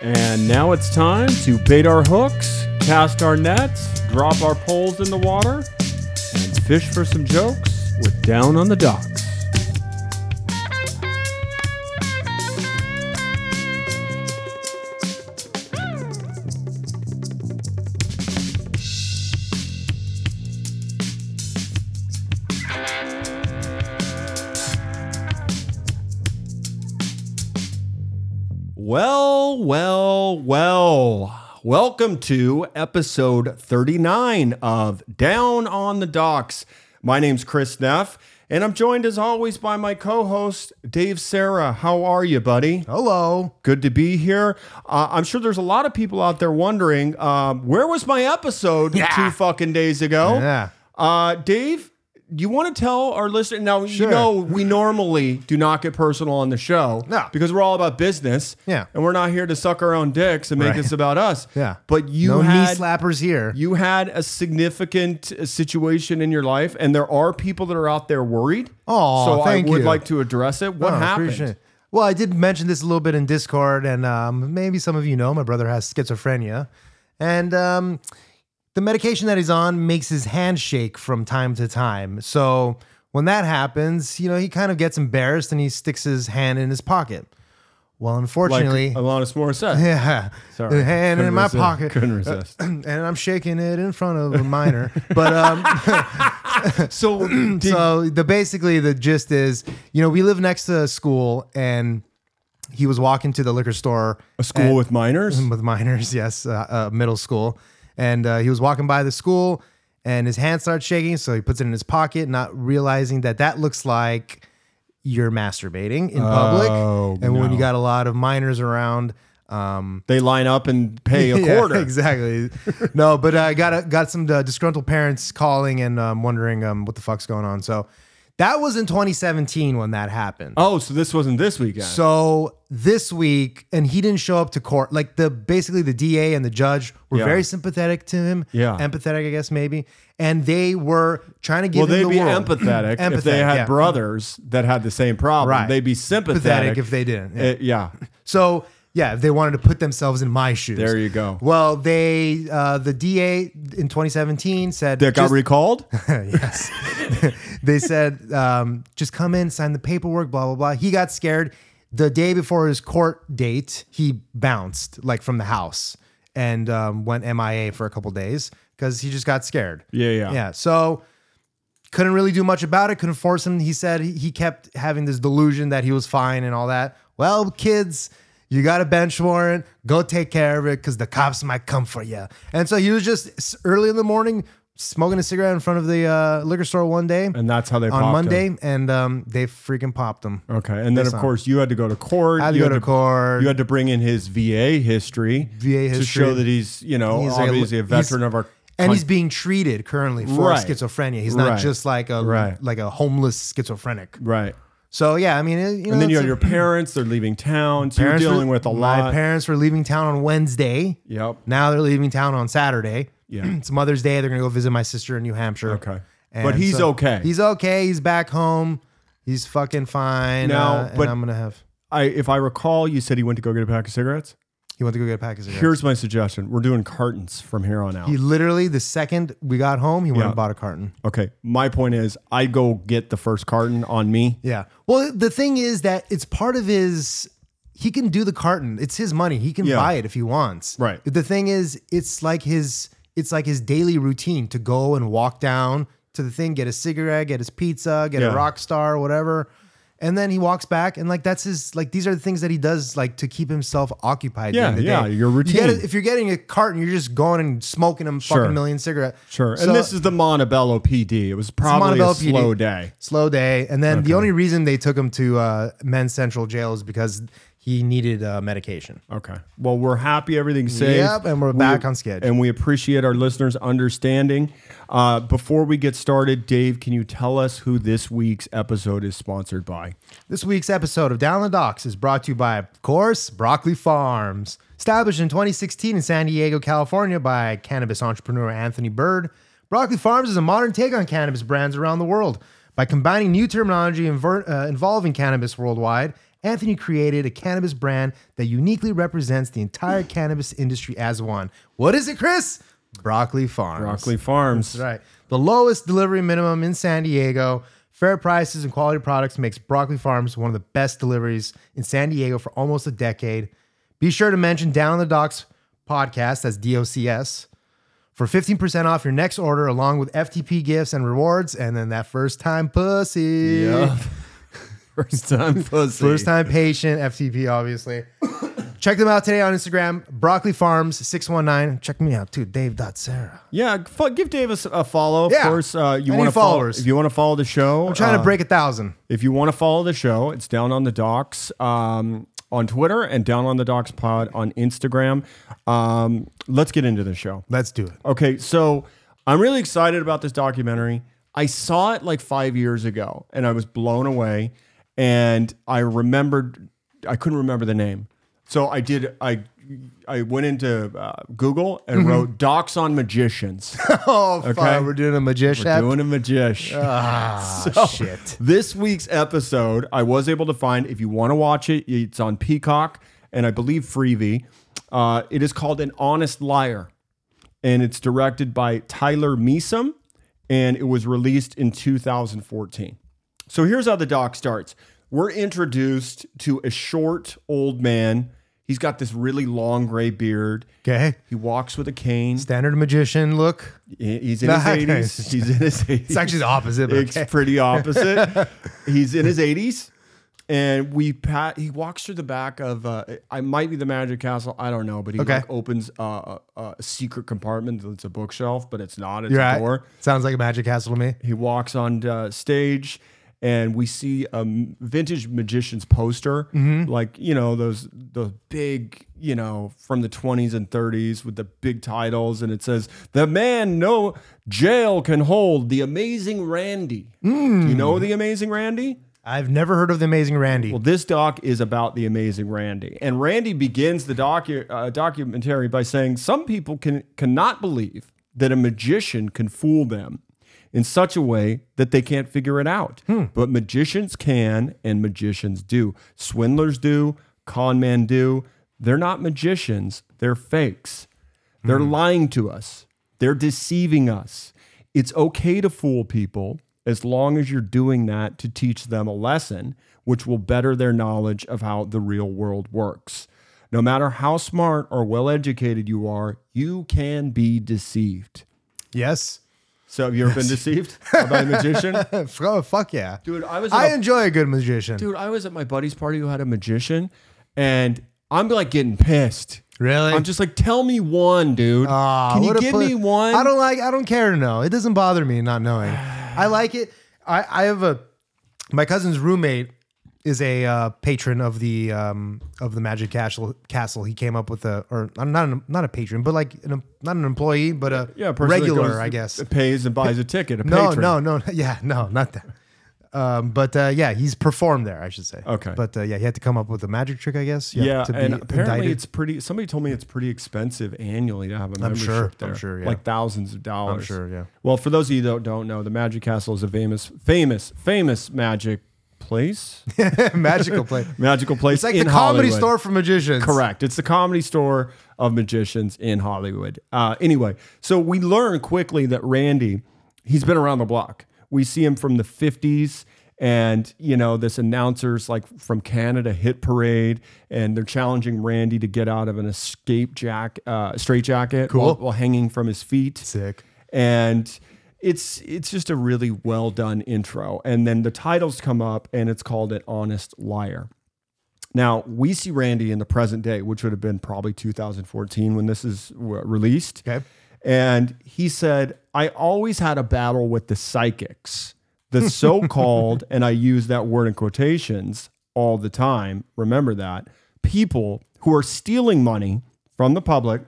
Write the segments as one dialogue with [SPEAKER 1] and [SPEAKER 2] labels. [SPEAKER 1] And now it's time to bait our hooks, cast our nets, drop our poles in the water, and fish for some jokes with Down on the Docks.
[SPEAKER 2] Well, well, well. Welcome to episode 39 of Down on the Docks. My name's Chris Neff, and I'm joined as always by my co host, Dave Sarah. How are you, buddy?
[SPEAKER 3] Hello.
[SPEAKER 2] Good to be here. Uh, I'm sure there's a lot of people out there wondering um, where was my episode
[SPEAKER 3] Yeah.
[SPEAKER 2] two fucking days ago?
[SPEAKER 3] Yeah.
[SPEAKER 2] Uh, Dave, you want to tell our listener now? You know, we normally do not get personal on the show,
[SPEAKER 3] No.
[SPEAKER 2] because we're all about business,
[SPEAKER 3] Yeah.
[SPEAKER 2] and we're not here to suck our own dicks and make
[SPEAKER 3] Right.
[SPEAKER 2] this about us,
[SPEAKER 3] Yeah.
[SPEAKER 2] But you
[SPEAKER 3] no knee
[SPEAKER 2] had
[SPEAKER 3] slappers here.
[SPEAKER 2] you had a significant uh, situation in your life, and there are people that are out there worried.
[SPEAKER 3] Aw,
[SPEAKER 2] so
[SPEAKER 3] thank
[SPEAKER 2] I would
[SPEAKER 3] you.
[SPEAKER 2] like to address it. What
[SPEAKER 3] Oh, appreciate
[SPEAKER 2] happened?
[SPEAKER 3] it. Well, I did mention this a little bit in Discord, and um, maybe some of you know my brother has schizophrenia, and um, the medication that he's on makes his hand shake from time to time. So when that happens, you know, he kind of gets embarrassed and he sticks his hand in his pocket. Well,
[SPEAKER 2] Like
[SPEAKER 3] unfortunately,
[SPEAKER 2] Alanis Morissette.
[SPEAKER 3] yeah,
[SPEAKER 2] Sorry,
[SPEAKER 3] the hand
[SPEAKER 2] couldn't
[SPEAKER 3] in my
[SPEAKER 2] resist.
[SPEAKER 3] pocket, Uh,
[SPEAKER 2] Couldn't resist.
[SPEAKER 3] and I'm shaking it in front of a minor, but um.
[SPEAKER 2] so, did-
[SPEAKER 3] so the basically the gist is, you know, we live next to a school, and he was walking to the liquor store
[SPEAKER 2] a school with minors.
[SPEAKER 3] with minors, yes, uh, uh, middle school, and uh, he was walking by the school, and his hand starts shaking, so he puts it in his pocket, not realizing that that looks like you're masturbating in public,
[SPEAKER 2] Oh,
[SPEAKER 3] and when
[SPEAKER 2] no.
[SPEAKER 3] you got a lot of minors around. Um,
[SPEAKER 2] They line up and pay a
[SPEAKER 3] yeah,
[SPEAKER 2] quarter.
[SPEAKER 3] exactly. No, but I got got some uh, disgruntled parents calling and um, wondering um, what the fuck's going on. So that was in 2017 when that happened.
[SPEAKER 2] Oh, so this wasn't this weekend.
[SPEAKER 3] So this week, and he didn't show up to court. Like the basically the DA and the judge were
[SPEAKER 2] Yeah.
[SPEAKER 3] very sympathetic to him.
[SPEAKER 2] Yeah.
[SPEAKER 3] empathetic, I guess maybe. And they were trying to give
[SPEAKER 2] well,
[SPEAKER 3] him
[SPEAKER 2] they'd be
[SPEAKER 3] the world.
[SPEAKER 2] empathetic, if they had
[SPEAKER 3] yeah.
[SPEAKER 2] brothers that had the same problem.
[SPEAKER 3] Right.
[SPEAKER 2] They'd be
[SPEAKER 3] Pathetic
[SPEAKER 2] sympathetic
[SPEAKER 3] if they didn't. Yeah.
[SPEAKER 2] Uh, yeah.
[SPEAKER 3] So yeah, they wanted to put themselves in my shoes.
[SPEAKER 2] There you go.
[SPEAKER 3] Well, they uh, the DA in 2017 said
[SPEAKER 2] That got
[SPEAKER 3] just-
[SPEAKER 2] recalled.
[SPEAKER 3] yes, they said um, just come in, sign the paperwork, blah blah blah. He got scared. The day before his court date, he bounced like from the house and um, went MIA for a couple days because he just got scared.
[SPEAKER 2] Yeah, yeah.
[SPEAKER 3] yeah. So couldn't really do much about it. Couldn't force him. He said he- he kept having this delusion that he was fine and all that. Well, kids, you got a bench warrant. Go take care of it because the cops might come for you. And so he was just s- early in the morning smoking a cigarette in front of the uh, liquor store one day
[SPEAKER 2] And that's how they popped
[SPEAKER 3] on
[SPEAKER 2] him.
[SPEAKER 3] Monday, and um, they freaking popped him.
[SPEAKER 2] Okay. And then, of
[SPEAKER 3] saw him.
[SPEAKER 2] course, you had to go to court.
[SPEAKER 3] I had to
[SPEAKER 2] you
[SPEAKER 3] go to court.
[SPEAKER 2] You had to bring in his VA history.
[SPEAKER 3] VA
[SPEAKER 2] To
[SPEAKER 3] history.
[SPEAKER 2] show that he's, you know,
[SPEAKER 3] He's a-
[SPEAKER 2] obviously a,
[SPEAKER 3] he's-
[SPEAKER 2] veteran of our.
[SPEAKER 3] and
[SPEAKER 2] coun-
[SPEAKER 3] he's being treated currently for
[SPEAKER 2] Right.
[SPEAKER 3] schizophrenia. He's not
[SPEAKER 2] Right.
[SPEAKER 3] just like a
[SPEAKER 2] Right.
[SPEAKER 3] like a homeless schizophrenic.
[SPEAKER 2] Right.
[SPEAKER 3] So yeah, I mean, it- you know,
[SPEAKER 2] And then you
[SPEAKER 3] it's
[SPEAKER 2] had
[SPEAKER 3] a-
[SPEAKER 2] your parents. They're leaving town. So you're
[SPEAKER 3] parents were-
[SPEAKER 2] dealing with a
[SPEAKER 3] My
[SPEAKER 2] lot.
[SPEAKER 3] parents were leaving town on Wednesday.
[SPEAKER 2] Yep.
[SPEAKER 3] Now they're leaving town on Saturday.
[SPEAKER 2] Yeah.
[SPEAKER 3] it's Mother's Day. They're gonna go visit my sister in New Hampshire.
[SPEAKER 2] Okay.
[SPEAKER 3] And
[SPEAKER 2] But he's
[SPEAKER 3] so-
[SPEAKER 2] okay.
[SPEAKER 3] He's okay. He's back home. He's fucking fine.
[SPEAKER 2] Now,
[SPEAKER 3] uh, and
[SPEAKER 2] but-
[SPEAKER 3] I'm gonna have.
[SPEAKER 2] I, if I recall, you said he went to go get a pack of cigarettes.
[SPEAKER 3] He went to go get a pack of cigarettes.
[SPEAKER 2] Here's my suggestion. We're doing cartons from here on out.
[SPEAKER 3] he literally the second we got home, he went
[SPEAKER 2] Yeah.
[SPEAKER 3] and bought a carton.
[SPEAKER 2] Okay. My point is, I go get the first carton on me.
[SPEAKER 3] Yeah. Well, the thing is that it's part of his. He can do the carton. It's his money. He can
[SPEAKER 2] Yeah.
[SPEAKER 3] buy it if he wants.
[SPEAKER 2] Right.
[SPEAKER 3] The thing is, it's like his. It's like his daily routine to go and walk down to the thing, get a cigarette, get his pizza, get
[SPEAKER 2] Yeah.
[SPEAKER 3] a rock star, whatever. And then he walks back, and like that's his. Like these are the things that he does, like to keep himself occupied.
[SPEAKER 2] Yeah,
[SPEAKER 3] during the
[SPEAKER 2] yeah,
[SPEAKER 3] day.
[SPEAKER 2] your
[SPEAKER 3] You
[SPEAKER 2] routine.
[SPEAKER 3] get a- if you're getting a carton, you're just going and smoking a
[SPEAKER 2] Sure.
[SPEAKER 3] fucking million cigarette.
[SPEAKER 2] Sure.
[SPEAKER 3] So-
[SPEAKER 2] and this is the Montebello PD. It was probably a
[SPEAKER 3] Montebello PD.
[SPEAKER 2] slow day.
[SPEAKER 3] slow day. And then the only reason they took him to uh, men's central jail is because he needed uh, medication.
[SPEAKER 2] Okay. Well, we're happy everything's safe.
[SPEAKER 3] Yep, and we're
[SPEAKER 2] We-
[SPEAKER 3] back on schedule.
[SPEAKER 2] And we appreciate our listeners' understanding. Uh, before we get started, Dave, can you tell us who this week's episode is sponsored by?
[SPEAKER 3] This week's episode of Down the Docks is brought to you by, of course, Broccoli Farms. Established in 2016 in San Diego, California by cannabis entrepreneur Anthony Bird, Broccoli Farms is a modern take on cannabis brands around the world. By combining new terminology inver- uh, involving cannabis worldwide Anthony created a cannabis brand that uniquely represents the entire cannabis industry as one. What is it, Chris? Broccoli Farms.
[SPEAKER 2] Broccoli Farms.
[SPEAKER 3] That's right. The lowest delivery minimum in San Diego. Fair prices and quality products makes Broccoli Farms one of the best deliveries in San Diego for almost a decade. Be sure to mention Down on the Docks podcast, that's DOCS, for 15% off your next order along with FTP gifts and rewards and then that first time pussy.
[SPEAKER 2] Yup. First time pussy.
[SPEAKER 3] First time patient, FTP, obviously. Check them out today on Instagram, Broccoli Farms 619. Check me out too, Dave.Sarah.
[SPEAKER 2] Yeah, fo- give Dave a, s- a follow. Of
[SPEAKER 3] Yeah.
[SPEAKER 2] course, uh, you
[SPEAKER 3] I
[SPEAKER 2] want to
[SPEAKER 3] need
[SPEAKER 2] follow.
[SPEAKER 3] followers.
[SPEAKER 2] If you want to follow the show, uh,
[SPEAKER 3] I'm trying to break a thousand.
[SPEAKER 2] If you want to follow the show, it's down on the docks um, on Twitter and down on the docks pod on Instagram. Um, let's get into the show.
[SPEAKER 3] Let's do it.
[SPEAKER 2] Okay, so I'm really excited about this documentary. I saw it like five years ago and I was blown away. And I remembered, I couldn't remember the name. So I did, I, I went into uh, Google and wrote docs on magicians.
[SPEAKER 3] Oh, okay.
[SPEAKER 2] Okay.
[SPEAKER 3] We're doing a magician. app.
[SPEAKER 2] Doing a magician.
[SPEAKER 3] ah, shit.
[SPEAKER 2] This week's episode, I was able to find. If you want to watch it, it's on Peacock and I believe Freevee. Uh, it is called An Honest Liar, and it's directed by Tyler Meesum, and it was released in 2014. So here's how the doc starts. We're introduced to a short old man. He's got this really long gray beard.
[SPEAKER 3] Okay.
[SPEAKER 2] He walks with a cane.
[SPEAKER 3] Standard magician look.
[SPEAKER 2] He's in his
[SPEAKER 3] Nice.
[SPEAKER 2] 80s. He's in his 80s.
[SPEAKER 3] It's actually the opposite. But okay.
[SPEAKER 2] It's pretty opposite. He's in his 80s, and we pat. He walks through the back of. Uh, I might be the Magic Castle. I don't know, but he
[SPEAKER 3] Okay.
[SPEAKER 2] like opens uh, a, a secret compartment that's a bookshelf, but it's not. It's
[SPEAKER 3] You're
[SPEAKER 2] a
[SPEAKER 3] right.
[SPEAKER 2] door.
[SPEAKER 3] Sounds like a magic castle to me.
[SPEAKER 2] He walks on uh, stage. And we see a m- vintage magician's poster, like you know those those big you know from the twenties and thirties with the big titles, and it says "The man no jail can hold, the amazing Randy." Do you know the amazing Randy?
[SPEAKER 3] I've never heard of the amazing Randy.
[SPEAKER 2] Well, this doc is about the amazing Randy, and Randy begins the docu- uh, documentary by saying some people can cannot believe that a magician can fool them in such a way that they can't figure it out. But magicians can, and magicians do. Swindlers do, con men do. They're not magicians; they're fakes. They're lying to us. They're deceiving us. It's okay to fool people as long as you're doing that to teach them a lesson, which will better their knowledge of how the real world works. No matter how smart or well educated you are, you can be deceived.
[SPEAKER 3] yes.
[SPEAKER 2] So, have you ever been deceived by a magician?
[SPEAKER 3] oh, fuck yeah.
[SPEAKER 2] Dude, I was at
[SPEAKER 3] I
[SPEAKER 2] a-
[SPEAKER 3] enjoy a good magician.
[SPEAKER 2] dude, I was at my buddy's party who had a magician, and I'm like getting pissed.
[SPEAKER 3] Really?
[SPEAKER 2] I'm just like, tell me one, dude.
[SPEAKER 3] Ah,
[SPEAKER 2] Can you
[SPEAKER 3] what a
[SPEAKER 2] give
[SPEAKER 3] put-
[SPEAKER 2] me one?
[SPEAKER 3] I don't like. I don't care to know. It doesn't bother me not knowing. I like it. I, I have a my cousin's roommate is a uh, patron of the um, of the Magic Castle. Castle. He came up with a or I'm not an, not a patron, but like an, em- not an employee, but a
[SPEAKER 2] Yeah, a person that
[SPEAKER 3] regular,
[SPEAKER 2] goes-
[SPEAKER 3] I guess.
[SPEAKER 2] Pays and buys a ticket. A
[SPEAKER 3] No,
[SPEAKER 2] patron.
[SPEAKER 3] no, no, yeah, no, not that. Um, but uh, yeah, he's performed there, I should say.
[SPEAKER 2] Okay.
[SPEAKER 3] But uh, yeah, he had to come up with a magic trick, I guess.
[SPEAKER 2] Yeah, and apparently
[SPEAKER 3] indicted.
[SPEAKER 2] it's pretty. Somebody told me it's pretty expensive annually to have a membership
[SPEAKER 3] sure, I'm
[SPEAKER 2] there.
[SPEAKER 3] sure, yeah.
[SPEAKER 2] like thousands of dollars.
[SPEAKER 3] sure, yeah.
[SPEAKER 2] Well, for those of you that don't know, the Magic Castle is a famous, famous, famous magic place,
[SPEAKER 3] magical play.
[SPEAKER 2] magical place.
[SPEAKER 3] It's like
[SPEAKER 2] in
[SPEAKER 3] the comedy
[SPEAKER 2] Hollywood.
[SPEAKER 3] store for magicians.
[SPEAKER 2] Correct. It's the comedy store of magicians in Hollywood. Uh, anyway, so we learn quickly that Randy, he's been around the block. We see him from the 50s and, you know, this announcer's like from Canada hit parade and they're challenging Randy to get out of an escape jack, uh, straight jacket while, while hanging from his feet.
[SPEAKER 3] Sick.
[SPEAKER 2] And it's it's just a really well done intro. And then the titles come up and it's called An Honest Liar. Now we see Randy in the present day, which would have been probably 2014 when this is w- released.
[SPEAKER 3] Okay.
[SPEAKER 2] And he said, I always had a battle with the psychics, the so called, and I use that word in quotations all the time. Remember that people who are stealing money from the public,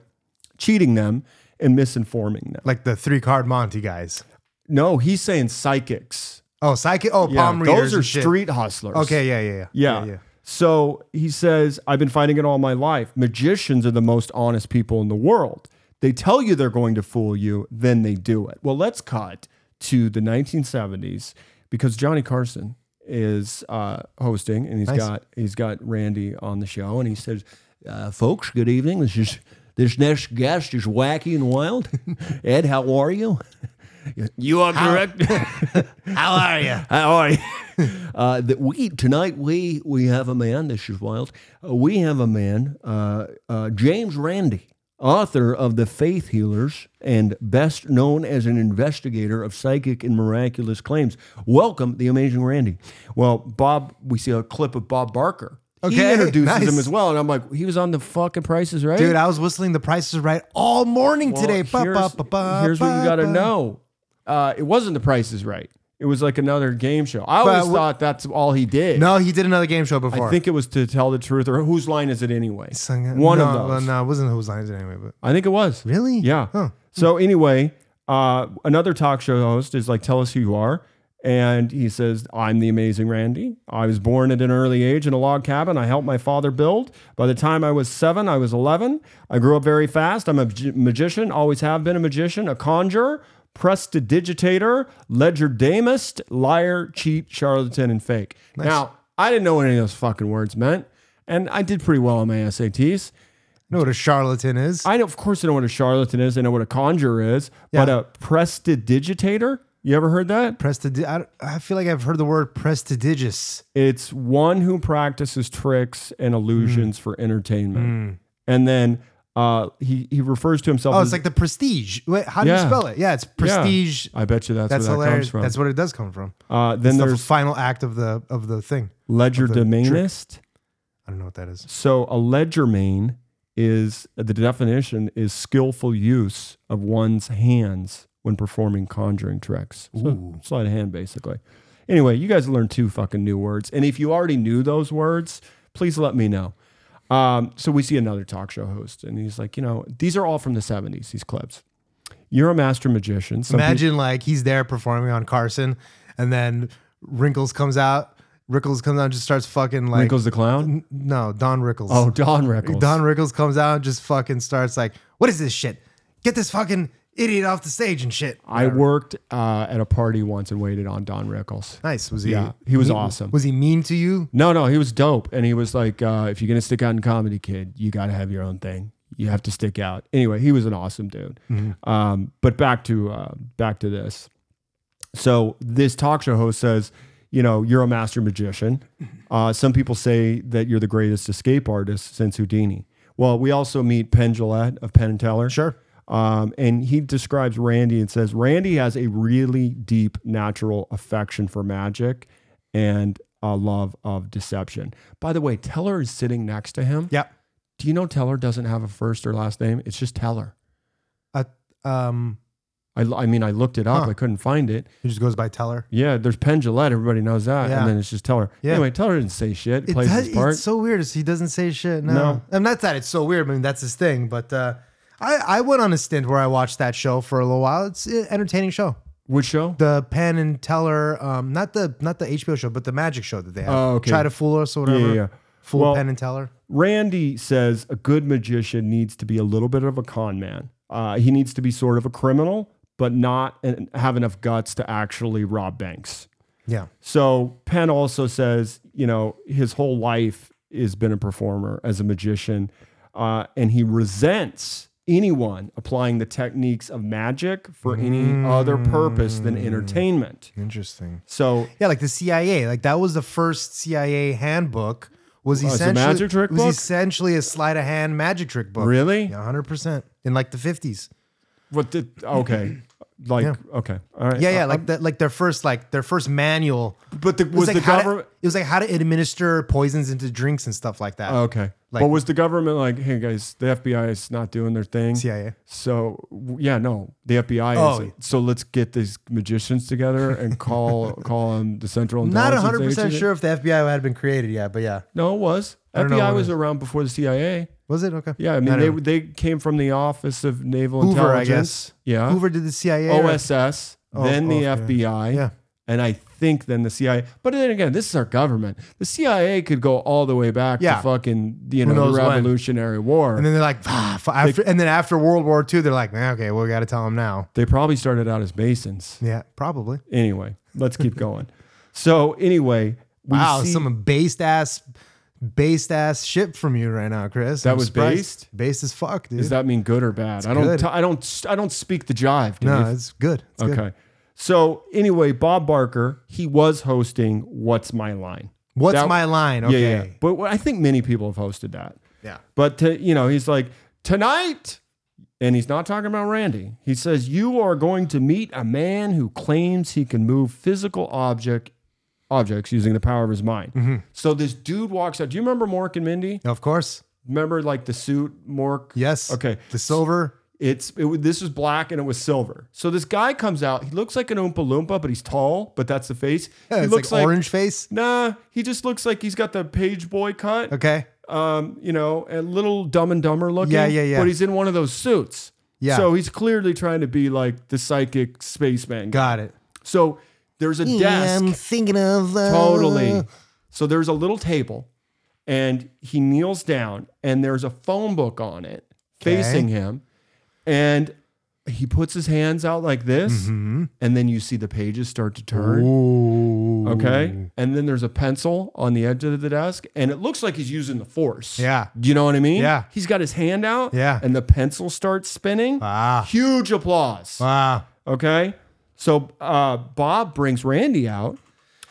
[SPEAKER 2] cheating them, and misinforming them.
[SPEAKER 3] Like the three card Monty guys.
[SPEAKER 2] No, he's saying psychics.
[SPEAKER 3] Oh, psychic. Oh,
[SPEAKER 2] Yeah,
[SPEAKER 3] palm readers.
[SPEAKER 2] those are
[SPEAKER 3] and shit.
[SPEAKER 2] street hustlers.
[SPEAKER 3] Okay, yeah, yeah, yeah.
[SPEAKER 2] Yeah. So he says, I've been fighting it all my life. Magicians are the most honest people in the world. They tell you they're going to fool you, then they do it. Well, let's cut to the 1970s because Johnny Carson is uh, hosting, and he's got he's got Randy on the show, and he says, uh, "Folks, good evening. This is this next guest is wacky and wild. Ed, how are you? You are correct.
[SPEAKER 3] How are you?
[SPEAKER 2] How are you? uh, that we tonight we we have a man. This is wild. Uh, we have a man, uh, uh, James Randy, author of the Faith Healers and best known as an investigator of psychic and miraculous claims. Welcome, the amazing Randy. Well, Bob, we see a clip of Bob Barker. he
[SPEAKER 3] Okay,
[SPEAKER 2] introduces
[SPEAKER 3] nice.
[SPEAKER 2] him as well, and I'm like, he was on the fucking Prices Right,
[SPEAKER 3] Dude, I was whistling the prices right all morning
[SPEAKER 2] Well,
[SPEAKER 3] today. Ba,
[SPEAKER 2] here's,
[SPEAKER 3] ba, ba, ba,
[SPEAKER 2] here's what you
[SPEAKER 3] ba,
[SPEAKER 2] got to
[SPEAKER 3] ba.
[SPEAKER 2] know. Uh, it wasn't The Price is Right. It was like another game show. I always
[SPEAKER 3] But wh-
[SPEAKER 2] thought that's all he did.
[SPEAKER 3] No, he did another game show before.
[SPEAKER 2] I think it was to tell the truth, or whose line is it anyway?
[SPEAKER 3] Sung-
[SPEAKER 2] One
[SPEAKER 3] no,
[SPEAKER 2] of those.
[SPEAKER 3] Well, no, it wasn't whose lines anyway. But
[SPEAKER 2] I think it was.
[SPEAKER 3] really,
[SPEAKER 2] Yeah.
[SPEAKER 3] Huh.
[SPEAKER 2] So anyway, uh, another talk show host is like, "Tell us who you are," and he says, "I'm the amazing Randy. I was born at an early age in a log cabin. I helped my father build. By the time I was seven, I was eleven. I grew up very fast. I'm a magi- magician. Always have been a magician, a conjurer." Prestidigitator, legerdamist, liar, cheat, charlatan, and fake. Now, I didn't know what any of those fucking words meant, and I did pretty well on my SATs.
[SPEAKER 3] You know what a charlatan is?
[SPEAKER 2] I know, of course, I know what a charlatan is. I know what a conjurer is, but
[SPEAKER 3] Yeah.
[SPEAKER 2] a prestidigitator. You ever heard that?
[SPEAKER 3] Prestidi- I, I feel like I've heard the word prestigious.
[SPEAKER 2] It's one who practices tricks and
[SPEAKER 3] Mm.
[SPEAKER 2] illusions for entertainment. And then uh, he he refers to himself.
[SPEAKER 3] Oh,
[SPEAKER 2] as,
[SPEAKER 3] it's like the prestige. Wait, how do you
[SPEAKER 2] Yeah.
[SPEAKER 3] spell it? Yeah, it's
[SPEAKER 2] Yeah.
[SPEAKER 3] prestige.
[SPEAKER 2] I bet you that's,
[SPEAKER 3] That's
[SPEAKER 2] where that
[SPEAKER 3] hilarious.
[SPEAKER 2] comes from.
[SPEAKER 3] That's what it does come from.
[SPEAKER 2] uh, then
[SPEAKER 3] It's the
[SPEAKER 2] there's
[SPEAKER 3] final act of the of the thing.
[SPEAKER 2] legerdemainist.
[SPEAKER 3] I don't know what that is.
[SPEAKER 2] So a legerdemain is the definition is skillful use of one's hands when performing conjuring tricks. So sleight of hand, basically. Anyway, you guys learned two fucking new words, and if you already knew those words, please let me know. Um, so we see another talk show host, and he's like, you know, these are all from the '70s. These clips. You're a master magician. Some peop-
[SPEAKER 3] Imagine like he's there performing on Carson, and then Wrinkles comes out. Wrinkles comes out and just starts fucking like
[SPEAKER 2] Wrinkles the clown.
[SPEAKER 3] no Don Rickles.
[SPEAKER 2] Oh, Don Rickles.
[SPEAKER 3] Don Rickles comes out and just fucking starts like, "What is this shit? Get this fucking idiot off the stage and shit."
[SPEAKER 2] I worked uh, at a party once and waited on Don Rickles.
[SPEAKER 3] Nice. Was he?
[SPEAKER 2] Yeah, he was
[SPEAKER 3] mean-
[SPEAKER 2] awesome.
[SPEAKER 3] Was he mean to you?
[SPEAKER 2] No, no, he was dope, and he was like, uh, "If you're gonna stick out in comedy, kid, you gotta have your own thing. You have to stick out." Anyway, he was an awesome dude. Um, but back to uh, back to this. So this talk show host says, "You know, you're a master magician. Uh, some people say that you're the greatest escape artist since Houdini." Well, we also meet Penn Gillette of Penn and Teller.
[SPEAKER 3] Sure.
[SPEAKER 2] Um, and he describes Randy and says Randy has a really deep natural affection for magic and a love of deception. By the way, Teller is sitting next to him.
[SPEAKER 3] Yeah.
[SPEAKER 2] Do you know Teller doesn't have a first or last name? It's just Teller.
[SPEAKER 3] Uh, um,
[SPEAKER 2] I, I mean, I looked it up.
[SPEAKER 3] Huh.
[SPEAKER 2] I couldn't find it.
[SPEAKER 3] he just goes by Teller.
[SPEAKER 2] Yeah, there's Penn Jillette. Everybody knows that.
[SPEAKER 3] Yeah.
[SPEAKER 2] And then it's just Teller.
[SPEAKER 3] Yeah.
[SPEAKER 2] Anyway, Teller didn't say shit. He
[SPEAKER 3] It
[SPEAKER 2] plays
[SPEAKER 3] does-
[SPEAKER 2] his part.
[SPEAKER 3] It's so weird. is He doesn't say shit. No.
[SPEAKER 2] No.
[SPEAKER 3] And not that it's so weird. I mean, that's his thing. But uh, I, I went on a stint where I watched that show for a little while. It's an entertaining show.
[SPEAKER 2] Which show?
[SPEAKER 3] The Penn and Teller, um, not the not the HBO show, but the magic show that they have.
[SPEAKER 2] Oh, okay.
[SPEAKER 3] Try to fool us or whatever.
[SPEAKER 2] Yeah, yeah, yeah.
[SPEAKER 3] Fool
[SPEAKER 2] Well-
[SPEAKER 3] Penn and Teller.
[SPEAKER 2] Randy says a good magician needs to be a little bit of a con man. Uh, he needs to be sort of a criminal, but not and have enough guts to actually rob banks.
[SPEAKER 3] Yeah.
[SPEAKER 2] So Penn also says, you know, his whole life has been a performer as a magician, uh, and he resents anyone applying the techniques of magic for any other purpose than
[SPEAKER 3] Mm.
[SPEAKER 2] entertainment.
[SPEAKER 3] Interesting.
[SPEAKER 2] So
[SPEAKER 3] Yeah, like the CIA. Like that was the first CIA handbook. Was
[SPEAKER 2] Oh, it's a
[SPEAKER 3] essentially
[SPEAKER 2] magic trick
[SPEAKER 3] was
[SPEAKER 2] book?
[SPEAKER 3] essentially a sleight of hand magic trick book.
[SPEAKER 2] really,
[SPEAKER 3] Yeah, hundred percent. In like the fifties.
[SPEAKER 2] what did okay, like okay, all right,
[SPEAKER 3] Yeah, yeah.
[SPEAKER 2] Uh,
[SPEAKER 3] Like that. Like their first like their first manual.
[SPEAKER 2] but the,
[SPEAKER 3] It
[SPEAKER 2] was,
[SPEAKER 3] was, like
[SPEAKER 2] the
[SPEAKER 3] how to-
[SPEAKER 2] government?
[SPEAKER 3] it was like how to administer poisons into drinks and stuff like that.
[SPEAKER 2] Okay.
[SPEAKER 3] Like-
[SPEAKER 2] but was the government like, hey guys, the FBI is not doing their thing?
[SPEAKER 3] CIA.
[SPEAKER 2] So w- yeah, no, the FBI.
[SPEAKER 3] Oh.
[SPEAKER 2] Is, so let's get these magicians together and call call them the Central
[SPEAKER 3] Not
[SPEAKER 2] Intelligence
[SPEAKER 3] hundred percent
[SPEAKER 2] Agency.
[SPEAKER 3] sure if the FBI had been created yet, but yeah,
[SPEAKER 2] No, it was
[SPEAKER 3] don't know
[SPEAKER 2] FBI
[SPEAKER 3] what
[SPEAKER 2] was
[SPEAKER 3] it is.
[SPEAKER 2] around before the CIA.
[SPEAKER 3] was it okay?
[SPEAKER 2] Yeah, I mean they
[SPEAKER 3] don't know.
[SPEAKER 2] they came from the Office of Naval
[SPEAKER 3] Hoover, I
[SPEAKER 2] Intelligence.
[SPEAKER 3] guess.
[SPEAKER 2] Yeah,
[SPEAKER 3] Hoover did the CIA. or-
[SPEAKER 2] OSS, then the
[SPEAKER 3] oh, okay.
[SPEAKER 2] FBI.
[SPEAKER 3] Yeah.
[SPEAKER 2] And I think then the CIA, but then again, this is our government. The CIA could go all the way back
[SPEAKER 3] Yeah.
[SPEAKER 2] to fucking you know
[SPEAKER 3] knows
[SPEAKER 2] the
[SPEAKER 3] when.
[SPEAKER 2] Revolutionary War.
[SPEAKER 3] And then they're like, ah, f- after, and then after World War II, they're like, nah, okay, well, we got to tell them now.
[SPEAKER 2] They probably started out as masons.
[SPEAKER 3] Yeah, probably.
[SPEAKER 2] Anyway, let's keep going. So anyway, we
[SPEAKER 3] Wow,
[SPEAKER 2] see-
[SPEAKER 3] some based ass, based ass shit from you right now, Chris.
[SPEAKER 2] That
[SPEAKER 3] I'm
[SPEAKER 2] was
[SPEAKER 3] surprised.
[SPEAKER 2] based?
[SPEAKER 3] based as fuck, dude.
[SPEAKER 2] Does that mean good or bad? I don't.
[SPEAKER 3] good.
[SPEAKER 2] T- I don't. s- I don't speak the jive. Dude.
[SPEAKER 3] no,
[SPEAKER 2] If-
[SPEAKER 3] it's good. It's good.
[SPEAKER 2] okay. So anyway, Bob Barker, he was hosting "What's My Line."
[SPEAKER 3] What's
[SPEAKER 2] That-
[SPEAKER 3] my line? Okay.
[SPEAKER 2] Yeah, yeah. But I think many people have hosted that.
[SPEAKER 3] Yeah.
[SPEAKER 2] But to, you know, he's like tonight, and he's not talking about Randy. He says you are going to meet a man who claims he can move physical object objects using the power of his mind.
[SPEAKER 3] Mm-hmm.
[SPEAKER 2] So this dude walks out. Do you remember Mork and Mindy?
[SPEAKER 3] Of course.
[SPEAKER 2] Remember like the suit Mork?
[SPEAKER 3] Yes.
[SPEAKER 2] Okay.
[SPEAKER 3] The silver.
[SPEAKER 2] It's it, was- this was black and it was silver. So this guy comes out. He looks like an Oompa Loompa, but he's tall. But that's the face.
[SPEAKER 3] Yeah,
[SPEAKER 2] he
[SPEAKER 3] it's
[SPEAKER 2] looks
[SPEAKER 3] like, orange face.
[SPEAKER 2] Nah, he just looks like he's got the page boy cut
[SPEAKER 3] Okay.
[SPEAKER 2] um, you know, a little dumb and dumber looking.
[SPEAKER 3] Yeah, yeah, yeah.
[SPEAKER 2] But he's in one of those suits.
[SPEAKER 3] Yeah.
[SPEAKER 2] So he's clearly trying to be like the psychic spaceman. guy.
[SPEAKER 3] Got it.
[SPEAKER 2] So there's a desk.
[SPEAKER 3] thinking of uh,
[SPEAKER 2] Totally. So there's a little table, and he kneels down, and there's a phone book on it facing him, and he puts his hands out like this,
[SPEAKER 3] Mm-hmm.
[SPEAKER 2] and then you see the pages start to turn.
[SPEAKER 3] Mm.
[SPEAKER 2] Okay. And then there's a pencil on the edge of the desk, and it looks like he's using the force.
[SPEAKER 3] Yeah.
[SPEAKER 2] Do you know what I mean?
[SPEAKER 3] Yeah.
[SPEAKER 2] He's got his hand out,
[SPEAKER 3] Yeah.
[SPEAKER 2] and the pencil starts spinning.
[SPEAKER 3] Ah.
[SPEAKER 2] Huge applause.
[SPEAKER 3] Wow.
[SPEAKER 2] Okay. So uh, Bob brings Randy out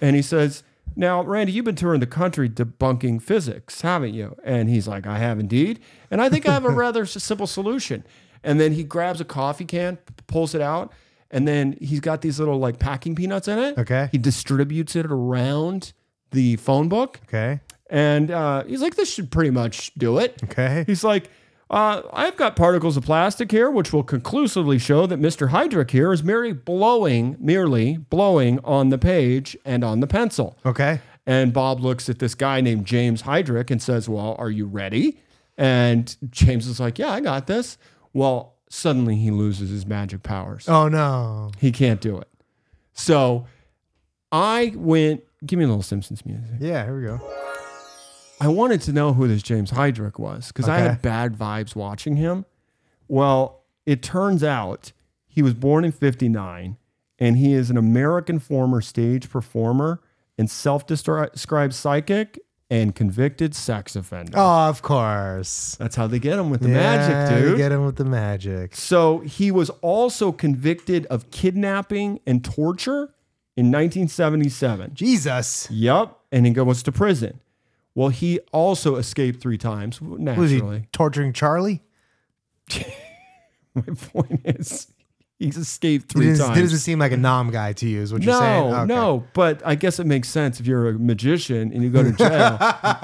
[SPEAKER 2] and he says, Now, Randy, you've been touring the country debunking physics, haven't you? And he's like, I have indeed. And I think I have a rather s- simple solution. And then he grabs a coffee can, p- pulls it out, and then he's got these little like packing peanuts in it.
[SPEAKER 3] Okay.
[SPEAKER 2] He distributes it around the phone book.
[SPEAKER 3] Okay.
[SPEAKER 2] And uh, he's like, This should pretty much do it.
[SPEAKER 3] Okay.
[SPEAKER 2] He's like, uh, I've got particles of plastic here, which will conclusively show that Mr. Hydrick here is merely blowing, merely blowing on the page and on the pencil.
[SPEAKER 3] Okay.
[SPEAKER 2] And Bob looks at this guy named James Hydrick and says, Well, are you ready? And James is like, Yeah, I got this. Well, suddenly he loses his magic powers.
[SPEAKER 3] Oh no.
[SPEAKER 2] He can't do it. So I went, give me a little Simpsons music.
[SPEAKER 3] Yeah. Here we go.
[SPEAKER 2] I wanted to know who this James Hydrick was because I
[SPEAKER 3] Okay.
[SPEAKER 2] had bad vibes watching him. Well, it turns out he was born in 59 and he is an American former stage performer and self described psychic and convicted sex offender.
[SPEAKER 3] Oh, of course.
[SPEAKER 2] That's how they get him with the
[SPEAKER 3] Yeah,
[SPEAKER 2] magic,
[SPEAKER 3] we
[SPEAKER 2] dude.
[SPEAKER 3] Get him with the magic.
[SPEAKER 2] So he was also convicted of kidnapping and torture in 1977.
[SPEAKER 3] Jesus.
[SPEAKER 2] Yep. And he goes to prison. Well, he also escaped three times
[SPEAKER 3] Was he
[SPEAKER 2] naturally.
[SPEAKER 3] torturing Charlie?
[SPEAKER 2] My point is, he's escaped
[SPEAKER 3] He
[SPEAKER 2] three
[SPEAKER 3] didn't-
[SPEAKER 2] times.
[SPEAKER 3] doesn't seem like a nom guy to you, is what you're
[SPEAKER 2] no,
[SPEAKER 3] saying. Okay.
[SPEAKER 2] no, but I guess it makes sense if you're a magician and you go to jail.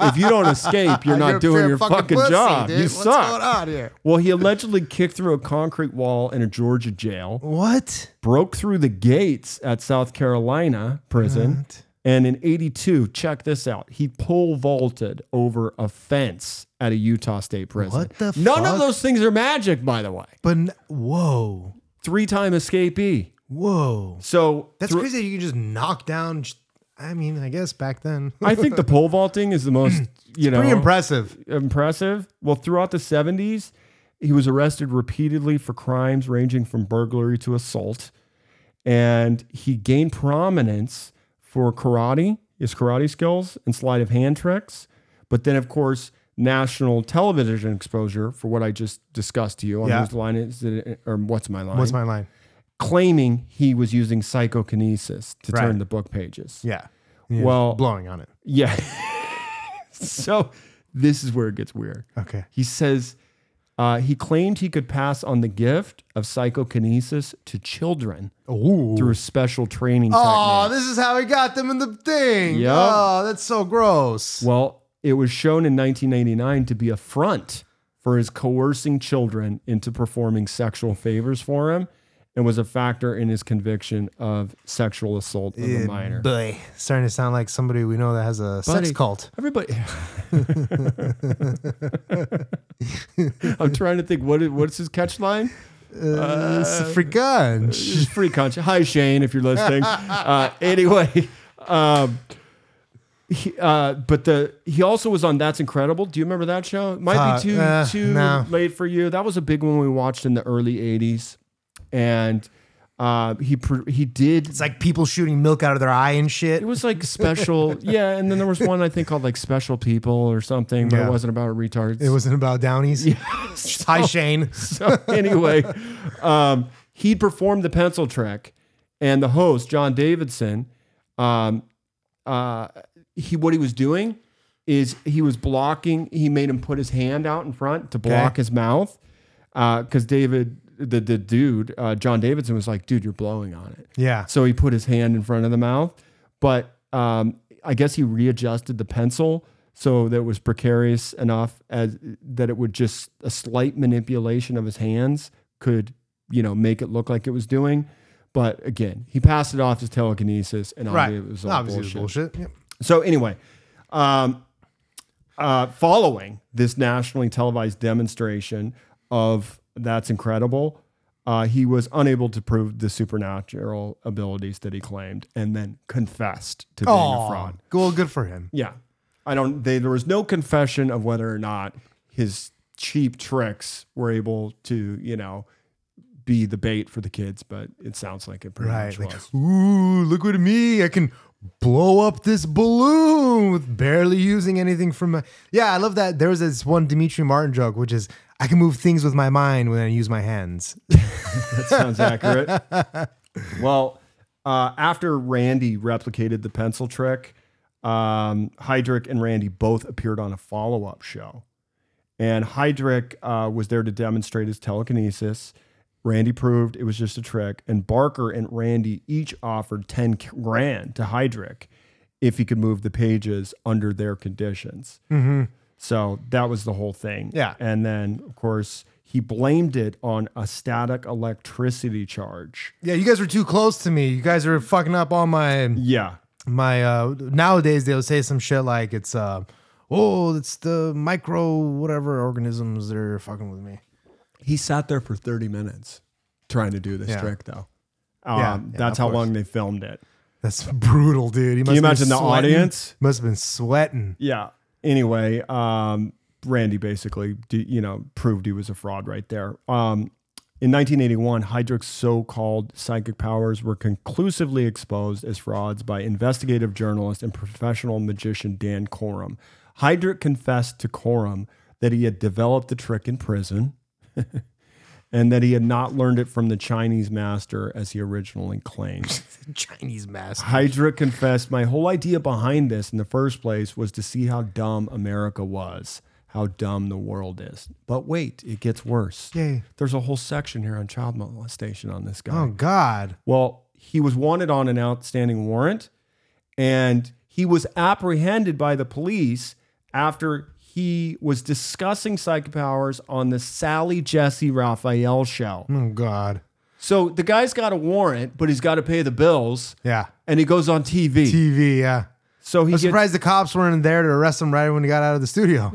[SPEAKER 2] if you don't escape, you're not
[SPEAKER 3] Ah, You're a
[SPEAKER 2] doing
[SPEAKER 3] fair
[SPEAKER 2] your
[SPEAKER 3] fucking
[SPEAKER 2] fucking,
[SPEAKER 3] pussy,
[SPEAKER 2] job.
[SPEAKER 3] dude.
[SPEAKER 2] You
[SPEAKER 3] What's
[SPEAKER 2] suck.
[SPEAKER 3] going on here?
[SPEAKER 2] Well, he allegedly kicked through a concrete wall in a Georgia jail,
[SPEAKER 3] What?
[SPEAKER 2] broke through the gates at South Carolina prison, and in 82, check this out, he pole vaulted over a fence at a Utah state prison.
[SPEAKER 3] What the
[SPEAKER 2] None
[SPEAKER 3] fuck?
[SPEAKER 2] of those things are magic, by the way.
[SPEAKER 3] But n- whoa,
[SPEAKER 2] Three time escapee.
[SPEAKER 3] whoa.
[SPEAKER 2] So
[SPEAKER 3] That's
[SPEAKER 2] thro-
[SPEAKER 3] crazy. that You can just knock down. j- I mean, I guess back then.
[SPEAKER 2] I think the pole vaulting is the most, you know,
[SPEAKER 3] Pretty impressive.
[SPEAKER 2] impressive. Well, throughout the 70s, he was arrested repeatedly for crimes ranging from burglary to assault. And he gained prominence for karate, his karate skills, and sleight of hand tricks. But then, of course, national television exposure for what I just discussed to you on
[SPEAKER 3] Yeah.
[SPEAKER 2] whose line is it, or what's my line?
[SPEAKER 3] What's my line?
[SPEAKER 2] claiming he was using psychokinesis to
[SPEAKER 3] Right.
[SPEAKER 2] turn the book pages.
[SPEAKER 3] Yeah. Yeah,
[SPEAKER 2] Well-
[SPEAKER 3] blowing on it.
[SPEAKER 2] Yeah. so this is where it gets weird.
[SPEAKER 3] Okay.
[SPEAKER 2] He says uh, he claimed he could pass on the gift of psychokinesis to children
[SPEAKER 3] Ooh.
[SPEAKER 2] through a special training
[SPEAKER 3] Oh,
[SPEAKER 2] technique.
[SPEAKER 3] this is how he got them in the thing.
[SPEAKER 2] Yup.
[SPEAKER 3] Oh, that's so gross.
[SPEAKER 2] Well, it was shown in 1989 to be a front for his coercing children into performing sexual favors for him and was a factor in his conviction of sexual assault of a minor.
[SPEAKER 3] Boy, starting to sound like somebody we know that has a sex
[SPEAKER 2] Buddy.
[SPEAKER 3] cult.
[SPEAKER 2] Everybody, I'm trying to think. What is, what's his catch line?
[SPEAKER 3] Uh, it's a free gun.
[SPEAKER 2] Just free conscious. Hi Shane, if you're listening. Uh, anyway, um, he, uh, but the he also was on That's Incredible. Do you remember that show? It Might
[SPEAKER 3] Uh,
[SPEAKER 2] be too
[SPEAKER 3] eh,
[SPEAKER 2] too
[SPEAKER 3] no.
[SPEAKER 2] late for you. That was a big one we watched in the early '80s, and uh, Uh, he pr- he did.
[SPEAKER 3] It's like people shooting milk out of their eye and shit.
[SPEAKER 2] It was like special, yeah. And then there was one I think called like special people or something, but
[SPEAKER 3] Yeah.
[SPEAKER 2] it wasn't about retards.
[SPEAKER 3] It wasn't about Downies. Hi, Shane.
[SPEAKER 2] So anyway, um, he performed the pencil trick, and the host John Davidson, um, uh, he what he was doing is he was blocking. He made him put his hand out in front to block
[SPEAKER 3] Okay.
[SPEAKER 2] his mouth because David, the the dude, uh, John Davidson was like, "Dude, you're blowing on it."
[SPEAKER 3] Yeah.
[SPEAKER 2] So he put his hand in front of the mouth, but um, I guess he readjusted the pencil so that it was precarious enough as that it would just a slight manipulation of his hands could, you know, make it look like it was doing. But again, he passed it off as telekinesis, and
[SPEAKER 3] Right.
[SPEAKER 2] obviously it was all
[SPEAKER 3] Obviously,
[SPEAKER 2] bullshit.
[SPEAKER 3] it was bullshit. Yep.
[SPEAKER 2] So anyway, um, uh, following this nationally televised demonstration of that's incredible, uh, he was unable to prove the supernatural abilities that he claimed, and then confessed to being a
[SPEAKER 3] Oh,
[SPEAKER 2] fraud.
[SPEAKER 3] well, good for him.
[SPEAKER 2] Yeah, I don't. They, there was no confession of whether or not his cheap tricks were able to, you know, be the bait for the kids. But it sounds like it pretty much
[SPEAKER 3] Right. Like,
[SPEAKER 2] was.
[SPEAKER 3] ooh, look at me. I can blow up this balloon with barely using anything from my. Yeah, I love that. There was this one Dimitri Martin joke, which is I can move things with my mind when I use my hands.
[SPEAKER 2] Sounds accurate. well, uh, after Randy replicated the pencil trick, um, Heydrich and Randy both appeared on a follow up show. And Heydrich uh, was there to demonstrate his telekinesis. Randy proved it was just a trick. And Barker and Randy each offered 10 grand to Heydrich if he could move the pages under their conditions. So that was the whole thing.
[SPEAKER 3] Yeah.
[SPEAKER 2] And then, of course, he blamed it on a static electricity charge.
[SPEAKER 3] Yeah, you guys were too close to me. You guys are fucking up all my
[SPEAKER 2] Yeah.
[SPEAKER 3] my uh nowadays they'll say some shit like it's uh oh it's the micro whatever organisms that are fucking with me
[SPEAKER 2] He sat there for 30 minutes trying to do this
[SPEAKER 3] Yeah. Oh,
[SPEAKER 2] trick, though. Um,
[SPEAKER 3] Yeah, yeah,
[SPEAKER 2] that's
[SPEAKER 3] of
[SPEAKER 2] how
[SPEAKER 3] course.
[SPEAKER 2] long they filmed it.
[SPEAKER 3] that's brutal dude he must
[SPEAKER 2] you
[SPEAKER 3] have been
[SPEAKER 2] imagine the
[SPEAKER 3] sweating.
[SPEAKER 2] audience?
[SPEAKER 3] must have been sweating
[SPEAKER 2] Yeah. Anyway, um, Randy basically, d- you know, proved he was a fraud right there. Um, in 1981, Heydrich's so-called psychic powers were conclusively exposed as frauds by investigative journalist and professional magician Dan Coram. Heydrich confessed to Coram that he had developed the trick in prison and that he had not learned it from the Chinese master as he originally claimed.
[SPEAKER 3] chinese mask
[SPEAKER 2] Hydra confessed, my whole idea behind this in the first place was to see how dumb America was, how dumb the world is. But wait, it gets worse.
[SPEAKER 3] Yay.
[SPEAKER 2] There's a whole section here on child molestation on this guy.
[SPEAKER 3] oh god
[SPEAKER 2] Well, he was wanted on an outstanding warrant and he was apprehended by the police after he was discussing psychic powers on the Sally Jesse Raphael show.
[SPEAKER 3] oh god
[SPEAKER 2] So the guy's got a warrant, but he's got to pay the bills.
[SPEAKER 3] yeah
[SPEAKER 2] And he goes on TV.
[SPEAKER 3] tv yeah
[SPEAKER 2] So he
[SPEAKER 3] i'm
[SPEAKER 2] gets,
[SPEAKER 3] surprised the cops weren't there to arrest him right when he got out of the studio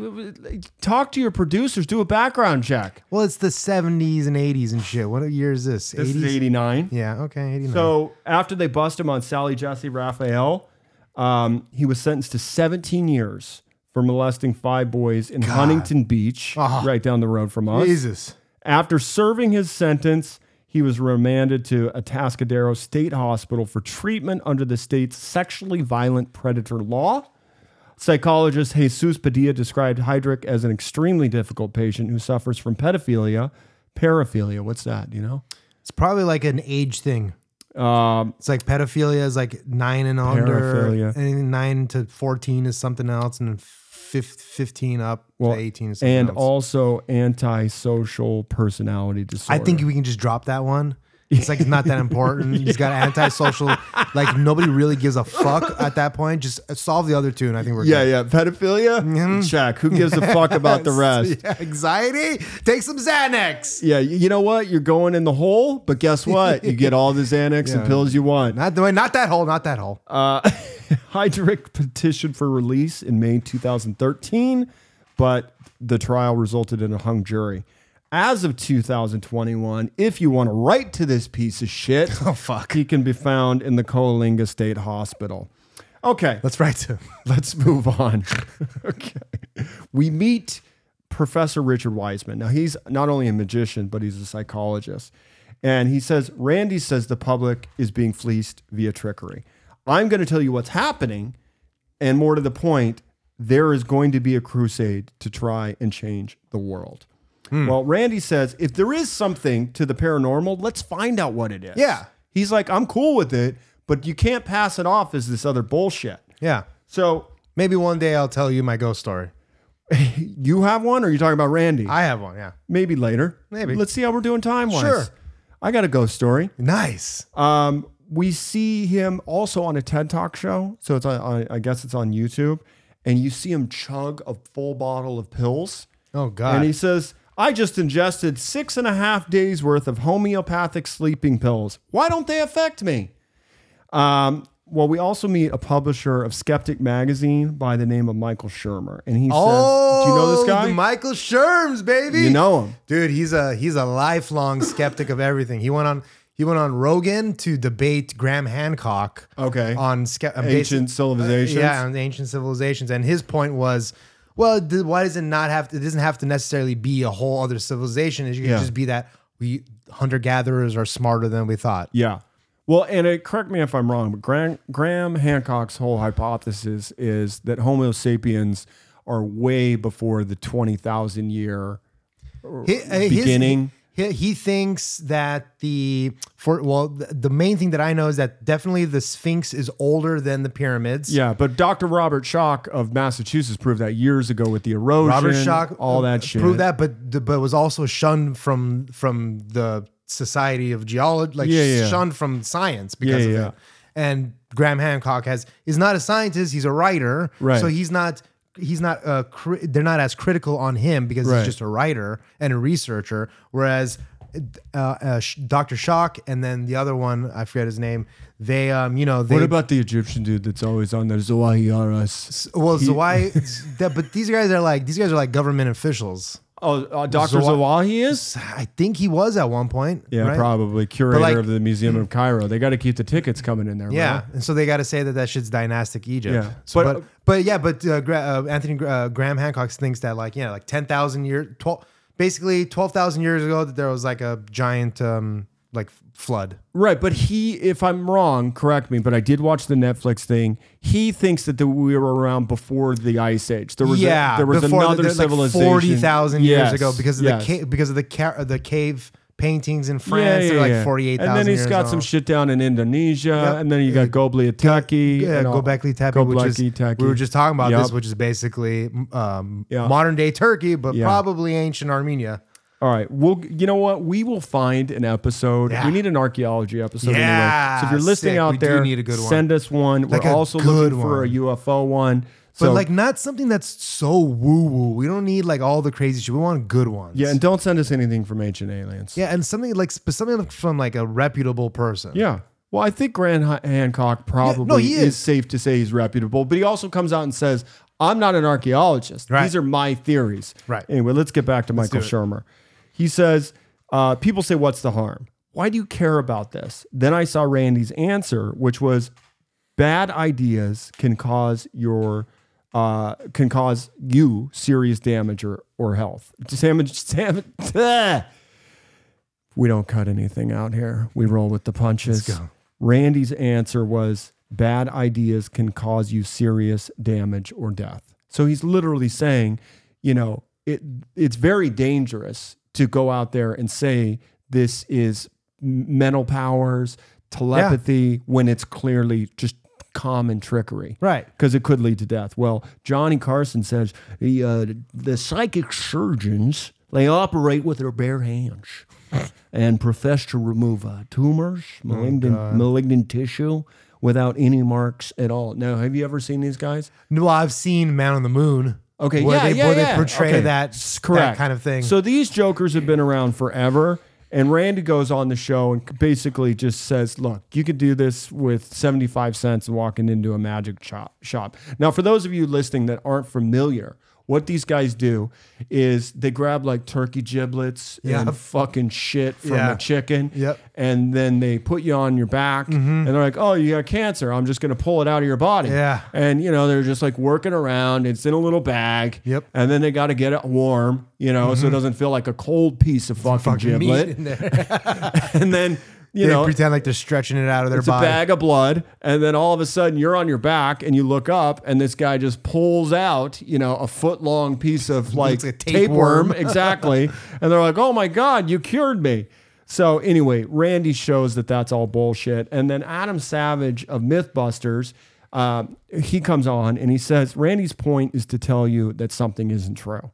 [SPEAKER 2] talk to your producers, do a background check.
[SPEAKER 3] well it's the 70s and 80s and shit what year is this, 80s
[SPEAKER 2] 89.
[SPEAKER 3] yeah okay 89
[SPEAKER 2] So after they bust him on Sally Jesse Raphael, um, he was sentenced to 17 years for molesting five boys in Huntington Beach,
[SPEAKER 3] Ah.
[SPEAKER 2] right down the road from us.
[SPEAKER 3] jesus
[SPEAKER 2] After serving his sentence, he was remanded to Atascadero State Hospital for treatment under the state's sexually violent predator law. Psychologist Jesus Padilla described Heydrich as an extremely difficult patient who suffers from pedophilia. Paraphilia, what's that? do You know?
[SPEAKER 3] it's probably like an age thing
[SPEAKER 2] Um,
[SPEAKER 3] It's like pedophilia is like nine and under.
[SPEAKER 2] Paraphilia.
[SPEAKER 3] And nine to 14 is something else. And then fif- 15 up
[SPEAKER 2] Well,
[SPEAKER 3] to 18 is something
[SPEAKER 2] and
[SPEAKER 3] else.
[SPEAKER 2] also antisocial personality disorder.
[SPEAKER 3] I think we can just drop that one. It's like not that important. He's got antisocial. like nobody really gives a fuck at that point. Just uh, solve the other two, and I think we're
[SPEAKER 2] Yeah,
[SPEAKER 3] good. Mm-hmm.
[SPEAKER 2] yeah. Pedophilia? Check. Who gives a fuck about the rest?
[SPEAKER 3] Yeah, anxiety. Take some Xanax.
[SPEAKER 2] Yeah, you you know what? You're going in the hole, but guess what? You get all the Xanax and pills you want.
[SPEAKER 3] Not the way. Not that hole. Not that hole.
[SPEAKER 2] Uh, Heydrich petitioned for release in May 2013, but the trial resulted in a hung jury. As of 2021, if you want to write to this piece of shit, oh fuck, he can be found in the Coalinga State Hospital. Okay,
[SPEAKER 3] Let's write to. him.
[SPEAKER 2] let's move on. okay. We meet Professor Richard Wiseman. Now, he's not only a magician, but he's a psychologist. And he says, Randy says the public is being fleeced via trickery. I'm going to tell you what's happening. And more to the point, there is going to be a crusade to try and change the world. Well, Randy says, if there is something to the paranormal, let's find out what it is.
[SPEAKER 3] Yeah.
[SPEAKER 2] He's like, I'm cool with it, but you can't pass it off as this other bullshit.
[SPEAKER 3] Yeah.
[SPEAKER 2] So
[SPEAKER 3] Maybe one day I'll tell you my ghost story.
[SPEAKER 2] you have one, or are you talking about Randy?
[SPEAKER 3] I have one. Yeah.
[SPEAKER 2] Maybe later.
[SPEAKER 3] Maybe.
[SPEAKER 2] Let's see how we're doing time wise.
[SPEAKER 3] Sure.
[SPEAKER 2] I got a ghost story.
[SPEAKER 3] Nice.
[SPEAKER 2] Um, we see him also on a TED Talk show. So it's on, I I guess it's on YouTube. And you see him chug a full bottle of pills.
[SPEAKER 3] Oh God.
[SPEAKER 2] And he says, I just ingested six and a half days worth of homeopathic sleeping pills. Why don't they affect me? Um, well, we also meet a publisher of Skeptic Magazine by the name of Michael Shermer. And he
[SPEAKER 3] oh,
[SPEAKER 2] says, Do you know this guy?
[SPEAKER 3] the Michael Sherms, baby.
[SPEAKER 2] you know him.
[SPEAKER 3] dude. He's a he's a lifelong skeptic of everything. He went on he went on Rogan to debate Graham Hancock.
[SPEAKER 2] Okay.
[SPEAKER 3] On ske- uh, basi-
[SPEAKER 2] Ancient civilizations.
[SPEAKER 3] yeah, on ancient civilizations, and his point was, well, d- why does it not have to? It doesn't have to necessarily be a whole other civilization. It could
[SPEAKER 2] Yeah.
[SPEAKER 3] just be that we hunter gatherers are smarter than we thought.
[SPEAKER 2] Yeah. Well, and it, correct me if I'm wrong, but Graham, Graham Hancock's whole hypothesis is that Homo sapiens are way before the 20,000 year.
[SPEAKER 3] He- uh, his-
[SPEAKER 2] Beginning.
[SPEAKER 3] he, he thinks that the for well, th- the main thing that I know is that definitely the Sphinx is older than the pyramids.
[SPEAKER 2] Yeah, but Dr. Robert Schock of Massachusetts proved that years ago with the erosion,
[SPEAKER 3] Robert Shock,
[SPEAKER 2] all uh, that shit.
[SPEAKER 3] proved that, but the- but was also shunned from from the Society of Geology, like
[SPEAKER 2] Yeah, yeah.
[SPEAKER 3] shunned from science because
[SPEAKER 2] Yeah,
[SPEAKER 3] of
[SPEAKER 2] yeah.
[SPEAKER 3] it. And Graham Hancock has is not a scientist; he's a writer,
[SPEAKER 2] Right.
[SPEAKER 3] so he's not he's not uh, cri- they're not as critical on him because
[SPEAKER 2] Right.
[SPEAKER 3] he's just a writer and a researcher, whereas. Uh, uh, Sh- Dr. Shock and then the other one, I forget his name. They, um, you know, they
[SPEAKER 2] What about the Egyptian dude that's always on there, Zoahiaras?
[SPEAKER 3] well, Zawai, that, but these guys are like, these guys are like government officials.
[SPEAKER 2] Oh, uh, Dr.
[SPEAKER 3] Zoa-
[SPEAKER 2] Zawahi is?
[SPEAKER 3] I think he was at one point.
[SPEAKER 2] Yeah,
[SPEAKER 3] right?
[SPEAKER 2] probably. Curator
[SPEAKER 3] like-
[SPEAKER 2] of the Museum of Cairo. They got to keep the tickets coming in there.
[SPEAKER 3] Yeah,
[SPEAKER 2] right?
[SPEAKER 3] and so they got to say that that shit's dynastic Egypt.
[SPEAKER 2] Yeah.
[SPEAKER 3] So,
[SPEAKER 2] But-
[SPEAKER 3] but, but yeah, but uh, Gra- uh, Anthony Gra- uh, Graham Hancock thinks that like yeah, like ten thousand years, twelve, basically twelve thousand years ago, that there was like a giant um like flood.
[SPEAKER 2] Right, but he, if I'm wrong, correct me, but I did watch the Netflix thing. He thinks that the, we were around before the Ice Age. There was, a-
[SPEAKER 3] yeah,
[SPEAKER 2] there was
[SPEAKER 3] before
[SPEAKER 2] another
[SPEAKER 3] the- like
[SPEAKER 2] civilization.
[SPEAKER 3] forty thousand years
[SPEAKER 2] Yes,
[SPEAKER 3] ago because of
[SPEAKER 2] yes.
[SPEAKER 3] the ca- because of the ca- the cave paintings in
[SPEAKER 2] Yeah,
[SPEAKER 3] France.
[SPEAKER 2] yeah,
[SPEAKER 3] they're
[SPEAKER 2] yeah.
[SPEAKER 3] like forty eight thousand.
[SPEAKER 2] And then
[SPEAKER 3] he's
[SPEAKER 2] he's got some shit down in Indonesia, and then you got Gobli Ataki.
[SPEAKER 3] Yeah,
[SPEAKER 2] and all-
[SPEAKER 3] Gobekli Tepe, which is
[SPEAKER 2] Göbekli Tepe.
[SPEAKER 3] we were just talking about this,
[SPEAKER 2] Yup.
[SPEAKER 3] which is basically um,
[SPEAKER 2] Yeah.
[SPEAKER 3] modern day Turkey, but
[SPEAKER 2] Yeah.
[SPEAKER 3] probably ancient Armenia.
[SPEAKER 2] All right. We'll you know what? We will find an episode.
[SPEAKER 3] Yeah.
[SPEAKER 2] We need an archaeology episode anyway.
[SPEAKER 3] Yeah,
[SPEAKER 2] So if you're listening
[SPEAKER 3] sick.
[SPEAKER 2] out
[SPEAKER 3] We do
[SPEAKER 2] there,
[SPEAKER 3] need a good one.
[SPEAKER 2] send us one.
[SPEAKER 3] Like
[SPEAKER 2] we're
[SPEAKER 3] a
[SPEAKER 2] also
[SPEAKER 3] good
[SPEAKER 2] looking for a
[SPEAKER 3] one.
[SPEAKER 2] UFO one.
[SPEAKER 3] But
[SPEAKER 2] So
[SPEAKER 3] like not something that's so woo woo. We don't need like all the crazy shit. We want good ones.
[SPEAKER 2] yeah, and don't send us anything from ancient aliens.
[SPEAKER 3] yeah, and something like sp- something from like a reputable person.
[SPEAKER 2] Yeah. Well, I think Grant Ha- Hancock probably
[SPEAKER 3] he
[SPEAKER 2] is.
[SPEAKER 3] is.
[SPEAKER 2] safe to say he's reputable, but he also comes out and says, I'm not an archaeologist.
[SPEAKER 3] Right.
[SPEAKER 2] These are my theories.
[SPEAKER 3] Right.
[SPEAKER 2] Anyway, let's get back to Michael Shermer. He says, uh, People say, What's the harm? Why do you care about this? Then I saw Randy's answer, which was bad ideas can cause your. Uh, can cause you serious damage or, or health. Damage, damage. We don't cut anything out here. We roll with the punches.
[SPEAKER 3] Let's go.
[SPEAKER 2] Randy's answer was bad ideas can cause you serious damage or death. So he's literally saying, you know, it it's very dangerous to go out there and say this is m- mental powers, telepathy when it's clearly just common trickery
[SPEAKER 3] Right.
[SPEAKER 2] because it could lead to death. Well, Johnny Carson says the uh, the psychic surgeons they operate with their bare hands and profess to remove uh, tumors, malignant malignant tissue without any marks at all. Now, have you ever seen these guys?
[SPEAKER 3] No, I've seen Man on the Moon.
[SPEAKER 2] Okay,
[SPEAKER 3] where
[SPEAKER 2] yeah,
[SPEAKER 3] they,
[SPEAKER 2] yeah,
[SPEAKER 3] where
[SPEAKER 2] yeah.
[SPEAKER 3] they portray
[SPEAKER 2] Okay.
[SPEAKER 3] that
[SPEAKER 2] S-
[SPEAKER 3] correct that kind of thing.
[SPEAKER 2] So these jokers have been around forever. And Randy goes on the show and basically just says, "Look, you could do this with 75 cents and walking into a magic shop." Shop. Now, for those of you listening that aren't familiar What these guys do is they grab like turkey giblets
[SPEAKER 3] Yep.
[SPEAKER 2] and fucking shit from
[SPEAKER 3] Yeah.
[SPEAKER 2] a chicken.
[SPEAKER 3] Yep. Mm-hmm.
[SPEAKER 2] And then they put you on your back and they're like, oh, you got cancer. I'm just going to pull it out of your body.
[SPEAKER 3] Yeah.
[SPEAKER 2] And, you know, they're just like working around. It's in a little bag.
[SPEAKER 3] Yep. Mm-hmm.
[SPEAKER 2] And then they got to get it warm, you know, so it doesn't feel like a cold piece of fucking,
[SPEAKER 3] Fucking meat
[SPEAKER 2] giblet.
[SPEAKER 3] in there.
[SPEAKER 2] And then, you
[SPEAKER 3] they
[SPEAKER 2] know,
[SPEAKER 3] pretend like they're stretching it out of their
[SPEAKER 2] it's a
[SPEAKER 3] body.
[SPEAKER 2] bag of blood, and then all of a sudden you're on your back and you look up, and this guy just pulls out, you know, a foot long piece of like
[SPEAKER 3] like a
[SPEAKER 2] tapeworm,
[SPEAKER 3] tapeworm.
[SPEAKER 2] exactly. and they're like, "Oh my god, you cured me." So anyway, Randy shows that that's all bullshit, and then Adam Savage of MythBusters, uh, he comes on and he says, "Randy's point is to tell you that something isn't true.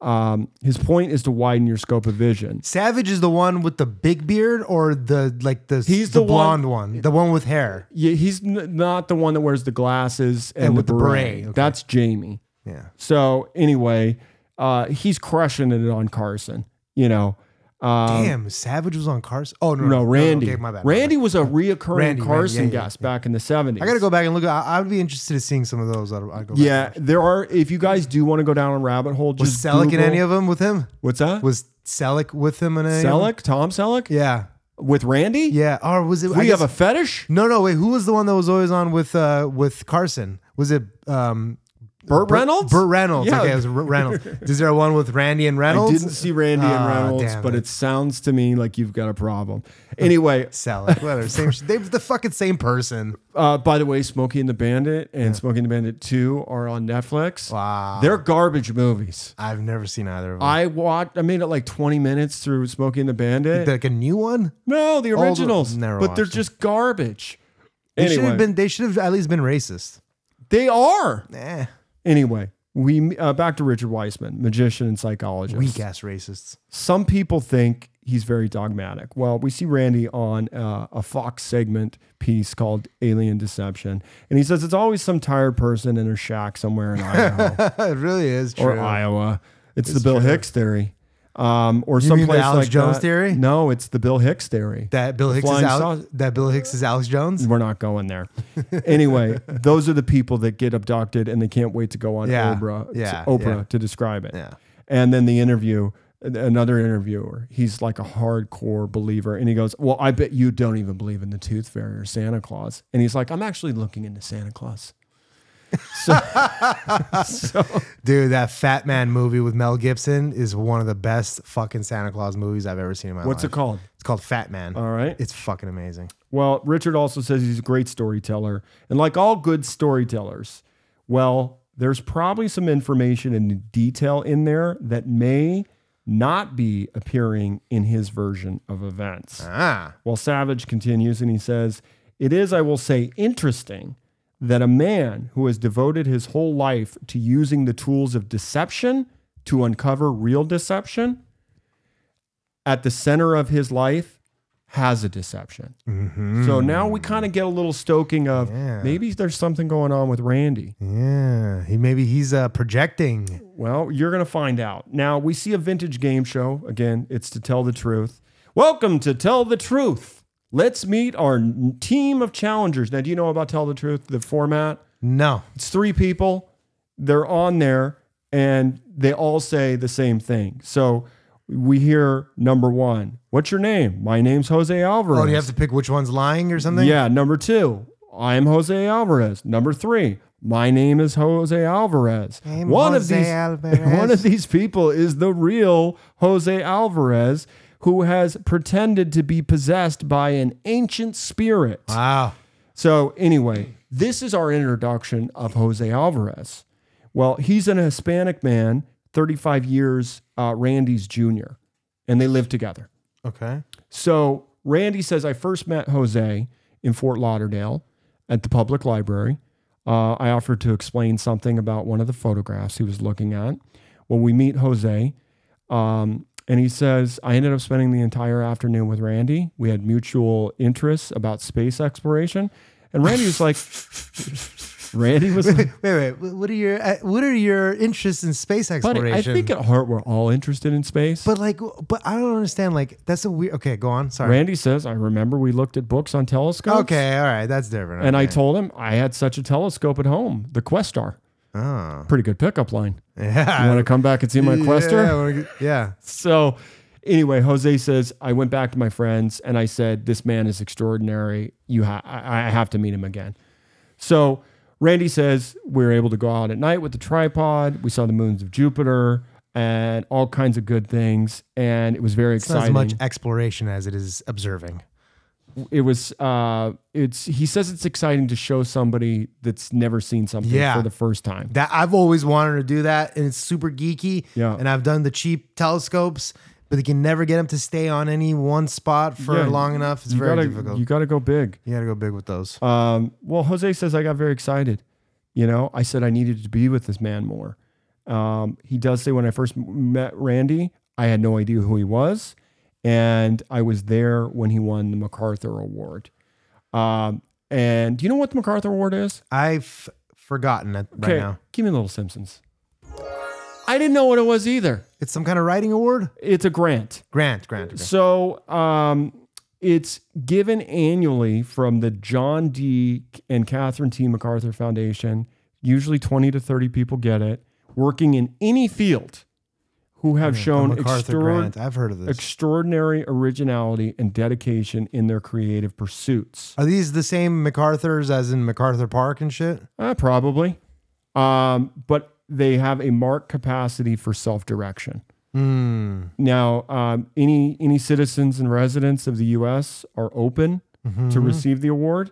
[SPEAKER 2] Um, his point is to widen your scope of vision."
[SPEAKER 3] Savage is the one with the big beard or the like the
[SPEAKER 2] He's
[SPEAKER 3] the,
[SPEAKER 2] the one-
[SPEAKER 3] blonde one, the one with hair.
[SPEAKER 2] Yeah, he's n- not the one that wears the glasses and,
[SPEAKER 3] And
[SPEAKER 2] the
[SPEAKER 3] with the
[SPEAKER 2] beret.
[SPEAKER 3] beret, okay.
[SPEAKER 2] That's Jamie.
[SPEAKER 3] Yeah.
[SPEAKER 2] So anyway, uh, he's crushing it on Carson. You know, uh,
[SPEAKER 3] Damn, Savage was on Carson. Oh no,
[SPEAKER 2] no Randy.
[SPEAKER 3] okay, my bad.
[SPEAKER 2] Randy was a reoccurring
[SPEAKER 3] Randy,
[SPEAKER 2] Carson
[SPEAKER 3] Randy, yeah, yeah,
[SPEAKER 2] guest back in the seventies.
[SPEAKER 3] I gotta go back and look. I, I would be interested in seeing some of those. I, I go.
[SPEAKER 2] Yeah,
[SPEAKER 3] back.
[SPEAKER 2] there are. If you guys do want to go down a rabbit hole,
[SPEAKER 3] Was
[SPEAKER 2] just
[SPEAKER 3] Selick in
[SPEAKER 2] Google-
[SPEAKER 3] any of them with him?
[SPEAKER 2] What's that?
[SPEAKER 3] Was Selick with him in any? of them?
[SPEAKER 2] Selleck? Tom Selleck?
[SPEAKER 3] Yeah.
[SPEAKER 2] With Randy?
[SPEAKER 3] Yeah. Or was it?
[SPEAKER 2] We have a fetish?
[SPEAKER 3] no, no. Wait, who was the one that was always on with uh with Carson? Was it um
[SPEAKER 2] Burt Reynolds?
[SPEAKER 3] Burt Reynolds?
[SPEAKER 2] Yeah.
[SPEAKER 3] Okay, it was R- Reynolds. Is there one with Randy and
[SPEAKER 2] I
[SPEAKER 3] Reynolds?
[SPEAKER 2] didn't see Randy and
[SPEAKER 3] Ah,
[SPEAKER 2] Reynolds,
[SPEAKER 3] damn
[SPEAKER 2] but
[SPEAKER 3] it.
[SPEAKER 2] it sounds to me like you've got a problem. Anyway,
[SPEAKER 3] Selick. Whatever. Same. sh- They're the fucking same person.
[SPEAKER 2] Uh, by the way, Smokey and the Bandit and Smokey and the Bandit 2 are on Netflix.
[SPEAKER 3] Wow.
[SPEAKER 2] They're garbage movies.
[SPEAKER 3] I've never seen either of them.
[SPEAKER 2] I watched, I made it like 20 minutes through Smokey and the Bandit.
[SPEAKER 3] like a new one.
[SPEAKER 2] no, the
[SPEAKER 3] Old-
[SPEAKER 2] originals.
[SPEAKER 3] never
[SPEAKER 2] but they're
[SPEAKER 3] watched
[SPEAKER 2] just garbage.
[SPEAKER 3] They should
[SPEAKER 2] anyway,
[SPEAKER 3] have been. They should have at least been racist.
[SPEAKER 2] they are.
[SPEAKER 3] Eh,
[SPEAKER 2] Anyway, we uh, back to Richard Weisman, magician and psychologist.
[SPEAKER 3] weak ass racists.
[SPEAKER 2] some people think he's very dogmatic. Well, we see Randy on uh, a Fox segment piece called Alien Deception, and he says it's always some tired person in a shack somewhere in Idaho
[SPEAKER 3] it really is true.
[SPEAKER 2] or Iowa. It's, the Bill Hicks theory. Um, or
[SPEAKER 3] mean the
[SPEAKER 2] someplace
[SPEAKER 3] Alex
[SPEAKER 2] like
[SPEAKER 3] Jones
[SPEAKER 2] that.
[SPEAKER 3] theory?
[SPEAKER 2] No, it's the Bill Hicks theory.
[SPEAKER 3] that Bill Hicks is
[SPEAKER 2] flying
[SPEAKER 3] Al-
[SPEAKER 2] sauc-
[SPEAKER 3] that Bill Hicks is Alex Jones.
[SPEAKER 2] We're not going there. anyway, those are the people that get abducted and they can't wait to go on
[SPEAKER 3] Yeah,
[SPEAKER 2] Oprah,
[SPEAKER 3] yeah,
[SPEAKER 2] Oprah
[SPEAKER 3] yeah.
[SPEAKER 2] to describe it.
[SPEAKER 3] Yeah.
[SPEAKER 2] And then the interview, an- another interviewer, he's like a hardcore believer. And he goes, Well, I bet you don't even believe in the tooth fairy or Santa Claus. And he's like, I'm actually looking into Santa Claus. So, so
[SPEAKER 3] Dude, that Fat Man movie with Mel Gibson is one of the best fucking Santa Claus movies I've ever seen in my
[SPEAKER 2] what's it
[SPEAKER 3] life.
[SPEAKER 2] called?
[SPEAKER 3] It's called Fat Man.
[SPEAKER 2] All right.
[SPEAKER 3] It's fucking amazing.
[SPEAKER 2] Well, Richard also says he's a great storyteller. And like all good storytellers, well, there's probably some information and detail in there that may not be appearing in his version of events.
[SPEAKER 3] Ah,
[SPEAKER 2] Well, Savage continues and he says, It is, I will say, interesting that a man who has devoted his whole life to using the tools of deception to uncover real deception at the center of his life has a deception. So now we kind of get a little stoking of
[SPEAKER 3] Yeah.
[SPEAKER 2] maybe there's something going on with Randy.
[SPEAKER 3] yeah. He maybe he's uh, projecting.
[SPEAKER 2] Well, you're going to find out. Now, we see a vintage game show. Again, it's to tell the truth. Welcome to Tell the Truth. Let's meet our n- team of challengers. Now, do you know about Tell the Truth, the format?
[SPEAKER 3] No,
[SPEAKER 2] It's three people. They're on there and they all say the same thing. So we hear number one, What's your name? My name's Jose Alvarez.
[SPEAKER 3] oh, do you have to pick which one's lying or something?
[SPEAKER 2] Yeah, number two, I'm Jose Alvarez. Number three, my name is Jose Alvarez.
[SPEAKER 3] I'm
[SPEAKER 2] one of
[SPEAKER 3] Jose
[SPEAKER 2] these
[SPEAKER 3] Alvarez.
[SPEAKER 2] one of these people is the real Jose Alvarez who has pretended to be possessed by an ancient spirit.
[SPEAKER 3] Wow.
[SPEAKER 2] So anyway, this is our introduction of Jose Alvarez. Well, he's an Hispanic man, 35 years uh, Randy's junior, and they live together.
[SPEAKER 3] Okay.
[SPEAKER 2] So Randy says, I first met Jose in Fort Lauderdale at the public library. Uh, I offered to explain something about one of the photographs he was looking at. Well, we meet Jose, um, and he says, I ended up spending the entire afternoon with Randy. We had mutual interests about space exploration. And Randy was like, Randy was like,
[SPEAKER 3] Wait, wait. wh- What are your uh, What are your interests in space
[SPEAKER 2] buddy,
[SPEAKER 3] exploration?
[SPEAKER 2] I think at heart we're all interested in space.
[SPEAKER 3] But like, but I don't understand. Like, that's a weird. Okay, go on. Sorry.
[SPEAKER 2] Randy says, I remember we looked at books on telescopes.
[SPEAKER 3] Okay, all right, that's different.
[SPEAKER 2] And I
[SPEAKER 3] okay.
[SPEAKER 2] told him I had such a telescope at home, the Questar.
[SPEAKER 3] Oh.
[SPEAKER 2] Pretty good pickup line. You
[SPEAKER 3] Yeah.
[SPEAKER 2] want to come back and see my quester?
[SPEAKER 3] Yeah, we're- yeah.
[SPEAKER 2] So anyway, Jose says I went back to my friends and I said, "This man is extraordinary. You, ha- I-, I have to meet him again." So Randy says we were able to go out at night with the tripod. We saw the moons of Jupiter and all kinds of good things, and it was very
[SPEAKER 3] It's not as
[SPEAKER 2] exciting.
[SPEAKER 3] much exploration as it is observing.
[SPEAKER 2] it was. Uh, it's. He says it's exciting to show somebody that's never seen something
[SPEAKER 3] Yeah.
[SPEAKER 2] for the first time.
[SPEAKER 3] That I've always wanted to do that, and it's super geeky.
[SPEAKER 2] Yeah.
[SPEAKER 3] And I've done the cheap telescopes, but they can never get them to stay on any one spot for
[SPEAKER 2] Yeah,
[SPEAKER 3] long enough. It's
[SPEAKER 2] you
[SPEAKER 3] very
[SPEAKER 2] gotta,
[SPEAKER 3] difficult.
[SPEAKER 2] You
[SPEAKER 3] You,
[SPEAKER 2] got to go big.
[SPEAKER 3] got to go big with those.
[SPEAKER 2] Um, well, Jose says I got very excited. You know, I said I needed to be with this man more. Um, he does say when I first m- met Randy, I had no idea who he was, and I was there when he won the MacArthur Award. Um, and do you know what the MacArthur Award is?
[SPEAKER 3] I've forgotten it right now.
[SPEAKER 2] give me a little Simpsons. I didn't know what it was either.
[SPEAKER 3] It's some kind of writing award.
[SPEAKER 2] It's a grant.
[SPEAKER 3] Grant, Grant. Grant.
[SPEAKER 2] So um, it's given annually from the John D. and Catherine T. MacArthur Foundation. Usually 20 to 30 people get it, working in any field who have shown
[SPEAKER 3] The MacArthur
[SPEAKER 2] extraor-
[SPEAKER 3] Grant. I've heard of this.
[SPEAKER 2] extraordinary originality and dedication in their creative pursuits.
[SPEAKER 3] Are these the same MacArthur's as in MacArthur Park and shit?
[SPEAKER 2] Uh, probably. Um, but they have a marked capacity for self direction.
[SPEAKER 3] Hmm.
[SPEAKER 2] Now, um, any any citizens and residents of the U.S. are open to receive the award.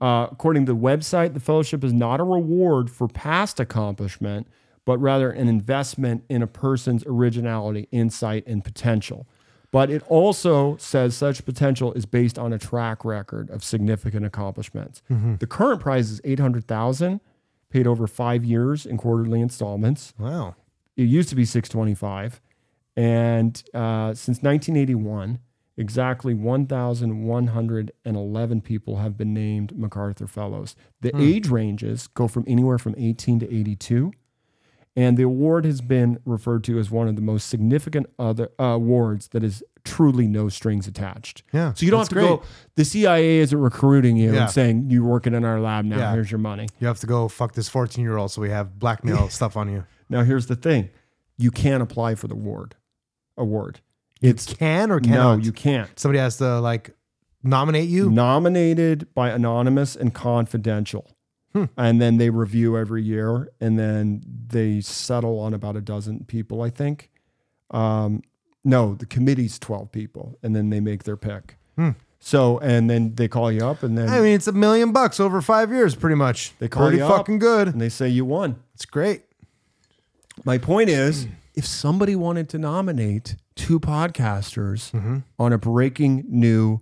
[SPEAKER 2] Uh, according to the website, the fellowship is not a reward for past accomplishment, but rather an investment in a person's originality, insight, and potential. But it also says such potential is based on a track record of significant accomplishments. The current prize is eight hundred thousand, paid over five years in quarterly installments
[SPEAKER 3] Wow.
[SPEAKER 2] it used to be 625 and uh, since 1981 exactly 1111 people have been named macarthur fellows the age ranges go from anywhere from 18 to 82 and the award has been referred to as one of the most significant other uh, awards that is truly no strings attached
[SPEAKER 3] Yeah,
[SPEAKER 2] so you don't have
[SPEAKER 3] that's
[SPEAKER 2] to
[SPEAKER 3] great.
[SPEAKER 2] go the cia isn't recruiting you
[SPEAKER 3] Yeah.
[SPEAKER 2] and saying you're working in our lab now
[SPEAKER 3] Yeah.
[SPEAKER 2] here's your money
[SPEAKER 3] You have to go fuck this 14 year old so we have blackmail stuff on you.
[SPEAKER 2] now here's the thing you can't apply for the award award it's
[SPEAKER 3] Can or
[SPEAKER 2] No,
[SPEAKER 3] cannot?
[SPEAKER 2] you can't.
[SPEAKER 3] Somebody has to like nominate you.
[SPEAKER 2] Nominated by anonymous and confidential.
[SPEAKER 3] Hmm.
[SPEAKER 2] And then they review every year and then they settle on about a dozen people, I think. Um, no, the committee's 12 people and then they make their pick. So, and then they call you up and then
[SPEAKER 3] Hmm. I mean, it's a million bucks over five years, pretty much.
[SPEAKER 2] They call
[SPEAKER 3] pretty
[SPEAKER 2] you up.
[SPEAKER 3] fucking good.
[SPEAKER 2] and they say you won.
[SPEAKER 3] It's great.
[SPEAKER 2] My point is if somebody wanted to nominate two podcasters on a breaking new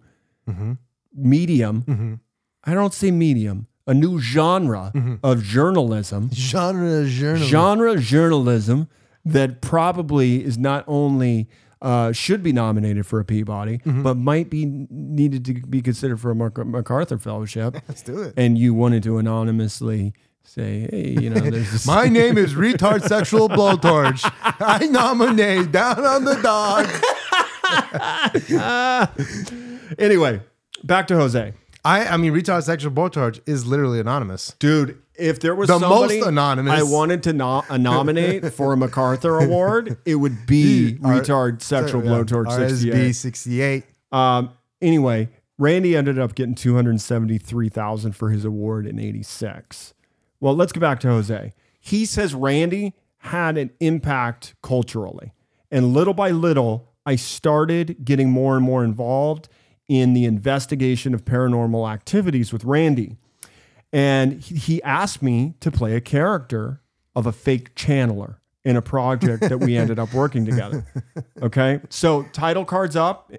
[SPEAKER 2] medium, I don't say medium, a new genre of journalism,
[SPEAKER 3] Genre journalism.
[SPEAKER 2] Mm. genre journalism that probably is not only uh, should be nominated for a Peabody, but might be needed to be considered for a Mac- MacArthur Fellowship.
[SPEAKER 3] Let's do it.
[SPEAKER 2] and you wanted to anonymously say, hey, you know, there's this.
[SPEAKER 3] My name is Retard Sexual Blowtorch. I nominate Down on the Dog.
[SPEAKER 2] anyway, back to Jose.
[SPEAKER 3] I, I mean, Retard Sexual Blowtorch is literally anonymous.
[SPEAKER 2] Dude, if there was
[SPEAKER 3] The
[SPEAKER 2] somebody
[SPEAKER 3] most anonymous.
[SPEAKER 2] I wanted to no- uh, nominate for a MacArthur Award, it would be
[SPEAKER 3] R-
[SPEAKER 2] retard sexual
[SPEAKER 3] uh, Yeah.
[SPEAKER 2] blowtorch 68.
[SPEAKER 3] RSB 68.
[SPEAKER 2] Um, anyway, Randy ended up getting 273,000 for his award in 86. Well, let's go back to Jose. He says Randy had an impact culturally. And little by little, I started getting more and more involved in the investigation of paranormal activities with Randy and he- he asked me to play a character of a fake channeler in a project that we ended up working together. Okay, so title cards up.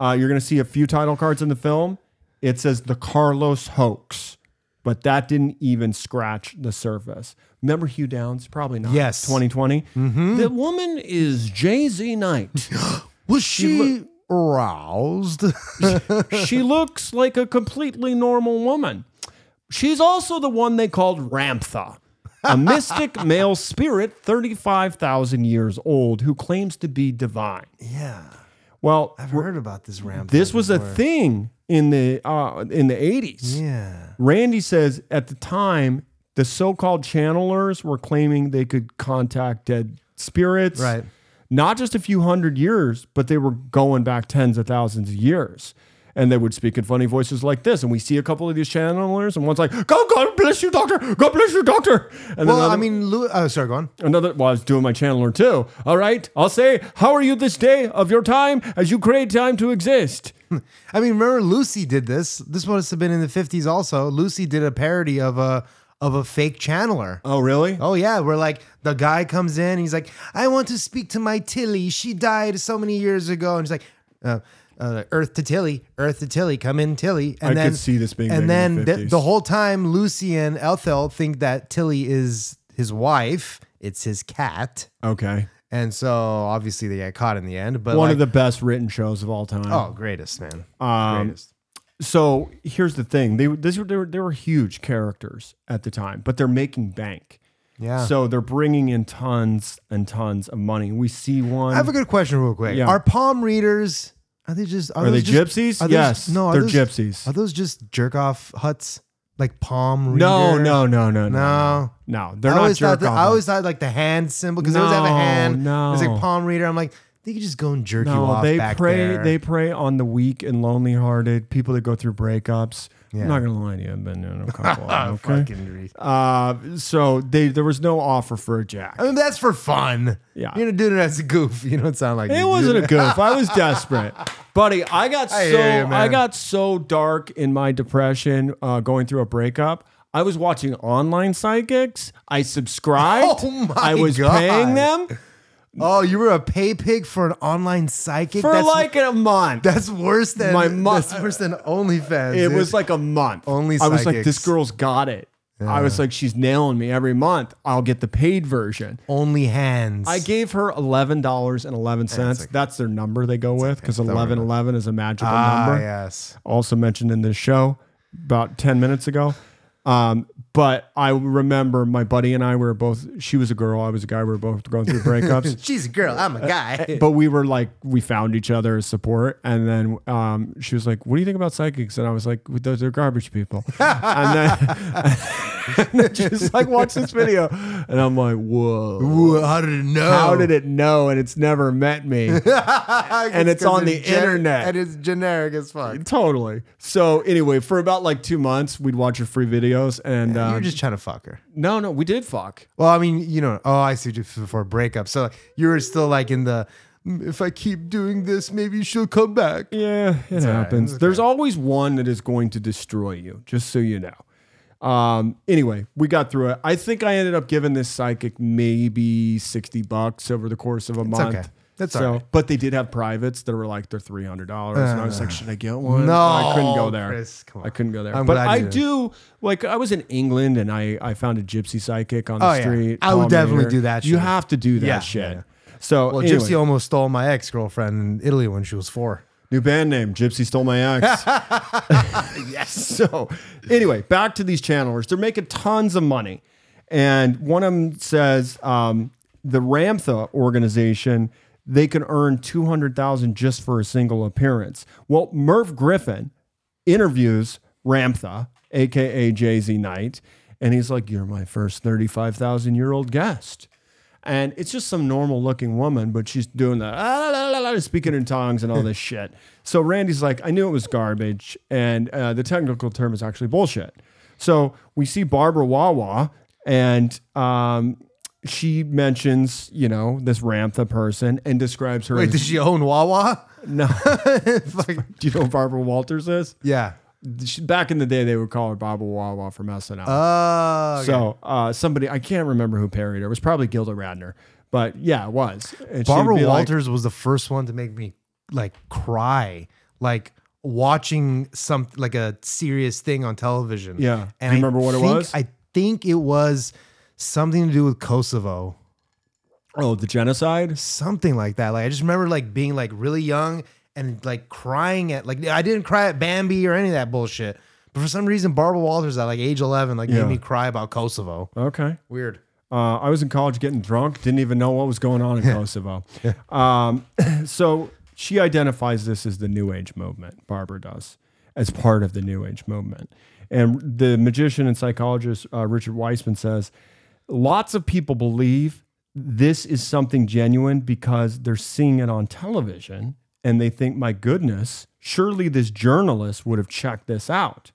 [SPEAKER 2] Uh, you're going to see a few title cards in the film. It says the Carlos hoax, but that didn't even scratch the surface. Remember Hugh Downs? Probably not.
[SPEAKER 3] Yes.
[SPEAKER 2] 2020. The woman is Jay Z Knight.
[SPEAKER 3] Was she aroused?
[SPEAKER 2] she looks like a completely normal woman. She's also the one they called Ramtha, a mystic male spirit 35,000 years old who claims to be divine.
[SPEAKER 3] yeah.
[SPEAKER 2] Well,
[SPEAKER 3] I've heard about this ramp.
[SPEAKER 2] this was a thing in the uh, in the 80s.
[SPEAKER 3] Yeah.
[SPEAKER 2] Randy says at the time The so-called channelers were claiming they could contact dead spirits.
[SPEAKER 3] Right.
[SPEAKER 2] Not just a few hundred years, but they were going back tens of thousands of years. And they would speak in funny voices like this. And we see a couple of these channelers, and one's like, God, God bless you, doctor. God bless you, doctor. And
[SPEAKER 3] Well,
[SPEAKER 2] another-
[SPEAKER 3] I mean, Lou, oh, sorry, go on.
[SPEAKER 2] another well, I was doing my channeler too. All right, I'll say, how are you this day of your time as you create time to exist?
[SPEAKER 3] I mean, remember Lucy did this. This must have been in the fifties. Also, Lucy did a parody of a of a fake channeler.
[SPEAKER 2] Oh, really?
[SPEAKER 3] Oh yeah, where like the guy comes in, and he's like, "I want to speak to my Tilly. She died so many years ago." And he's like, uh, uh, "Earth to Tilly, Earth to Tilly, come in, Tilly." And
[SPEAKER 2] I
[SPEAKER 3] then
[SPEAKER 2] could see this being
[SPEAKER 3] And
[SPEAKER 2] made in
[SPEAKER 3] then
[SPEAKER 2] the
[SPEAKER 3] the,
[SPEAKER 2] 50s.
[SPEAKER 3] the whole time, Lucy and Ethel think that Tilly is his wife. It's his cat,
[SPEAKER 2] Okay.
[SPEAKER 3] and so obviously they get caught in the end. But
[SPEAKER 2] One
[SPEAKER 3] like,
[SPEAKER 2] of the best written shows of all time.
[SPEAKER 3] oh, greatest man,
[SPEAKER 2] Oh, Um,
[SPEAKER 3] greatest.
[SPEAKER 2] So here's the thing: they these were they were, they were huge characters at the time, but they're making bank.
[SPEAKER 3] Yeah.
[SPEAKER 2] So they're bringing in tons and tons of money. We see one.
[SPEAKER 3] I have a good question, real quick.
[SPEAKER 2] Yeah.
[SPEAKER 3] Are palm readers? Are they just? Are,
[SPEAKER 2] are they
[SPEAKER 3] those just-
[SPEAKER 2] gypsies?
[SPEAKER 3] are those-
[SPEAKER 2] yes.
[SPEAKER 3] no, are
[SPEAKER 2] they're
[SPEAKER 3] those-
[SPEAKER 2] gypsies.
[SPEAKER 3] Are those just jerk off huts? Like palm reader?
[SPEAKER 2] no, no, no, no, no,
[SPEAKER 3] no.
[SPEAKER 2] no. They're
[SPEAKER 3] I
[SPEAKER 2] not
[SPEAKER 3] always thought
[SPEAKER 2] jerk
[SPEAKER 3] that, I
[SPEAKER 2] off.
[SPEAKER 3] always thought like the hand symbol because they always have
[SPEAKER 2] No,
[SPEAKER 3] a hand. It's
[SPEAKER 2] no.
[SPEAKER 3] like palm reader. I'm like, they could just go and jerk you
[SPEAKER 2] No,
[SPEAKER 3] off
[SPEAKER 2] they
[SPEAKER 3] back
[SPEAKER 2] prey
[SPEAKER 3] there.
[SPEAKER 2] they prey on the weak and lonely hearted people that go through breakups.
[SPEAKER 3] Yeah.
[SPEAKER 2] I'm not gonna lie to you, I've been in a couple. of them, okay.
[SPEAKER 3] Fucking re-
[SPEAKER 2] Uh, so they there was no offer for a jack.
[SPEAKER 3] I mean, that's for fun.
[SPEAKER 2] Yeah.
[SPEAKER 3] You're gonna do it as a goof. You don't sound like you
[SPEAKER 2] It
[SPEAKER 3] do
[SPEAKER 2] wasn't a goof. I was desperate, buddy. I got
[SPEAKER 3] I
[SPEAKER 2] so
[SPEAKER 3] hear you, man.
[SPEAKER 2] I got so dark in my depression uh, going through a breakup. I was watching online psychics. I subscribed.
[SPEAKER 3] Oh my
[SPEAKER 2] I was
[SPEAKER 3] God.
[SPEAKER 2] paying them
[SPEAKER 3] Oh, you were a pay pig for an online psychic.
[SPEAKER 2] for
[SPEAKER 3] that's,
[SPEAKER 2] like a month.
[SPEAKER 3] that's worse than
[SPEAKER 2] My mo-
[SPEAKER 3] That's worse than OnlyFans.
[SPEAKER 2] It
[SPEAKER 3] dude.
[SPEAKER 2] was like a month.
[SPEAKER 3] Only
[SPEAKER 2] I was like, this
[SPEAKER 3] psychics.
[SPEAKER 2] girl's got it. I was like, she's nailing me every month. I'll get the paid version.
[SPEAKER 3] only hands.
[SPEAKER 2] I gave her eleven dollars and eleven cents. That's their number they go with because eleven eleven is a magical
[SPEAKER 3] ah,
[SPEAKER 2] number.
[SPEAKER 3] yes.
[SPEAKER 2] Also mentioned in this show about ten minutes ago. Um, but I remember my buddy and I were both. She was a girl. I was a guy. We were both going through breakups.
[SPEAKER 3] She's a girl. I'm a guy.
[SPEAKER 2] but we were like we found each other as support and then um, she was like what do you think about psychics and i was like those are garbage people and then, and then she was like watch this video and i'm like whoa
[SPEAKER 3] Ooh, how did it know?
[SPEAKER 2] how did it know and it's never met me and it's on the internet.
[SPEAKER 3] And it's generic as fuck.
[SPEAKER 2] totally so anyway for about like two months we'd watch her free videos and
[SPEAKER 3] you
[SPEAKER 2] uh,
[SPEAKER 3] were just trying to fuck her.
[SPEAKER 2] no no we did fuck
[SPEAKER 3] Well, I mean, you know, oh, I see just before breakup. So you were still like in the, "Mm, if I keep doing this, maybe she'll come back.
[SPEAKER 2] Yeah, it happens. There's always one that is going to destroy you, just so you know. Um, anyway, we got through it. I think I ended up giving this psychic maybe 60 bucks over the course of a month.
[SPEAKER 3] okay. That's
[SPEAKER 2] so,
[SPEAKER 3] all right.
[SPEAKER 2] But they did have privates that were like they're three hundred dollars, and I was like, should I get one?
[SPEAKER 3] Uh, No,
[SPEAKER 2] I couldn't go there.
[SPEAKER 3] Chris, come on.
[SPEAKER 2] I couldn't go there.
[SPEAKER 3] I'm
[SPEAKER 2] but
[SPEAKER 3] glad you
[SPEAKER 2] I
[SPEAKER 3] didn't.
[SPEAKER 2] do like I was in England and I I found a gypsy psychic on the
[SPEAKER 3] Oh, yeah.
[SPEAKER 2] street.
[SPEAKER 3] I would
[SPEAKER 2] Paul
[SPEAKER 3] definitely
[SPEAKER 2] Mayer.
[SPEAKER 3] do that
[SPEAKER 2] You
[SPEAKER 3] shit.
[SPEAKER 2] have to do that
[SPEAKER 3] Yeah,
[SPEAKER 2] shit.
[SPEAKER 3] yeah, yeah.
[SPEAKER 2] So
[SPEAKER 3] Well,
[SPEAKER 2] anyway.
[SPEAKER 3] Gypsy almost stole my ex girlfriend in Italy when she was four.
[SPEAKER 2] New band name, Gypsy Stole My Axe. yes. So, anyway, back to these channelers. They're making tons of money. And one of them says um, the Ramtha organization, they can earn 200000 just for a single appearance. Well, Merv Griffin interviews Ramtha, AKA Jay Z Knight, and he's like, You're my first 35,000 year old guest. And it's just some normal looking woman, but she's doing the "Ah, la, la, la, la," speaking in tongues and all this shit. So Randy's like, I knew it was garbage. And uh, the technical term is actually bullshit. So we see Barbara Wawa, and um, she mentions, you know, this Ramtha person and describes her
[SPEAKER 3] Wait,
[SPEAKER 2] as.
[SPEAKER 3] did she own Wawa?
[SPEAKER 2] no,
[SPEAKER 3] Like,
[SPEAKER 2] do you know who Barbara Walters is?
[SPEAKER 3] yeah.
[SPEAKER 2] She- Back in the day, they would call her Barbara Wawa from SNL.
[SPEAKER 3] Uh,
[SPEAKER 2] So uh, somebody, I can't remember who parried her. It was probably Gilda Radner, but yeah, it was. And she'd
[SPEAKER 3] Barbara
[SPEAKER 2] be like-
[SPEAKER 3] Walters was the first one to make me like cry, like watching some like a serious thing on television.
[SPEAKER 2] Yeah. Do you remember what it
[SPEAKER 3] think-
[SPEAKER 2] was?
[SPEAKER 3] I think it was something to do with Kosovo,
[SPEAKER 2] oh, the genocide.
[SPEAKER 3] something like that. Like I just remember like being like really young and like crying at like I didn't cry at Bambi or any of that bullshit. But for some reason, Barbara Walters at like age eleven like
[SPEAKER 2] Yeah.
[SPEAKER 3] made me cry about Kosovo.
[SPEAKER 2] Okay.
[SPEAKER 3] Weird.
[SPEAKER 2] Uh, I was in college getting drunk, didn't even know what was going on in Kosovo. Um, so she identifies this as the New Age movement, Barbara does, as part of the New Age movement. And the magician and psychologist uh, Richard Weisman says lots of people believe this is something genuine because they're seeing it on television and they think, my goodness, surely this journalist would have checked this out.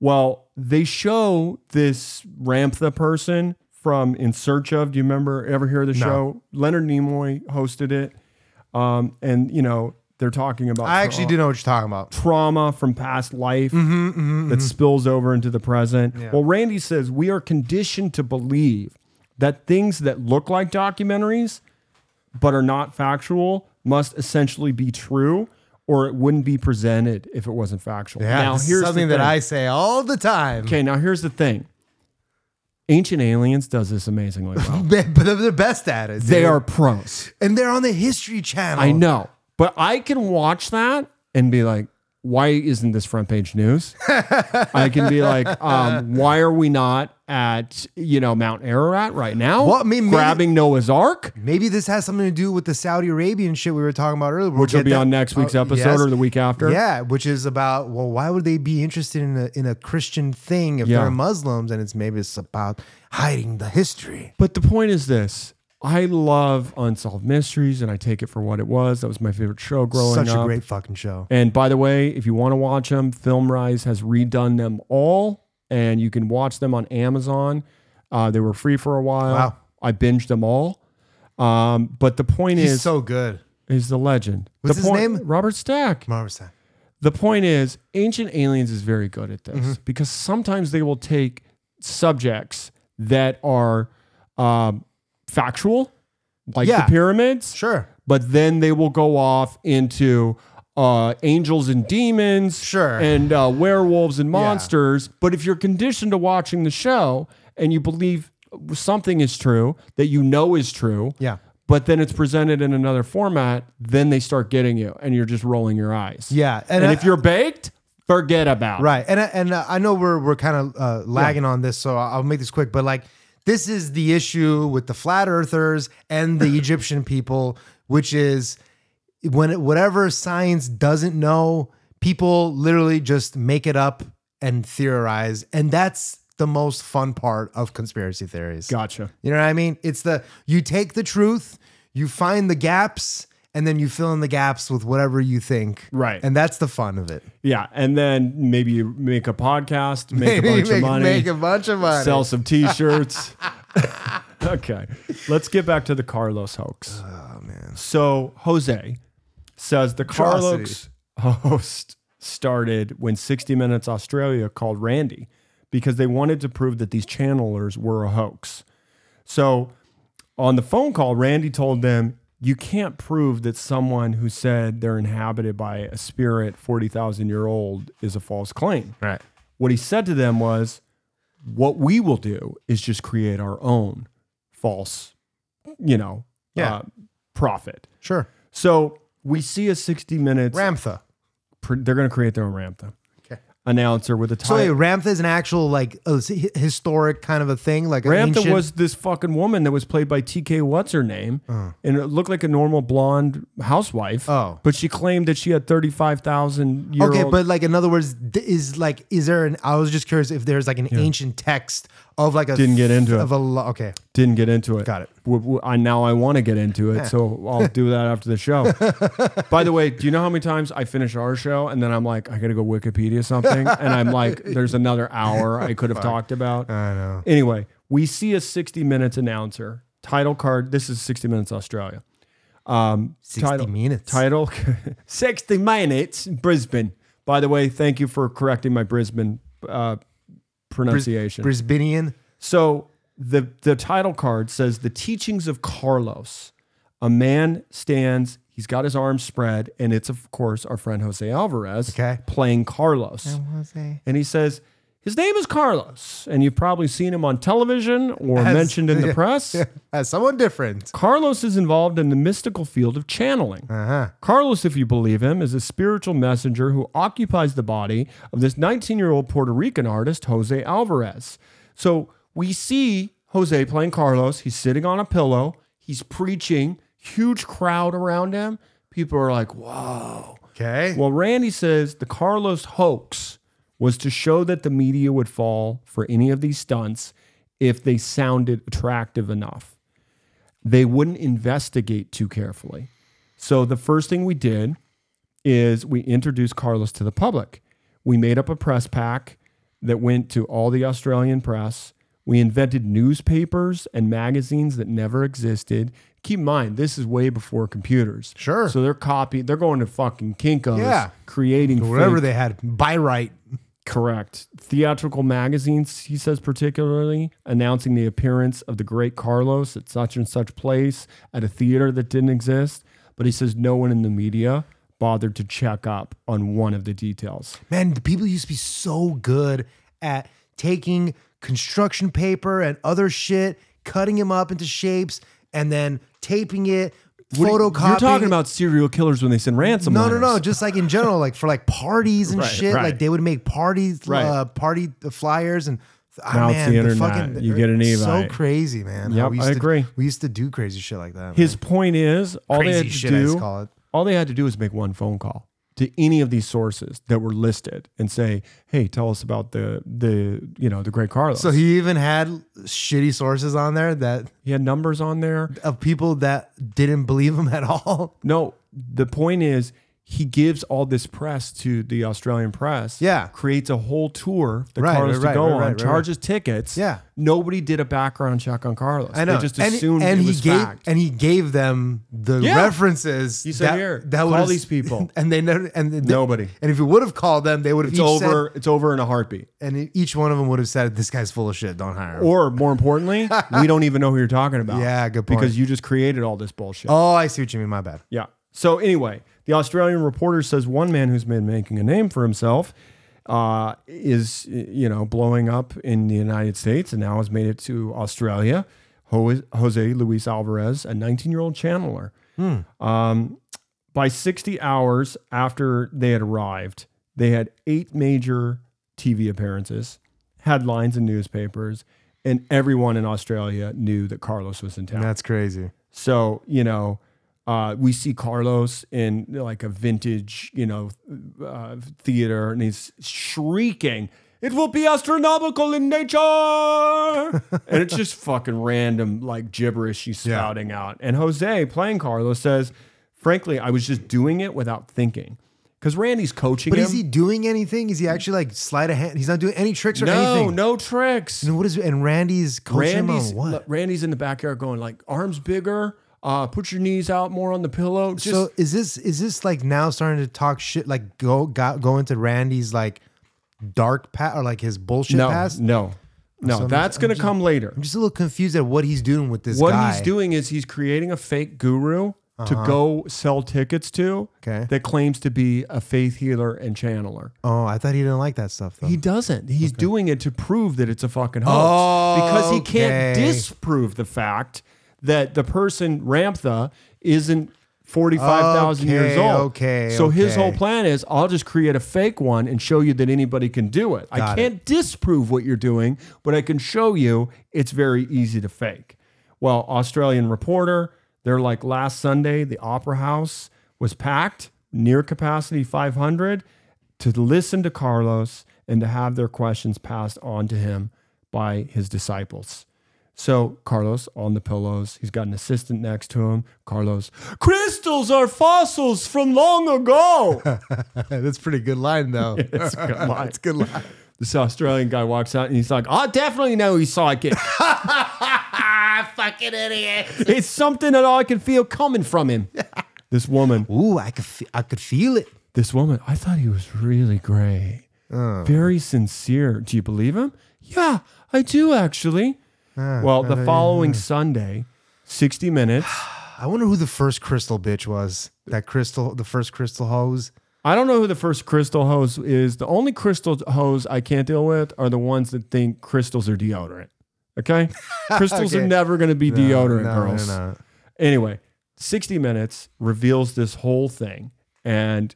[SPEAKER 2] Well, they show this Ramtha person from In Search of. Do you remember ever hear the show? Leonard Nimoy hosted it. Um, and you know, they're talking about
[SPEAKER 3] I actually Mm-hmm,
[SPEAKER 2] trauma-
[SPEAKER 3] do know what you're talking about.
[SPEAKER 2] trauma from past life that spills over into the present. Well, Randy says we are conditioned to believe that things that look like documentaries but are not factual must essentially be true or it wouldn't be presented if it wasn't factual.
[SPEAKER 3] Yeah,
[SPEAKER 2] now
[SPEAKER 3] this is
[SPEAKER 2] here's the
[SPEAKER 3] something that
[SPEAKER 2] thing.
[SPEAKER 3] I say all the time.
[SPEAKER 2] Okay, now here's the thing. Ancient Aliens does this amazingly well.
[SPEAKER 3] They- But they're the best at it.
[SPEAKER 2] they
[SPEAKER 3] dude.
[SPEAKER 2] are pros.
[SPEAKER 3] and they're on the History Channel.
[SPEAKER 2] I know. But I can watch that and be like, why isn't this front page news? I can be like, um, why are we not at, you know, Mount Ararat right now?
[SPEAKER 3] Well, I mean, maybe-
[SPEAKER 2] Grabbing Noah's Ark,
[SPEAKER 3] Maybe this has something to do with the Saudi Arabian shit we were talking about earlier,
[SPEAKER 2] which will be on next week's episode or the week after.
[SPEAKER 3] Oh, Yeah, which is about well, why would they be interested in a in a Christian thing if
[SPEAKER 2] Yeah.
[SPEAKER 3] they're Muslims? And it's maybe it's about hiding the history.
[SPEAKER 2] But the point is this. I love Unsolved Mysteries and I take it for what it was. That was my favorite show growing
[SPEAKER 3] Such
[SPEAKER 2] up.
[SPEAKER 3] a great fucking show.
[SPEAKER 2] And by the way, if you want to watch them, FilmRise has redone them all, and you can watch them on Amazon. Uh, they were free for a while.
[SPEAKER 3] Wow.
[SPEAKER 2] I binged them all. Um, but the point
[SPEAKER 3] He's
[SPEAKER 2] is,
[SPEAKER 3] so good.
[SPEAKER 2] is the legend.
[SPEAKER 3] What's
[SPEAKER 2] the
[SPEAKER 3] his
[SPEAKER 2] point-
[SPEAKER 3] name?
[SPEAKER 2] Robert Stack.
[SPEAKER 3] Marvelous time.
[SPEAKER 2] The point is, Ancient Aliens is very good at this
[SPEAKER 3] Mm-hmm.
[SPEAKER 2] because sometimes they will take subjects that are um, factual, like
[SPEAKER 3] Yeah.
[SPEAKER 2] the pyramids,
[SPEAKER 3] Sure.
[SPEAKER 2] but then they will go off into uh, angels and demons,
[SPEAKER 3] Sure.
[SPEAKER 2] and uh, werewolves and monsters. But if you're conditioned to watching the show and you believe something is true that you know is true,
[SPEAKER 3] Yeah.
[SPEAKER 2] but then it's presented in another format, then they start getting you, and you're just rolling your eyes.
[SPEAKER 3] Yeah.
[SPEAKER 2] and,
[SPEAKER 3] I-
[SPEAKER 2] if you're baked, forget about. it.
[SPEAKER 3] Right. And I- and uh, I know we're we're kind of uh, lagging on this, so I'll I'll make this quick. But like, this is the issue with the flat earthers and the Egyptian people, which is when it, whatever science doesn't know, people literally just make it up and theorize, and that's the most fun part of conspiracy theories.
[SPEAKER 2] Gotcha.
[SPEAKER 3] You know what I mean? It's the you take the truth, you find the gaps, and then you fill in the gaps with whatever you think.
[SPEAKER 2] Right.
[SPEAKER 3] And that's the fun of it.
[SPEAKER 2] Yeah, and then maybe you make a podcast, make a
[SPEAKER 3] Maybe
[SPEAKER 2] bunch of money,
[SPEAKER 3] make a bunch of money.
[SPEAKER 2] sell some t-shirts. okay. Let's get back to the Carlos hoax. Oh man. So Jose says the Carlos
[SPEAKER 3] Atrocity.
[SPEAKER 2] host started when 60 Minutes Australia called Randy because they wanted to prove that these channelers were a hoax. So on the phone call, Randy told them, you can't prove that someone who said they're inhabited by a spirit 40,000 year old is a false claim.
[SPEAKER 3] Right.
[SPEAKER 2] What he said to them was, what we will do is just create our own false, you know, uh,
[SPEAKER 3] Yeah.
[SPEAKER 2] profit.
[SPEAKER 3] Sure.
[SPEAKER 2] So we see a 60 minutes.
[SPEAKER 3] Ramtha.
[SPEAKER 2] pr- they're going to create their own Ramtha
[SPEAKER 3] Okay.
[SPEAKER 2] announcer with a
[SPEAKER 3] So wait,
[SPEAKER 2] title.
[SPEAKER 3] Ramtha is an actual like a s- hi- historic kind of a thing, like an
[SPEAKER 2] Ramtha
[SPEAKER 3] ancient-
[SPEAKER 2] was this fucking woman that was played by TK What's her name, and it looked like a normal blonde housewife.
[SPEAKER 3] Uh. Oh.
[SPEAKER 2] but she claimed that she had thirty five thousand year
[SPEAKER 3] okay,
[SPEAKER 2] old.
[SPEAKER 3] but like in other words, th- is like is there an? I was just curious if there's like an ancient text of like a
[SPEAKER 2] Didn't get into it.
[SPEAKER 3] of a lo- okay.
[SPEAKER 2] didn't get into it.
[SPEAKER 3] Got it.
[SPEAKER 2] W- w- I now I want to get into it, so I'll do that after the show. By the way, do you know how many times I finish our show and then I'm like, I gotta go Wikipedia something, and I'm like, there's another hour I could have talked about. I know. Anyway, we see a 60 Minutes announcer title card. This is 60 Minutes Australia.
[SPEAKER 3] Sixty
[SPEAKER 2] Title-
[SPEAKER 3] minutes.
[SPEAKER 2] Title 60 Minutes Brisbane. By the way, thank you for correcting my Brisbane uh, pronunciation.
[SPEAKER 3] Brisbanean.
[SPEAKER 2] So the the title card says the teachings of Carlos. A man stands, he's got his arms spread, and it's of course our friend Jose Alvarez
[SPEAKER 3] Okay.
[SPEAKER 2] playing Carlos. And he says, his name is Carlos, and you've probably seen him on television or mentioned in the press.
[SPEAKER 3] As someone different.
[SPEAKER 2] Carlos is involved in the mystical field of channeling.
[SPEAKER 3] Uh-huh.
[SPEAKER 2] Carlos, if you believe him, is a spiritual messenger who occupies the body of this 19 year old Puerto Rican artist, Jose Alvarez. So we see Jose playing Carlos. He's sitting on a pillow, he's preaching, huge crowd around him. People are like, whoa.
[SPEAKER 3] Okay.
[SPEAKER 2] Well, Randy says the Carlos hoax was to show that the media would fall for any of these stunts if they sounded attractive enough. They wouldn't investigate too carefully. So the first thing we did is we introduced Carlos to the public. We made up a press pack that went to all the Australian press. We invented newspapers and magazines that never existed. Keep in mind, this is way before computers.
[SPEAKER 3] Sure.
[SPEAKER 2] So they're copy. They're going to fucking Kinko's.
[SPEAKER 3] Yeah.
[SPEAKER 2] Creating
[SPEAKER 3] Whatever
[SPEAKER 2] fake-
[SPEAKER 3] they had, by right.
[SPEAKER 2] correct theatrical magazines. He says particularly announcing the appearance of the great Carlos at such and such place at a theater that didn't exist. But he says no one in the media bothered to check up on one of the details.
[SPEAKER 3] Man, the people used to be so good at taking construction paper and other shit, cutting them up into shapes, and then taping it, photocopying.
[SPEAKER 2] You're talking about serial killers when they send ransom.
[SPEAKER 3] No, no,
[SPEAKER 2] letters.
[SPEAKER 3] no. Just like in general, like for like parties and
[SPEAKER 2] Right,
[SPEAKER 3] shit.
[SPEAKER 2] right.
[SPEAKER 3] Like they would make parties,
[SPEAKER 2] Right.
[SPEAKER 3] uh, party flyers and. ah,
[SPEAKER 2] Now it's
[SPEAKER 3] man,
[SPEAKER 2] the
[SPEAKER 3] the
[SPEAKER 2] internet.
[SPEAKER 3] fucking-
[SPEAKER 2] You get an
[SPEAKER 3] So
[SPEAKER 2] e-vite.
[SPEAKER 3] crazy, man. how
[SPEAKER 2] Yep,
[SPEAKER 3] we used
[SPEAKER 2] I
[SPEAKER 3] to-
[SPEAKER 2] agree.
[SPEAKER 3] We used to do crazy shit like that.
[SPEAKER 2] His point is all
[SPEAKER 3] man.
[SPEAKER 2] they had
[SPEAKER 3] crazy
[SPEAKER 2] to
[SPEAKER 3] shit, I
[SPEAKER 2] do.
[SPEAKER 3] just call it.
[SPEAKER 2] all they had to do was make one phone call to any of these sources that were listed and say, "Hey, tell us about the the you know the great Carlos."
[SPEAKER 3] So he even had shitty sources on there that
[SPEAKER 2] he had numbers on there.
[SPEAKER 3] of people that didn't believe him at all.
[SPEAKER 2] No, the point is he gives all this press to the Australian press.
[SPEAKER 3] Yeah.
[SPEAKER 2] creates a whole tour that
[SPEAKER 3] Right,
[SPEAKER 2] Carlos
[SPEAKER 3] right, right,
[SPEAKER 2] to go
[SPEAKER 3] right,
[SPEAKER 2] on,
[SPEAKER 3] right, right,
[SPEAKER 2] charges tickets.
[SPEAKER 3] Yeah.
[SPEAKER 2] nobody did a background check on Carlos.
[SPEAKER 3] I know.
[SPEAKER 2] they just
[SPEAKER 3] And-
[SPEAKER 2] assumed
[SPEAKER 3] and,
[SPEAKER 2] it
[SPEAKER 3] he
[SPEAKER 2] was
[SPEAKER 3] gave
[SPEAKER 2] fact.
[SPEAKER 3] and he gave them the
[SPEAKER 2] Yeah.
[SPEAKER 3] references.
[SPEAKER 2] He said, "Here, call
[SPEAKER 3] would've-
[SPEAKER 2] these people."
[SPEAKER 3] and they never and they-
[SPEAKER 2] Nobody.
[SPEAKER 3] And if you would have called them, they would have
[SPEAKER 2] it's over. it's over in a heartbeat.
[SPEAKER 3] and each one of them would have said, "This guy's full of shit. Don't hire him."
[SPEAKER 2] Or more importantly, we don't even know who you're talking about.
[SPEAKER 3] Yeah, good point.
[SPEAKER 2] Because you just created all this bullshit.
[SPEAKER 3] oh, I see what you mean. My bad.
[SPEAKER 2] Yeah. So anyway, the Australian reporter says one man who's been making a name for himself uh, is you know blowing up in the United States and now has made it to Australia. Ho- Jose Luis Alvarez, a 19-year-old channeler. Um, by 60 hours after they had arrived, they had eight major TV appearances, headlines in newspapers, and everyone in Australia knew that Carlos was in town.
[SPEAKER 3] That's crazy.
[SPEAKER 2] So, you know, uh, we see Carlos in like a vintage, you know, uh, theater and he's shrieking, it will be astronomical in nature. and it's just fucking random, like gibberish he's spouting out. And Jose playing Carlos says, frankly, I was just doing it without thinking. Because Randy's coaching
[SPEAKER 3] But
[SPEAKER 2] him.
[SPEAKER 3] is he doing anything? Is he actually like slide a hand? He's not doing any tricks or
[SPEAKER 2] no,
[SPEAKER 3] anything.
[SPEAKER 2] no tricks.
[SPEAKER 3] And what is and Randy's coaching
[SPEAKER 2] Randy's
[SPEAKER 3] him on
[SPEAKER 2] look,
[SPEAKER 3] what?
[SPEAKER 2] Randy's in the backyard going like arms bigger, uh, put your knees out more on the pillow. Just
[SPEAKER 3] so is this is this like now starting to talk shit? Like go go, go into Randy's like dark past or like his bullshit
[SPEAKER 2] no,
[SPEAKER 3] past?
[SPEAKER 2] No, no,
[SPEAKER 3] So I'm
[SPEAKER 2] that's
[SPEAKER 3] just-
[SPEAKER 2] going
[SPEAKER 3] I'm
[SPEAKER 2] to
[SPEAKER 3] just-
[SPEAKER 2] come later.
[SPEAKER 3] I'm just a little confused at what he's doing with this
[SPEAKER 2] What
[SPEAKER 3] guy. Uh-huh.
[SPEAKER 2] he's doing is he's creating a fake guru to go sell tickets to
[SPEAKER 3] Okay.
[SPEAKER 2] that claims to be a faith healer and channeler.
[SPEAKER 3] Oh, I thought he didn't like that stuff though.
[SPEAKER 2] He doesn't. He's doing it to prove that it's a fucking hoax because he can't
[SPEAKER 3] Okay.
[SPEAKER 2] disprove the fact that the person Ramtha isn't 45,000 years
[SPEAKER 3] Okay,
[SPEAKER 2] old.
[SPEAKER 3] okay,
[SPEAKER 2] So his
[SPEAKER 3] okay.
[SPEAKER 2] whole plan is I'll just create a fake one and show you that anybody can do it. I
[SPEAKER 3] Got it.
[SPEAKER 2] can't disprove what you're doing, but I can show you it's very easy to fake. Well, Australian reporter, they're like last Sunday, the opera house was packed, near capacity 500, to listen to Carlos and to have their questions passed on to him by his disciples. So Carlos on the pillows, he's got an assistant next to him. Carlos, crystals are fossils from long ago.
[SPEAKER 3] That's a pretty good line though.
[SPEAKER 2] It's a good line.
[SPEAKER 3] That's a good line.
[SPEAKER 2] This Australian guy walks out and he's like, I definitely know he's psychic.
[SPEAKER 3] Fucking idiot.
[SPEAKER 2] it's something that I can feel coming from him. This woman,
[SPEAKER 3] Ooh, I could fe- I could feel it.
[SPEAKER 2] this woman, I thought he was really great.
[SPEAKER 3] Oh.
[SPEAKER 2] Very sincere. Do you believe him? Yeah, I do actually.
[SPEAKER 3] Ah,
[SPEAKER 2] well, the following Sunday, 60 Minutes,
[SPEAKER 3] I wonder who the first crystal bitch was. That crystal, the first crystal hose.
[SPEAKER 2] I don't know who the first crystal hose is. The only crystal hose I can't deal with are the ones that think crystals are deodorant. Okay? Crystals
[SPEAKER 3] Okay.
[SPEAKER 2] are never going to be deodorant, girls.
[SPEAKER 3] No, no.
[SPEAKER 2] Anyway, 60 Minutes reveals this whole thing. And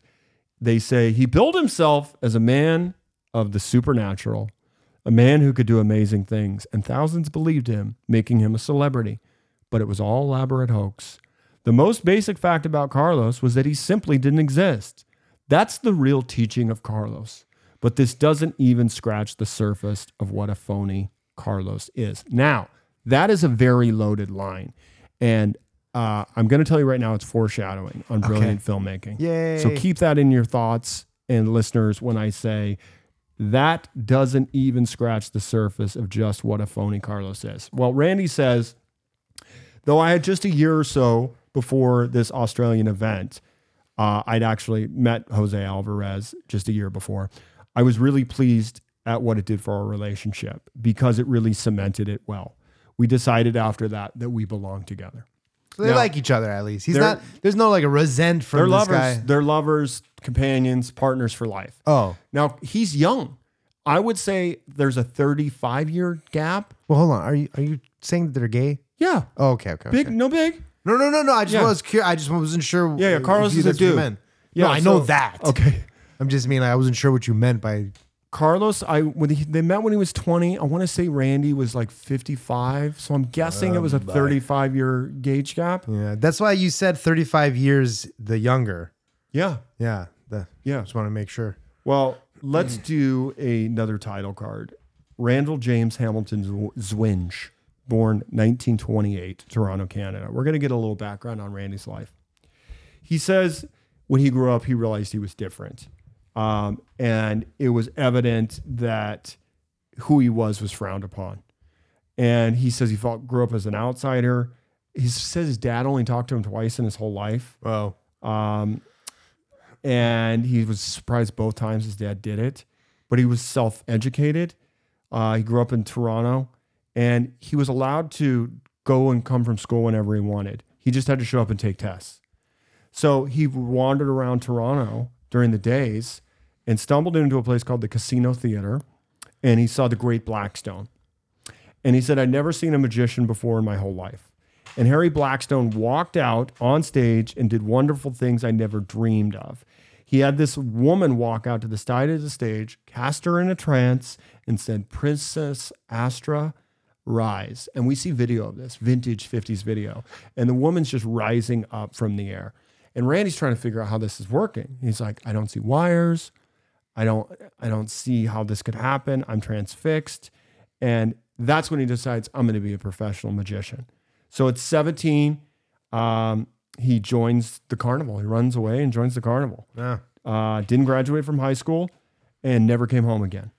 [SPEAKER 2] they say he billed himself as a man of the supernatural, a man who could do amazing things. And thousands believed him, making him a celebrity. But it was all elaborate hoax. The most basic fact about Carlos was that he simply didn't exist. That's the real teaching of Carlos. But this doesn't even scratch the surface of what a phony Carlos is. Now, that is a very loaded line. And uh, I'm going to tell you right now, it's foreshadowing on brilliant filmmaking.
[SPEAKER 3] Yay.
[SPEAKER 2] So keep that in your thoughts and listeners when I say that doesn't even scratch the surface of just what a phony Carlos is. Well, Randy says, though I had just a year or so before this Australian event, uh, I'd actually met Jose Alvarez just a year before. I was really pleased at what it did for our relationship because it really cemented it well. We decided after that that we belong together.
[SPEAKER 3] So they
[SPEAKER 2] No.
[SPEAKER 3] like each other at least. He's
[SPEAKER 2] They're-
[SPEAKER 3] not. There's no like a resent from
[SPEAKER 2] They're
[SPEAKER 3] this
[SPEAKER 2] lovers,
[SPEAKER 3] guy.
[SPEAKER 2] they're lovers, companions, partners for life.
[SPEAKER 3] Oh,
[SPEAKER 2] Now he's young. I would say there's a 35 year gap.
[SPEAKER 3] well, hold on. Are you are you saying that they're gay?
[SPEAKER 2] Yeah,
[SPEAKER 3] Oh, okay, okay.
[SPEAKER 2] big,
[SPEAKER 3] okay.
[SPEAKER 2] no big.
[SPEAKER 3] No, no, no, no. I just
[SPEAKER 2] Yeah.
[SPEAKER 3] was curious. I just wasn't sure.
[SPEAKER 2] Yeah, yeah,
[SPEAKER 3] if
[SPEAKER 2] Carlos
[SPEAKER 3] you-
[SPEAKER 2] is a
[SPEAKER 3] that's what you
[SPEAKER 2] dude.
[SPEAKER 3] meant.
[SPEAKER 2] Yeah,
[SPEAKER 3] no, I know
[SPEAKER 2] so-
[SPEAKER 3] that.
[SPEAKER 2] Okay,
[SPEAKER 3] I'm just mean like I wasn't sure what you meant by.
[SPEAKER 2] Carlos. I when he, they met when he was 20. I want to say Randy was like 55. So I'm guessing it was a 35 year gauge gap.
[SPEAKER 3] Yeah, that's why you said 35 years the younger.
[SPEAKER 2] Yeah,
[SPEAKER 3] Yeah, the,
[SPEAKER 2] yeah.
[SPEAKER 3] just want to make sure.
[SPEAKER 2] Well, let's do another title card. Randall James Hamilton Zw- Zwinge, born 1928, Toronto, Canada. We're going to get a little background on Randy's life. He says when he grew up, he realized he was different. Um, and it was evident that who he was was frowned upon. And he says he felt, grew up as an outsider. He says his dad only talked to him twice in his whole life.
[SPEAKER 3] Oh,
[SPEAKER 2] Um, and he was surprised both times his dad did it, but he was self educated. Uh, he grew up in Toronto and he was allowed to go and come from school whenever he wanted. He just had to show up and take tests. So he wandered around Toronto during the days and stumbled into a place called the Casino Theater and he saw the Great Blackstone. And he said, I'd never seen a magician before in my whole life. And Harry Blackstone walked out on stage and did wonderful things I never dreamed of. He had this woman walk out to the side of the stage, cast her in a trance, and said, Princess Astra, rise. And we see video of this, vintage 50s video. And the woman's just rising up from the air. And Randy's trying to figure out how this is working. He's like, I don't see wires. I don't I don't see how this could happen. I'm transfixed. And that's when he decides I'm going to be a professional magician. So at 17, um, he joins the carnival. He runs away and joins the carnival.
[SPEAKER 3] yeah.
[SPEAKER 2] Uh, didn't graduate from high school and never came home again.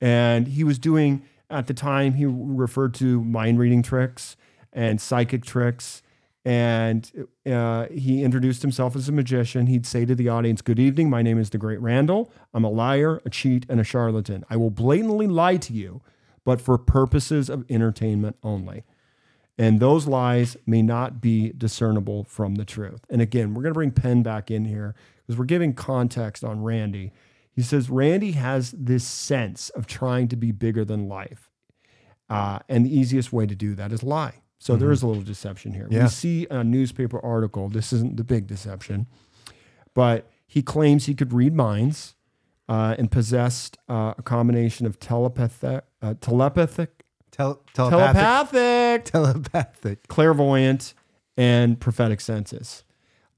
[SPEAKER 2] And he was doing at the time he referred to mind reading tricks and psychic tricks. And uh, he introduced himself as a magician. He'd say to the audience, Good evening. My name is the Great Randall. I'm a liar, a cheat, and a charlatan. I will blatantly lie to you, but for purposes of entertainment only and those lies may not be discernible from the truth. And again, we're going to bring Penn back in here because we're giving context on Randy. He says Randy has this sense of trying to be bigger than life. Uh, and the easiest way to do that is lie. So there is a little deception here.
[SPEAKER 3] Mm-hmm. Yeah.
[SPEAKER 2] We see a newspaper article. This isn't the big deception, but he claims he could read minds uh, and possessed uh, a combination of telepathic, uh, telepathic,
[SPEAKER 3] Tel-
[SPEAKER 2] telepathic,
[SPEAKER 3] telepathic. Telepathic.
[SPEAKER 2] clairvoyant, and prophetic senses.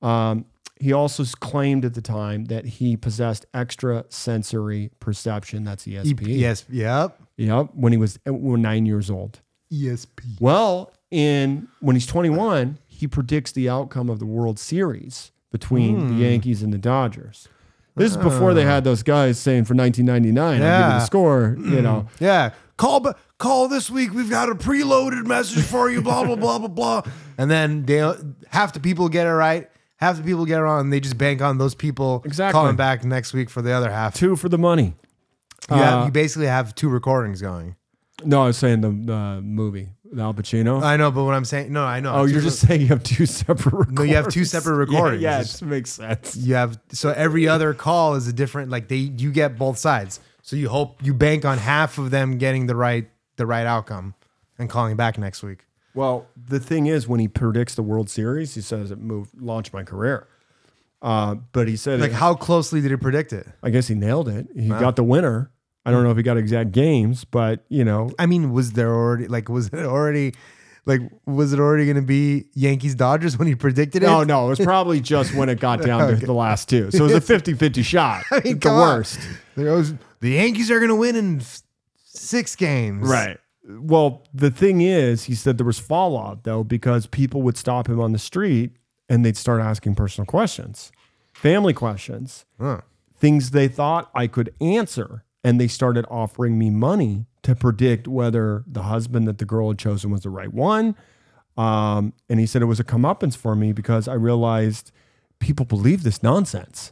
[SPEAKER 2] Um, he also s- claimed at the time that he possessed extrasensory perception. That's E ESP.
[SPEAKER 3] Yes. Yep. E
[SPEAKER 2] Yep. When he was uh, when nine years old.
[SPEAKER 3] ESP.
[SPEAKER 2] Well, in when he's 21, he predicts the outcome of the World Series between the Yankees and the Dodgers. This is before they had those guys saying for 1999, I'll give you
[SPEAKER 3] Yeah.
[SPEAKER 2] the score. You know,
[SPEAKER 3] Yeah. Call ba- call this week. We've got a preloaded message for you. Blah blah blah blah blah. And then they half the people get it right. Half the people get it wrong. And they just bank on those people
[SPEAKER 2] Exactly.
[SPEAKER 3] calling back next week for the other half.
[SPEAKER 2] two for the money. Uh,
[SPEAKER 3] you, have, you basically have two recordings going.
[SPEAKER 2] No, I was saying the, the movie, Al Pacino.
[SPEAKER 3] I know, but what I'm saying, no, I know.
[SPEAKER 2] Oh, you're just saying you have two separate recordings.
[SPEAKER 3] No, you have two separate recordings.
[SPEAKER 2] Yeah, yeah
[SPEAKER 3] It's-
[SPEAKER 2] it makes sense.
[SPEAKER 3] you have so every other call is a different. Like they, you get both sides. So you hope you bank on half of them getting the right the right outcome and calling back next week.
[SPEAKER 2] Well, the thing is, when he predicts the World Series, he says it moved, launched my career. Uh, but he said,
[SPEAKER 3] Like
[SPEAKER 2] it-
[SPEAKER 3] how closely did he predict it?
[SPEAKER 2] I guess he nailed it. He got the winner. I don't know if he got exact games, but you know,
[SPEAKER 3] I mean, was there already like was it already Like, was it already going to be Yankees Dodgers when he predicted it?
[SPEAKER 2] No, no, it was probably just when it got down to the last two. So it was a 50 50 shot.
[SPEAKER 3] I mean,
[SPEAKER 2] the
[SPEAKER 3] come on.
[SPEAKER 2] worst.
[SPEAKER 3] There was- the Yankees are going to win in f- six games.
[SPEAKER 2] Right. Well, the thing is, he said there was fallout though because people would stop him on the street and they'd start asking personal questions, family questions,
[SPEAKER 3] Huh.
[SPEAKER 2] things they thought I could answer, and they started offering me money to predict whether the husband that the girl had chosen was the right one. Um, and he said it was a comeuppance for me because I realized people believe this nonsense.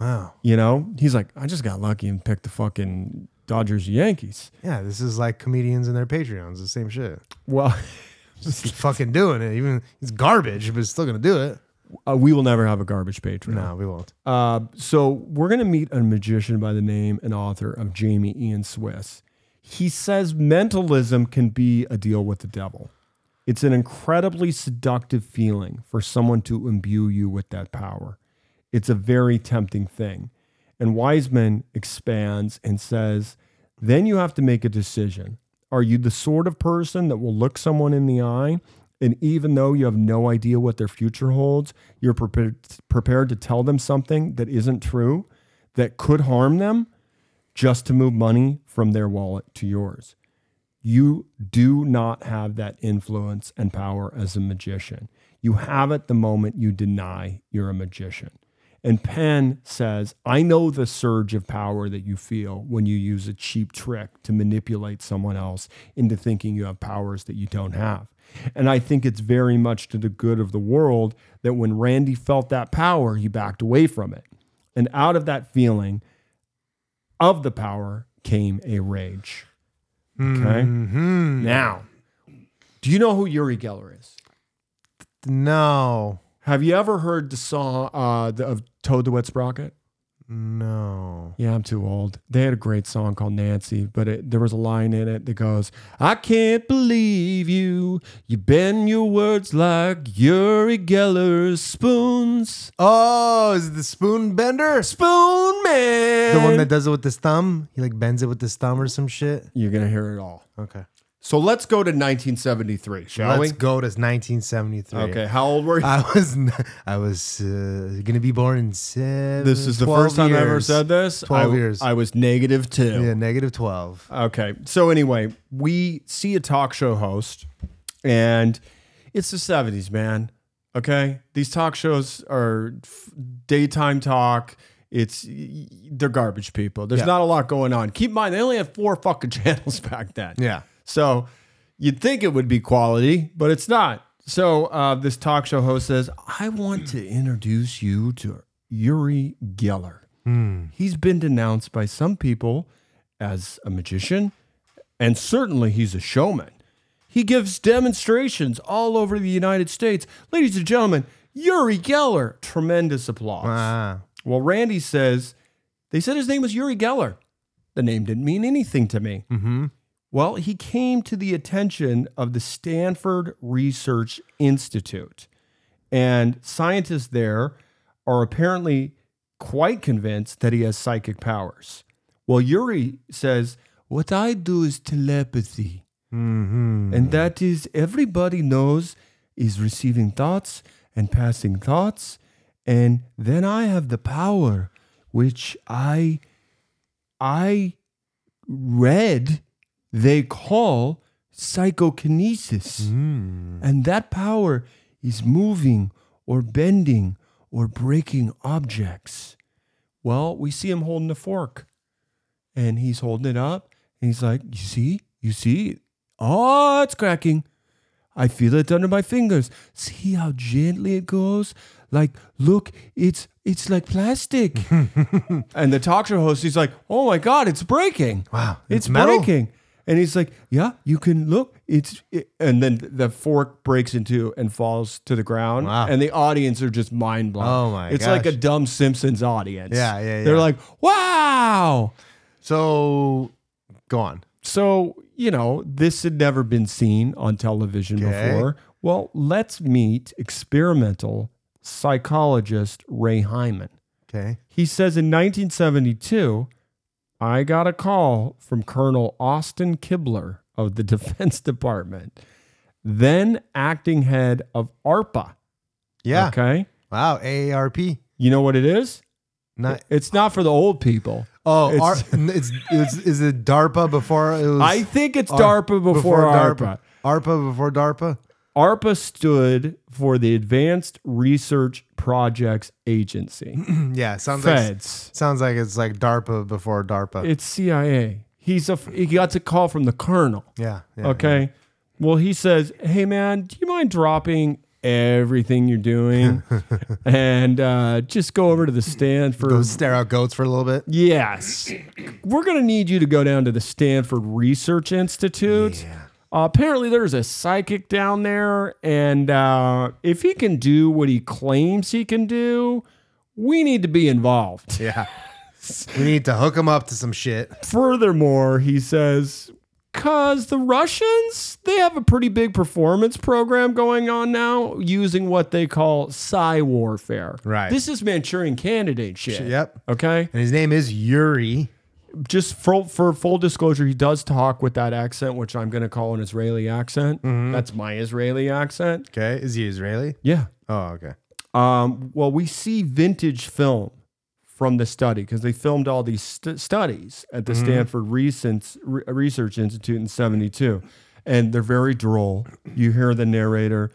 [SPEAKER 3] Wow.
[SPEAKER 2] You know, he's like, I just got lucky and picked the fucking Dodgers Yankees.
[SPEAKER 3] Yeah, this is like comedians and their Patreons. The same shit.
[SPEAKER 2] Well.
[SPEAKER 3] Just keep fucking doing it. Even it's garbage, but it's still going to do it.
[SPEAKER 2] Uh, we will never have a garbage patron.
[SPEAKER 3] No, we won't.
[SPEAKER 2] Uh, so we're going to meet a magician by the name and author of Jamie Ian Swiss. He says mentalism can be a deal with the devil. It's an incredibly seductive feeling for someone to imbue you with that power. It's a very tempting thing. And Wiseman expands and says, then you have to make a decision. Are you the sort of person that will look someone in the eye and even though you have no idea what their future holds, you're prepared, prepared to tell them something that isn't true, that could harm them, just to move money from their wallet to yours? You do not have that influence and power as a magician. You have it the moment you deny you're a magician. And Penn says, I know the surge of power that you feel when you use a cheap trick to manipulate someone else into thinking you have powers that you don't have. And I think it's very much to the good of the world that when Randy felt that power, he backed away from it. And out of that feeling of the power came a rage. Okay.
[SPEAKER 3] Mhm.
[SPEAKER 2] Now, do you know who Yuri Geller is?
[SPEAKER 3] No.
[SPEAKER 2] Have you ever heard the song uh, the, of Toad the Wet Sprocket?
[SPEAKER 3] No.
[SPEAKER 2] Yeah, I'm too old. They had a great song called Nancy, but it, there was a line in it that goes, I can't believe you. You bend your words like Yuri Geller's spoons.
[SPEAKER 3] Oh, is it the spoon bender?
[SPEAKER 2] Spoon man.
[SPEAKER 3] The one that does it with his thumb? He like bends it with his thumb or some shit?
[SPEAKER 2] You're going to hear it all.
[SPEAKER 3] Okay.
[SPEAKER 4] So let's go to 1973, shall
[SPEAKER 3] Let's
[SPEAKER 4] we?
[SPEAKER 3] go to 1973.
[SPEAKER 4] Okay, how old
[SPEAKER 2] Uh,
[SPEAKER 4] were you?
[SPEAKER 3] I was n- I was uh, gonna be born in seven.
[SPEAKER 2] This is the
[SPEAKER 3] 12
[SPEAKER 2] first time I ever
[SPEAKER 3] years.
[SPEAKER 2] said this.
[SPEAKER 3] 12
[SPEAKER 2] I,
[SPEAKER 3] years.
[SPEAKER 2] I was negative two.
[SPEAKER 3] Yeah, negative twelve.
[SPEAKER 2] Okay. So anyway, we see a talk show host and it's the 70s, man. Okay? These talk shows are f- daytime talk. It's y- y- they're garbage people. There's not a lot going on. Keep in mind they only had four fucking channels back then.
[SPEAKER 3] Yeah.
[SPEAKER 2] So you'd think it would be quality, but it's not. So uh, this talk show host says, I want to introduce you to Yuri Geller. He's been denounced by some people as a magician, and certainly he's a showman. He gives demonstrations all over the United States. Ladies and gentlemen, Yuri Geller, tremendous applause.
[SPEAKER 3] Ah.
[SPEAKER 2] Well, Randy says they said his name was Yuri Geller. The name didn't mean anything to me.
[SPEAKER 3] Mm-hmm.
[SPEAKER 2] Well, he came to the attention of the Stanford Research Institute, and scientists there are apparently quite convinced that he has psychic powers. Well, Yuri says, What I do is telepathy,
[SPEAKER 3] Mm-hmm.
[SPEAKER 2] and that is everybody knows is receiving thoughts and passing thoughts, and then I have the power which I I read they call psychokinesis.
[SPEAKER 3] Mm-hmm.
[SPEAKER 2] And that power is moving or bending or breaking objects. Well, we see him holding a fork and he's holding it up and he's like, You see, you see, oh, it's cracking. I feel it under my fingers. See how gently it goes? Like, look, it's it's like plastic. and the talk show host, he's like, "Oh my god, it's breaking!"
[SPEAKER 3] Wow,
[SPEAKER 2] it's,
[SPEAKER 3] it's metal?
[SPEAKER 2] breaking. And he's like, "Yeah, you can look. It's." It. And then the fork breaks in two and falls to the ground,
[SPEAKER 3] Wow.
[SPEAKER 2] and the audience are just mind blown.
[SPEAKER 3] Oh my
[SPEAKER 2] It's like
[SPEAKER 3] gosh.
[SPEAKER 2] a dumb Simpsons audience.
[SPEAKER 3] Yeah, yeah,
[SPEAKER 2] They're
[SPEAKER 3] yeah.
[SPEAKER 2] like, "Wow!"
[SPEAKER 3] So go on.
[SPEAKER 2] So, you know, this had never been seen on television
[SPEAKER 3] Okay.
[SPEAKER 2] before. Well, let's meet experimental psychologist Ray Hyman.
[SPEAKER 3] Okay.
[SPEAKER 2] He says in 1972, I got a call from Colonel Austin Kibler of the Defense Department then acting head of ARPA.
[SPEAKER 3] Yeah.
[SPEAKER 2] Okay.
[SPEAKER 3] Wow. AARP.
[SPEAKER 2] You know what it is?
[SPEAKER 3] Not,
[SPEAKER 2] It's not for the old people.
[SPEAKER 3] oh,
[SPEAKER 2] It's-
[SPEAKER 3] it's, it's, it's, is it DARPA before it was
[SPEAKER 2] I think it's
[SPEAKER 3] Ar-
[SPEAKER 2] DARPA before, ARPA.
[SPEAKER 3] ARPA before DARPA.
[SPEAKER 2] ARPA stood for the Advanced Research Projects Agency.
[SPEAKER 3] Mm, Yeah, sounds like
[SPEAKER 2] Feds.
[SPEAKER 3] sounds like it's like DARPA before DARPA.
[SPEAKER 2] It's CIA. He's a he got a call from the colonel.
[SPEAKER 3] yeah, yeah.
[SPEAKER 2] Okay. Well, he says, "Hey man, do you mind dropping everything you're doing and uh, just go over to the stand for
[SPEAKER 3] Go stare out goats for a little bit.
[SPEAKER 2] Yes. We're going to need you to go down to the Stanford Research Institute. Uh, apparently, there's a psychic down there, and uh, if he can do what he claims he can do, we need to be involved.
[SPEAKER 3] Yeah. we need to hook them up to some shit.
[SPEAKER 2] Furthermore, he says, because the Russians, they have a pretty big performance program going on now using what they call psi warfare.
[SPEAKER 3] Right.
[SPEAKER 2] This is Manchurian candidate shit.
[SPEAKER 3] Yep.
[SPEAKER 2] Okay.
[SPEAKER 3] And his name is Yuri.
[SPEAKER 2] just for, for full disclosure, he does talk with that accent, which I'm going to call an Israeli accent. That's my Israeli accent.
[SPEAKER 3] Okay. Is he Israeli?
[SPEAKER 2] Mm-hmm. Yeah.
[SPEAKER 3] Oh, okay.
[SPEAKER 2] Um, well, we see vintage film from the study because they filmed all these st- studies at the Stanford Recent, Re- Research Institute in 72. And they're very droll. You hear the narrator.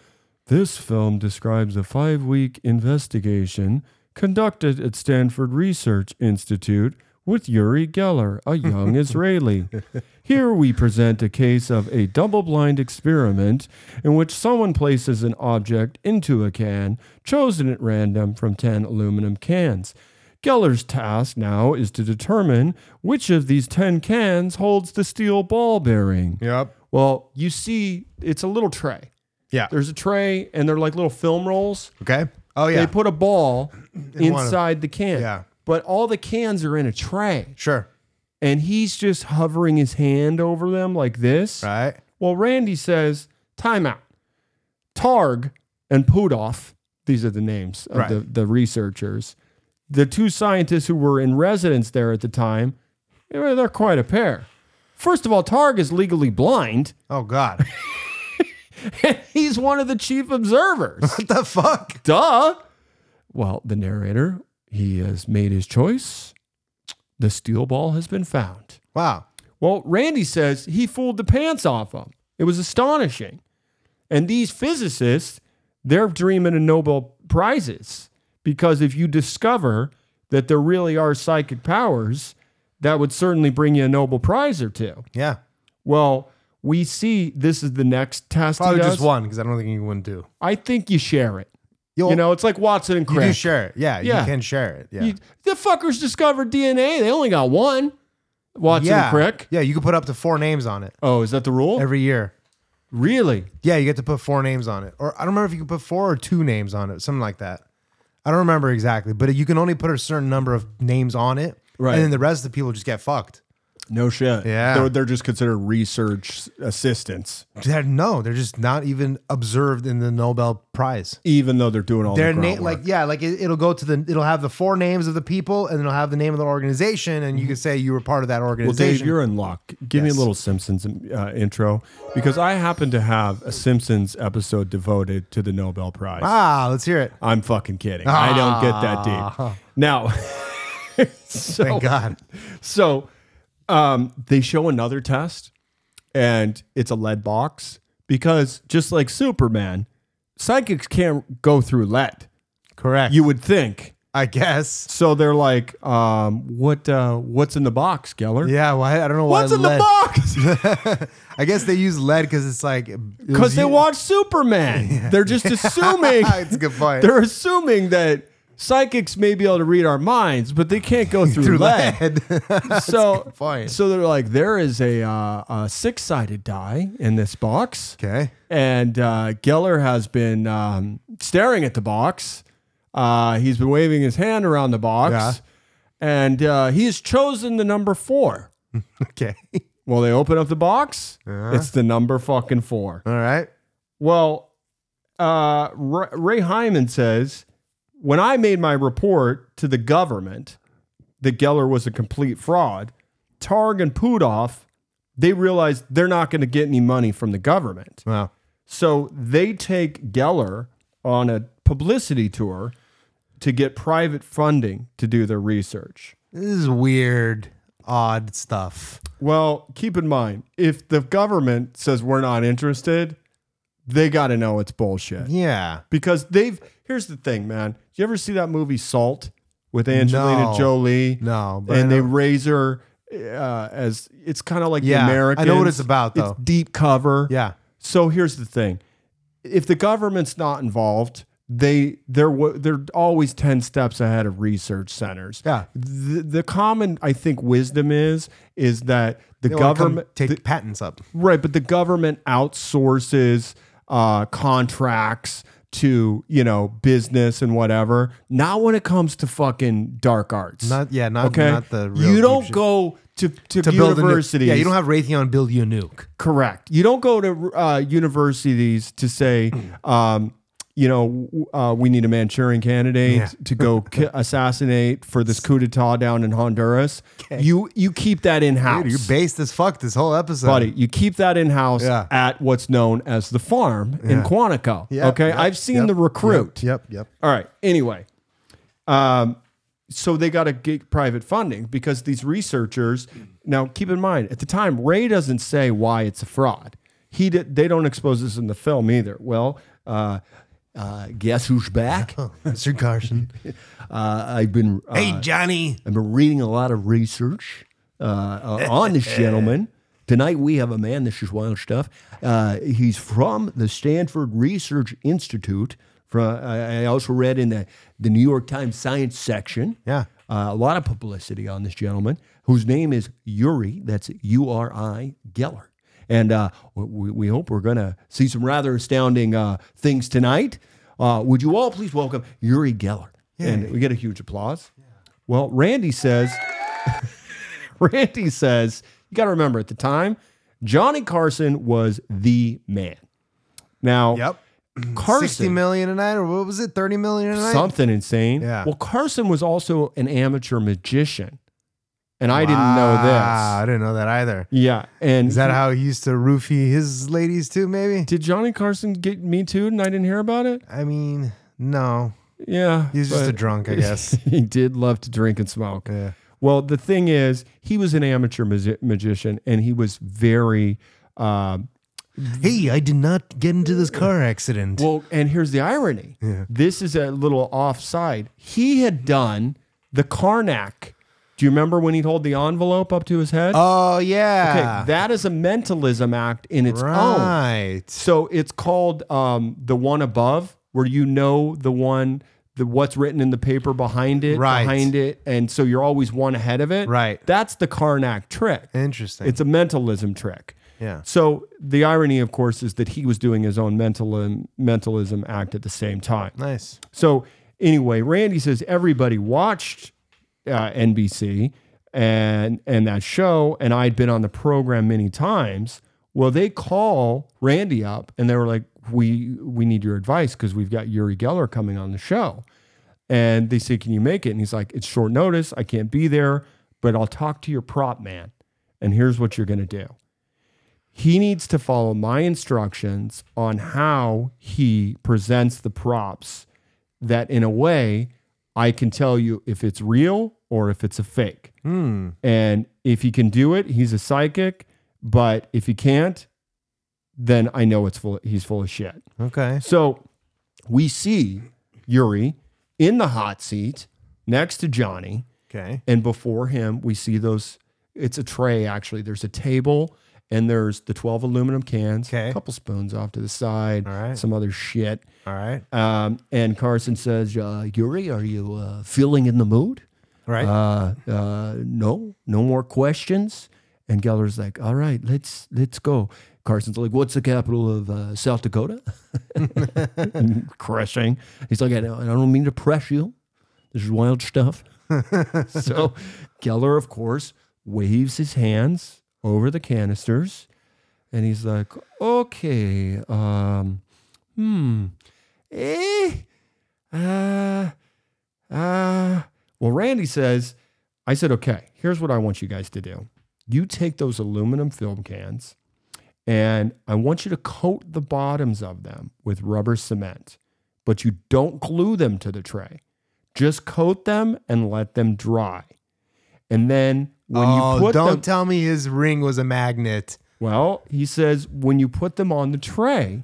[SPEAKER 2] This film describes a five week investigation conducted at Stanford Research Institute with Yuri Geller, a young Israeli. Here we present a case of a double blind experiment in which someone places an object into a can chosen at random from 10 aluminum cans. Geller's task now is to determine which of these 10 cans holds the steel ball bearing.
[SPEAKER 3] Yep.
[SPEAKER 2] Well, you see, it's a little tray.
[SPEAKER 3] Yeah.
[SPEAKER 2] There's a tray, and they're like little film rolls.
[SPEAKER 3] Okay. Oh yeah.
[SPEAKER 2] They put a ball
[SPEAKER 3] one of-
[SPEAKER 2] inside the can.
[SPEAKER 3] Yeah.
[SPEAKER 2] But all the cans are in a tray.
[SPEAKER 3] sure.
[SPEAKER 2] And he's just hovering his hand over them like this.
[SPEAKER 3] Right.
[SPEAKER 2] Well, Randy says, timeout. Targ and Pudoff, these are the names of
[SPEAKER 3] Right.
[SPEAKER 2] the, the researchers, the two scientists who were in residence there at the time, they're they're quite a pair. First of all, Targ is legally blind.
[SPEAKER 3] Oh God.
[SPEAKER 2] He's one of the chief observers.
[SPEAKER 3] what the fuck?
[SPEAKER 2] Duh. Well, the narrator, he has made his choice. The steel ball has been found.
[SPEAKER 3] Wow.
[SPEAKER 2] Well, Randy says he fooled the pants off him. It was astonishing. And these physicists, they're dreaming of Nobel Prizes because if you discover that there really are psychic powers, that would certainly bring you a Nobel Prize or two.
[SPEAKER 3] Yeah.
[SPEAKER 2] Well, we see this is the next test. he
[SPEAKER 3] Probably just
[SPEAKER 2] does.
[SPEAKER 3] one because I don't think you wouldn't do.
[SPEAKER 2] I think you share it.
[SPEAKER 3] You'll-
[SPEAKER 2] You know, it's like Watson and
[SPEAKER 3] You
[SPEAKER 2] Crick.
[SPEAKER 3] do share it. Yeah,
[SPEAKER 2] Yeah.
[SPEAKER 3] You can share it. Yeah.
[SPEAKER 2] You- the fuckers discovered DNA. They only got one. Watson
[SPEAKER 3] yeah.
[SPEAKER 2] Crick.
[SPEAKER 3] Yeah. You can put up to four names on it
[SPEAKER 2] Oh, is that the rule?
[SPEAKER 3] every year.
[SPEAKER 2] really?
[SPEAKER 3] Yeah, you get to put four names on it. Or I don't remember if you can put four or two names on it, something like that. I don't remember exactly, but you can only put a certain number of names on it.
[SPEAKER 2] Right.
[SPEAKER 3] And then the rest of the people just get fucked.
[SPEAKER 4] No shit.
[SPEAKER 3] Yeah.
[SPEAKER 4] They're, they're just considered research assistants,
[SPEAKER 3] They're, no, they're just not even observed in the Nobel Prize.
[SPEAKER 4] even though they're doing all
[SPEAKER 3] Their
[SPEAKER 4] the
[SPEAKER 3] name,
[SPEAKER 4] name,
[SPEAKER 3] like, yeah, like it, it'll go to the, it'll have the four names of the people and it'll have the name of the organization. And you can say you were part of that
[SPEAKER 4] Mm-hmm. Well, Dave,
[SPEAKER 3] organization.
[SPEAKER 4] you're in luck. Give me a
[SPEAKER 3] Yes.
[SPEAKER 4] little Simpsons uh, intro because I happen to have a Simpsons episode devoted to the Nobel Prize.
[SPEAKER 3] ah, let's hear it.
[SPEAKER 4] I'm fucking kidding. I don't get
[SPEAKER 3] Ah.
[SPEAKER 4] that deep. Now, so
[SPEAKER 3] Thank God.
[SPEAKER 4] So um, they show another test, and it's a lead box because just like Superman, psychics can't go through lead.
[SPEAKER 3] Correct.
[SPEAKER 4] You would think.
[SPEAKER 3] I guess.
[SPEAKER 4] So they're like, um, "What? Uh, what's in the box, Geller?
[SPEAKER 3] Yeah. Well, I, I don't know why.
[SPEAKER 4] what's in the
[SPEAKER 3] lead-
[SPEAKER 4] box?"
[SPEAKER 3] I guess they use lead because it's like
[SPEAKER 4] Because they watch Superman. They're just assuming.
[SPEAKER 3] It's a good point.
[SPEAKER 4] They're assuming that psychics may be able to read our minds, but they can't go through,
[SPEAKER 3] through
[SPEAKER 4] lead.
[SPEAKER 3] lead.
[SPEAKER 4] so,
[SPEAKER 3] point.
[SPEAKER 4] so they're like, there is a, uh, a six-sided die in this box,
[SPEAKER 3] okay.
[SPEAKER 4] and uh, Geller has been um, staring at the box. Uh, he's been waving his hand around the box,
[SPEAKER 3] Yeah.
[SPEAKER 4] and uh, he has chosen the number four.
[SPEAKER 3] Okay.
[SPEAKER 4] Well, they open up the box. It's the number fucking four.
[SPEAKER 3] All right.
[SPEAKER 4] Well, uh, R- Ray Hyman says when I made my report to the government that Geller was a complete fraud, Targ and Pudoff, they realized they're not going to get any money from the government.
[SPEAKER 3] Wow.
[SPEAKER 2] So they take Geller on a publicity tour to get private funding to do their research.
[SPEAKER 3] This is weird, odd stuff.
[SPEAKER 2] Well, keep in mind, if the government says we're not interested, they got to know it's bullshit.
[SPEAKER 3] Yeah.
[SPEAKER 2] Because they've, here's the thing, man. Did you ever see that movie Salt with Angelina
[SPEAKER 3] No.
[SPEAKER 2] Jolie?
[SPEAKER 3] No, but I
[SPEAKER 2] and
[SPEAKER 3] know-
[SPEAKER 2] they raise her uh, as it's kind of like
[SPEAKER 3] Yeah, I
[SPEAKER 2] the
[SPEAKER 3] know what
[SPEAKER 2] Americans.
[SPEAKER 3] it's about, though.
[SPEAKER 2] It's deep cover.
[SPEAKER 3] yeah.
[SPEAKER 2] So here's the thing: if the government's not involved, they they're wa- they're always ten steps ahead of research centers.
[SPEAKER 3] Yeah.
[SPEAKER 2] The, the common I think wisdom is is that the
[SPEAKER 3] They wanna come
[SPEAKER 2] government
[SPEAKER 3] take patents up.
[SPEAKER 2] Right, but the government outsources uh, contracts to you know business and whatever. Not when it comes to fucking dark arts.
[SPEAKER 3] Not yeah, not
[SPEAKER 2] okay.
[SPEAKER 3] not the real
[SPEAKER 2] you don't
[SPEAKER 3] deep shit.
[SPEAKER 2] go to to,
[SPEAKER 3] to build a nuke.
[SPEAKER 2] universities.
[SPEAKER 3] Yeah, you don't have Raytheon build you a nuke.
[SPEAKER 2] correct. You don't go to uh, universities to say. Um, you know, w- uh, we need a Manchurian candidate
[SPEAKER 3] Yeah.
[SPEAKER 2] to go ki- assassinate for this coup d'état down in Honduras. You you keep that in house.
[SPEAKER 3] Dude, you're based as fuck this whole episode.
[SPEAKER 2] Buddy, you keep that in house
[SPEAKER 3] Yeah.
[SPEAKER 2] at what's known as the farm in Quantico.
[SPEAKER 3] Yep,
[SPEAKER 2] okay.
[SPEAKER 3] yep,
[SPEAKER 2] I've seen
[SPEAKER 3] yep,
[SPEAKER 2] the recruit.
[SPEAKER 3] Yep, yep.
[SPEAKER 2] All right. Anyway, um, so they got to get private funding because these researchers. Now, keep in mind, at the time, Ray doesn't say why it's a fraud. He did, they don't expose this in the film either. Well, uh, uh, guess who's back? uh,
[SPEAKER 3] Mr. Carson.
[SPEAKER 2] I've been uh,
[SPEAKER 3] hey Johnny.
[SPEAKER 2] I've been reading a lot of research uh, uh, on this gentleman. Tonight we have a man. This is wild stuff. Uh, he's from the Stanford Research Institute. From I I also read in the the New York Times Science section.
[SPEAKER 3] Yeah.
[SPEAKER 2] uh, a lot of publicity on this gentleman whose name is Yuri. That's U R I Geller. And uh, we, we hope we're going to see some rather astounding uh, things tonight. Uh, would you all please welcome Yuri Geller? And we get a huge applause. Well, Randy says, Randy says, you got to remember at the time, Johnny Carson was the man. Now,
[SPEAKER 3] Yep. Sixty
[SPEAKER 2] Carson,
[SPEAKER 3] million a night, or what was it? Thirty million a night?
[SPEAKER 2] something insane.
[SPEAKER 3] Yeah.
[SPEAKER 2] Well, Carson was also an amateur magician, and I
[SPEAKER 3] Wow,
[SPEAKER 2] didn't know
[SPEAKER 3] Ah, I didn't know that either.
[SPEAKER 2] this. Yeah. And
[SPEAKER 3] Is that how he used to roofie his ladies too? Maybe.
[SPEAKER 2] did Johnny Carson get me too, and I didn't hear about it?
[SPEAKER 3] I mean, no.
[SPEAKER 2] Yeah.
[SPEAKER 3] He's just a
[SPEAKER 2] but-
[SPEAKER 3] drunk, I guess.
[SPEAKER 2] he did love to drink and smoke.
[SPEAKER 3] Yeah.
[SPEAKER 2] Well, the thing is, he was an amateur magi- magician, and he was very. Um,
[SPEAKER 3] hey, I did not get into this car accident.
[SPEAKER 2] Well, and here's the irony. This is a little offside. He had done the Karnak. Do you remember when he'd hold the envelope up to his head?
[SPEAKER 3] oh
[SPEAKER 2] okay, oh.
[SPEAKER 3] yeah.
[SPEAKER 2] that is a mentalism act in its own.
[SPEAKER 3] right.
[SPEAKER 2] So it's called um, the one above, where you know the one, the what's written in the paper behind it,
[SPEAKER 3] Right.
[SPEAKER 2] behind it, and so you're always one ahead of it.
[SPEAKER 3] Right.
[SPEAKER 2] That's the Karnak trick.
[SPEAKER 3] Interesting.
[SPEAKER 2] It's a mentalism trick.
[SPEAKER 3] yeah.
[SPEAKER 2] So the irony, of course, is that he was doing his own mentalism, mentalism act at the same time.
[SPEAKER 3] Nice.
[SPEAKER 2] So anyway, Randy says everybody watched uh, NBC and and that show, and I'd been on the program many times. Well, they call Randy up and they were like, "We we need your advice because we've got Yuri Geller coming on the show." And they say, "Can you make it?" And he's like, "It's short notice. I can't be there, but I'll talk to your prop man. And here's what you're gonna do." he needs to follow my instructions on how he presents the props that in a way I can tell you if it's real or if it's a fake.
[SPEAKER 3] Hmm.
[SPEAKER 2] And if he can do it, he's a psychic, but if he can't, then I know it's full he's full of shit.
[SPEAKER 3] Okay.
[SPEAKER 2] So we see Yuri in the hot seat next to Johnny
[SPEAKER 3] Okay.
[SPEAKER 2] and before him we see those it's a tray actually there's a table and there's the 12 aluminum cans
[SPEAKER 3] Okay.
[SPEAKER 2] a couple spoons off to the side
[SPEAKER 3] All right.
[SPEAKER 2] some other shit
[SPEAKER 3] All right.
[SPEAKER 2] um, and carson says uh, yuri are you uh, feeling in the mood
[SPEAKER 3] Right.
[SPEAKER 2] uh, uh, no no more questions and geller's like all right let's let's go carson's like what's the capital of uh, south dakota crushing he's like I don't, I don't mean to press you this is wild stuff so Geller, of course, waves his hands over the canisters and he's like, okay, um, hmm, eh, uh, uh. Well, Randy says, I said, okay, here's what I want you guys to do. You take those aluminum film cans And I want you to coat the bottoms of them with rubber cement, but you don't glue them to the tray. Just coat them and let them dry. And then when
[SPEAKER 3] oh,
[SPEAKER 2] you put
[SPEAKER 3] don't
[SPEAKER 2] them,
[SPEAKER 3] tell me his ring was a magnet.
[SPEAKER 2] well, he says when you put them on the tray,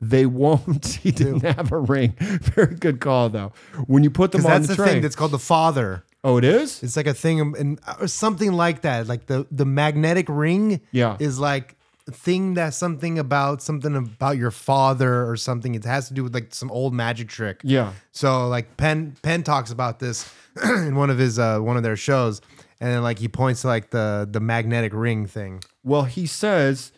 [SPEAKER 2] they won't. He didn't have a ring. Very good call though. When you put them
[SPEAKER 3] Because
[SPEAKER 2] on
[SPEAKER 3] that's
[SPEAKER 2] the,
[SPEAKER 3] the,
[SPEAKER 2] tray,
[SPEAKER 3] thing that's called the father.
[SPEAKER 2] oh, it is.
[SPEAKER 3] It's like a thing um, and or something like that. Like the the magnetic ring
[SPEAKER 2] Yeah.
[SPEAKER 3] is like a thing that's something about something about your father or something. It has to do with like some old magic trick.
[SPEAKER 2] Yeah.
[SPEAKER 3] So like Penn Penn talks about this in one of his uh one of their shows. And then like he points to like the the magnetic ring thing.
[SPEAKER 2] Well, he says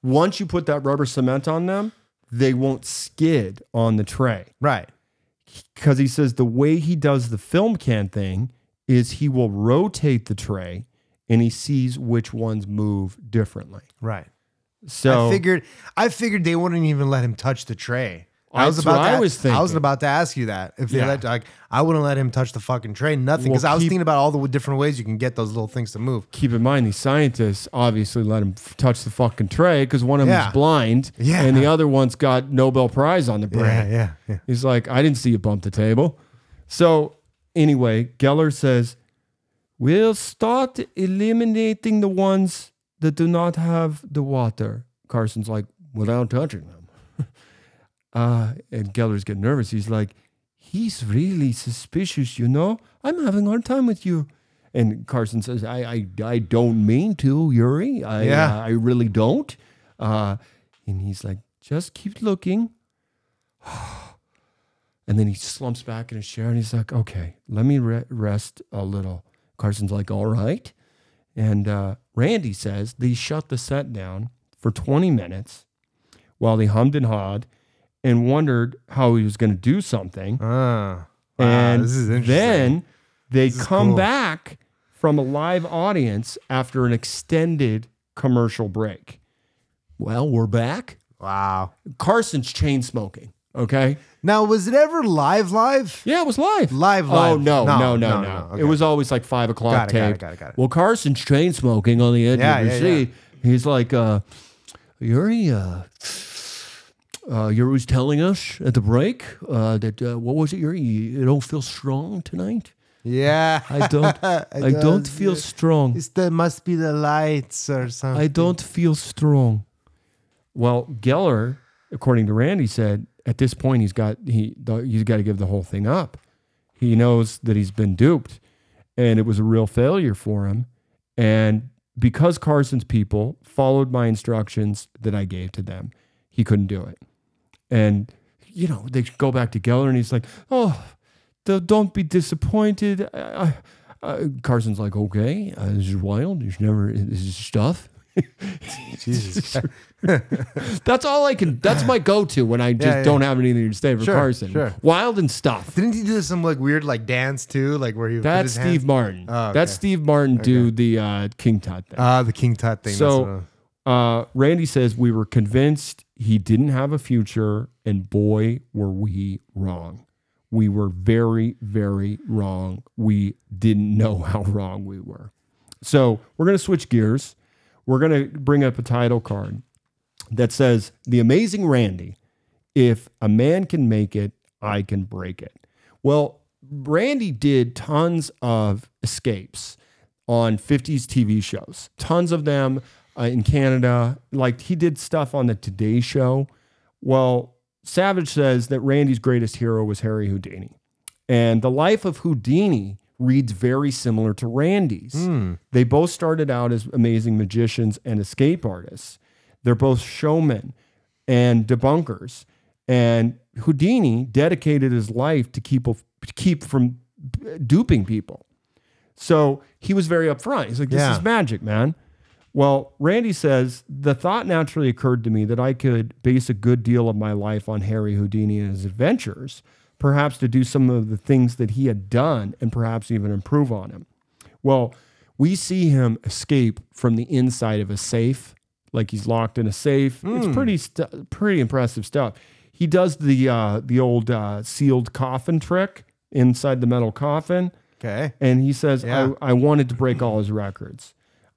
[SPEAKER 2] once you put that rubber cement on them, they won't skid on the tray.
[SPEAKER 3] Right.
[SPEAKER 2] because he says the way he does the film can thing is he will rotate the tray and he sees which ones move differently.
[SPEAKER 3] Right.
[SPEAKER 2] So
[SPEAKER 3] I figured I figured they wouldn't even let him touch the tray. I
[SPEAKER 2] That's
[SPEAKER 3] was about
[SPEAKER 2] what
[SPEAKER 3] to,
[SPEAKER 2] I was
[SPEAKER 3] I was
[SPEAKER 2] thinking.
[SPEAKER 3] about to ask you that if they
[SPEAKER 2] Yeah.
[SPEAKER 3] let like I wouldn't let him touch the fucking tray nothing
[SPEAKER 2] Well,
[SPEAKER 3] because I was
[SPEAKER 2] keep-
[SPEAKER 3] thinking about all the different ways you can get those little things to move.
[SPEAKER 2] keep in mind, these scientists obviously let him f- touch the fucking tray because one of them
[SPEAKER 3] Yeah.
[SPEAKER 2] is blind
[SPEAKER 3] Yeah.
[SPEAKER 2] and the other one's got Nobel Prize on the brain.
[SPEAKER 3] yeah, yeah.
[SPEAKER 2] He's like, I didn't see you bump the table. So anyway, Geller says, We'll start eliminating the ones that do not have the water. Carson's like, without touching them. uh, and Geller's getting nervous. He's like, He's really suspicious, you know? I'm having a hard time with you. And Carson says, I, I, I don't mean to, Yuri. I,
[SPEAKER 3] Yeah.
[SPEAKER 2] uh, I really don't. Uh, and he's like, just keep looking. And then he slumps back in his chair and he's like, okay, let me re- rest a little. Carson's like, all right. And uh, Randy says they shut the set down for 20 minutes while they hummed and hawed and wondered how he was going to do something.
[SPEAKER 3] Ah, wow,
[SPEAKER 2] and
[SPEAKER 3] this is interesting.
[SPEAKER 2] then they
[SPEAKER 3] is
[SPEAKER 2] come
[SPEAKER 3] cool.
[SPEAKER 2] back from a live audience after an extended commercial break. Well, we're back.
[SPEAKER 3] wow.
[SPEAKER 2] Carson's chain smoking. Okay.
[SPEAKER 3] Now was it ever live? Live?
[SPEAKER 2] Yeah, it was live.
[SPEAKER 3] Live,
[SPEAKER 2] Oh
[SPEAKER 3] live.
[SPEAKER 2] no, no, no, no.
[SPEAKER 3] no, no.
[SPEAKER 2] It
[SPEAKER 3] Okay.
[SPEAKER 2] was always like five o'clock
[SPEAKER 3] Got it, got it,
[SPEAKER 2] tape.
[SPEAKER 3] got it, got it.
[SPEAKER 2] Well, Carson's chain smoking on the edge
[SPEAKER 3] Yeah,
[SPEAKER 2] of
[SPEAKER 3] yeah,
[SPEAKER 2] his seat. He's like, uh, Yuri, uh, uh, Yuri was telling us at the break uh, that uh, what was it, Yuri? You you don't feel strong tonight.
[SPEAKER 3] Yeah.
[SPEAKER 2] I don't. I, don't
[SPEAKER 3] does,
[SPEAKER 2] feel
[SPEAKER 3] yeah.
[SPEAKER 2] strong.
[SPEAKER 3] It's there must be the lights or something.
[SPEAKER 2] I don't feel strong. Well, Geller, according to Randy, said at this point he's got he the- he's got to give the whole thing up. He knows that he's been duped, and it was a real failure for him. And because Carson's people followed my instructions that I gave to them, he couldn't do it. And you know they go back to Geller, and he's like, "Oh, d- don't be disappointed." I, I, uh, Carson's like, "Okay, uh, this is wild. There's never this is stuff."
[SPEAKER 3] Jesus.
[SPEAKER 2] That's all I can. That's my go-to when I just
[SPEAKER 3] Yeah, yeah.
[SPEAKER 2] don't have anything to say for
[SPEAKER 3] Sure,
[SPEAKER 2] Carson.
[SPEAKER 3] sure.
[SPEAKER 2] Wild and stuff.
[SPEAKER 3] Didn't he do some like weird like dance too? Like where he would put
[SPEAKER 2] That's
[SPEAKER 3] his hands-
[SPEAKER 2] Steve Martin.
[SPEAKER 3] Oh, okay.
[SPEAKER 2] That's Steve Martin do the uh, King Tut thing.
[SPEAKER 3] Ah, the King Tut thing. that's what I-
[SPEAKER 2] so, uh, Randy says we were convinced he didn't have a future, and boy, were we wrong. We were very, very wrong. We didn't know how wrong we were. So we're gonna switch gears. We're gonna bring up a title card that says "The Amazing Randy." if a man can make it, I can break it. Well, Randy did tons of escapes on 50s TV shows, tons of them uh, in Canada. Like he did stuff on the Today Show. Well, Savage says that Randy's greatest hero was Harry Houdini. And the life of Houdini reads very similar to Randy's. They both started out as amazing magicians and escape artists. They're both showmen and debunkers. And Houdini dedicated his life to keep to keep from duping people. So he was very upfront. He's like, "This
[SPEAKER 3] Yeah.
[SPEAKER 2] is magic, man." Well, Randy says the thought naturally occurred to me that I could base a good deal of my life on Harry Houdini and his adventures, perhaps to do some of the things that he had done and perhaps even improve on him. Well, we see him escape from the inside of a safe, like he's locked in a safe. It's pretty stu- pretty impressive stuff. He does the uh, the old uh, sealed coffin trick inside the metal coffin,
[SPEAKER 3] okay.
[SPEAKER 2] and he says,
[SPEAKER 3] Yeah.
[SPEAKER 2] I, "I wanted to break all his records.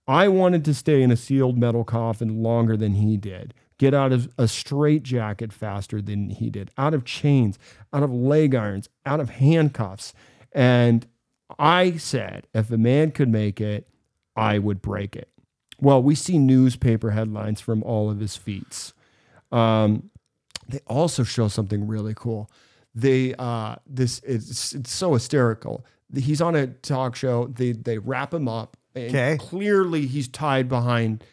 [SPEAKER 2] I wanted to stay in a sealed metal coffin longer than he did, get out of a straitjacket faster than he did, out of chains, out of leg irons, out of handcuffs. And I said, if a man could make it, I would break it. Well, we see newspaper headlines from all of his feats. Um, they also show something really cool. They uh, this it's, it's so hysterical. He's on a talk show. They they wrap him up. and
[SPEAKER 3] Okay.
[SPEAKER 2] Clearly, he's tied behind.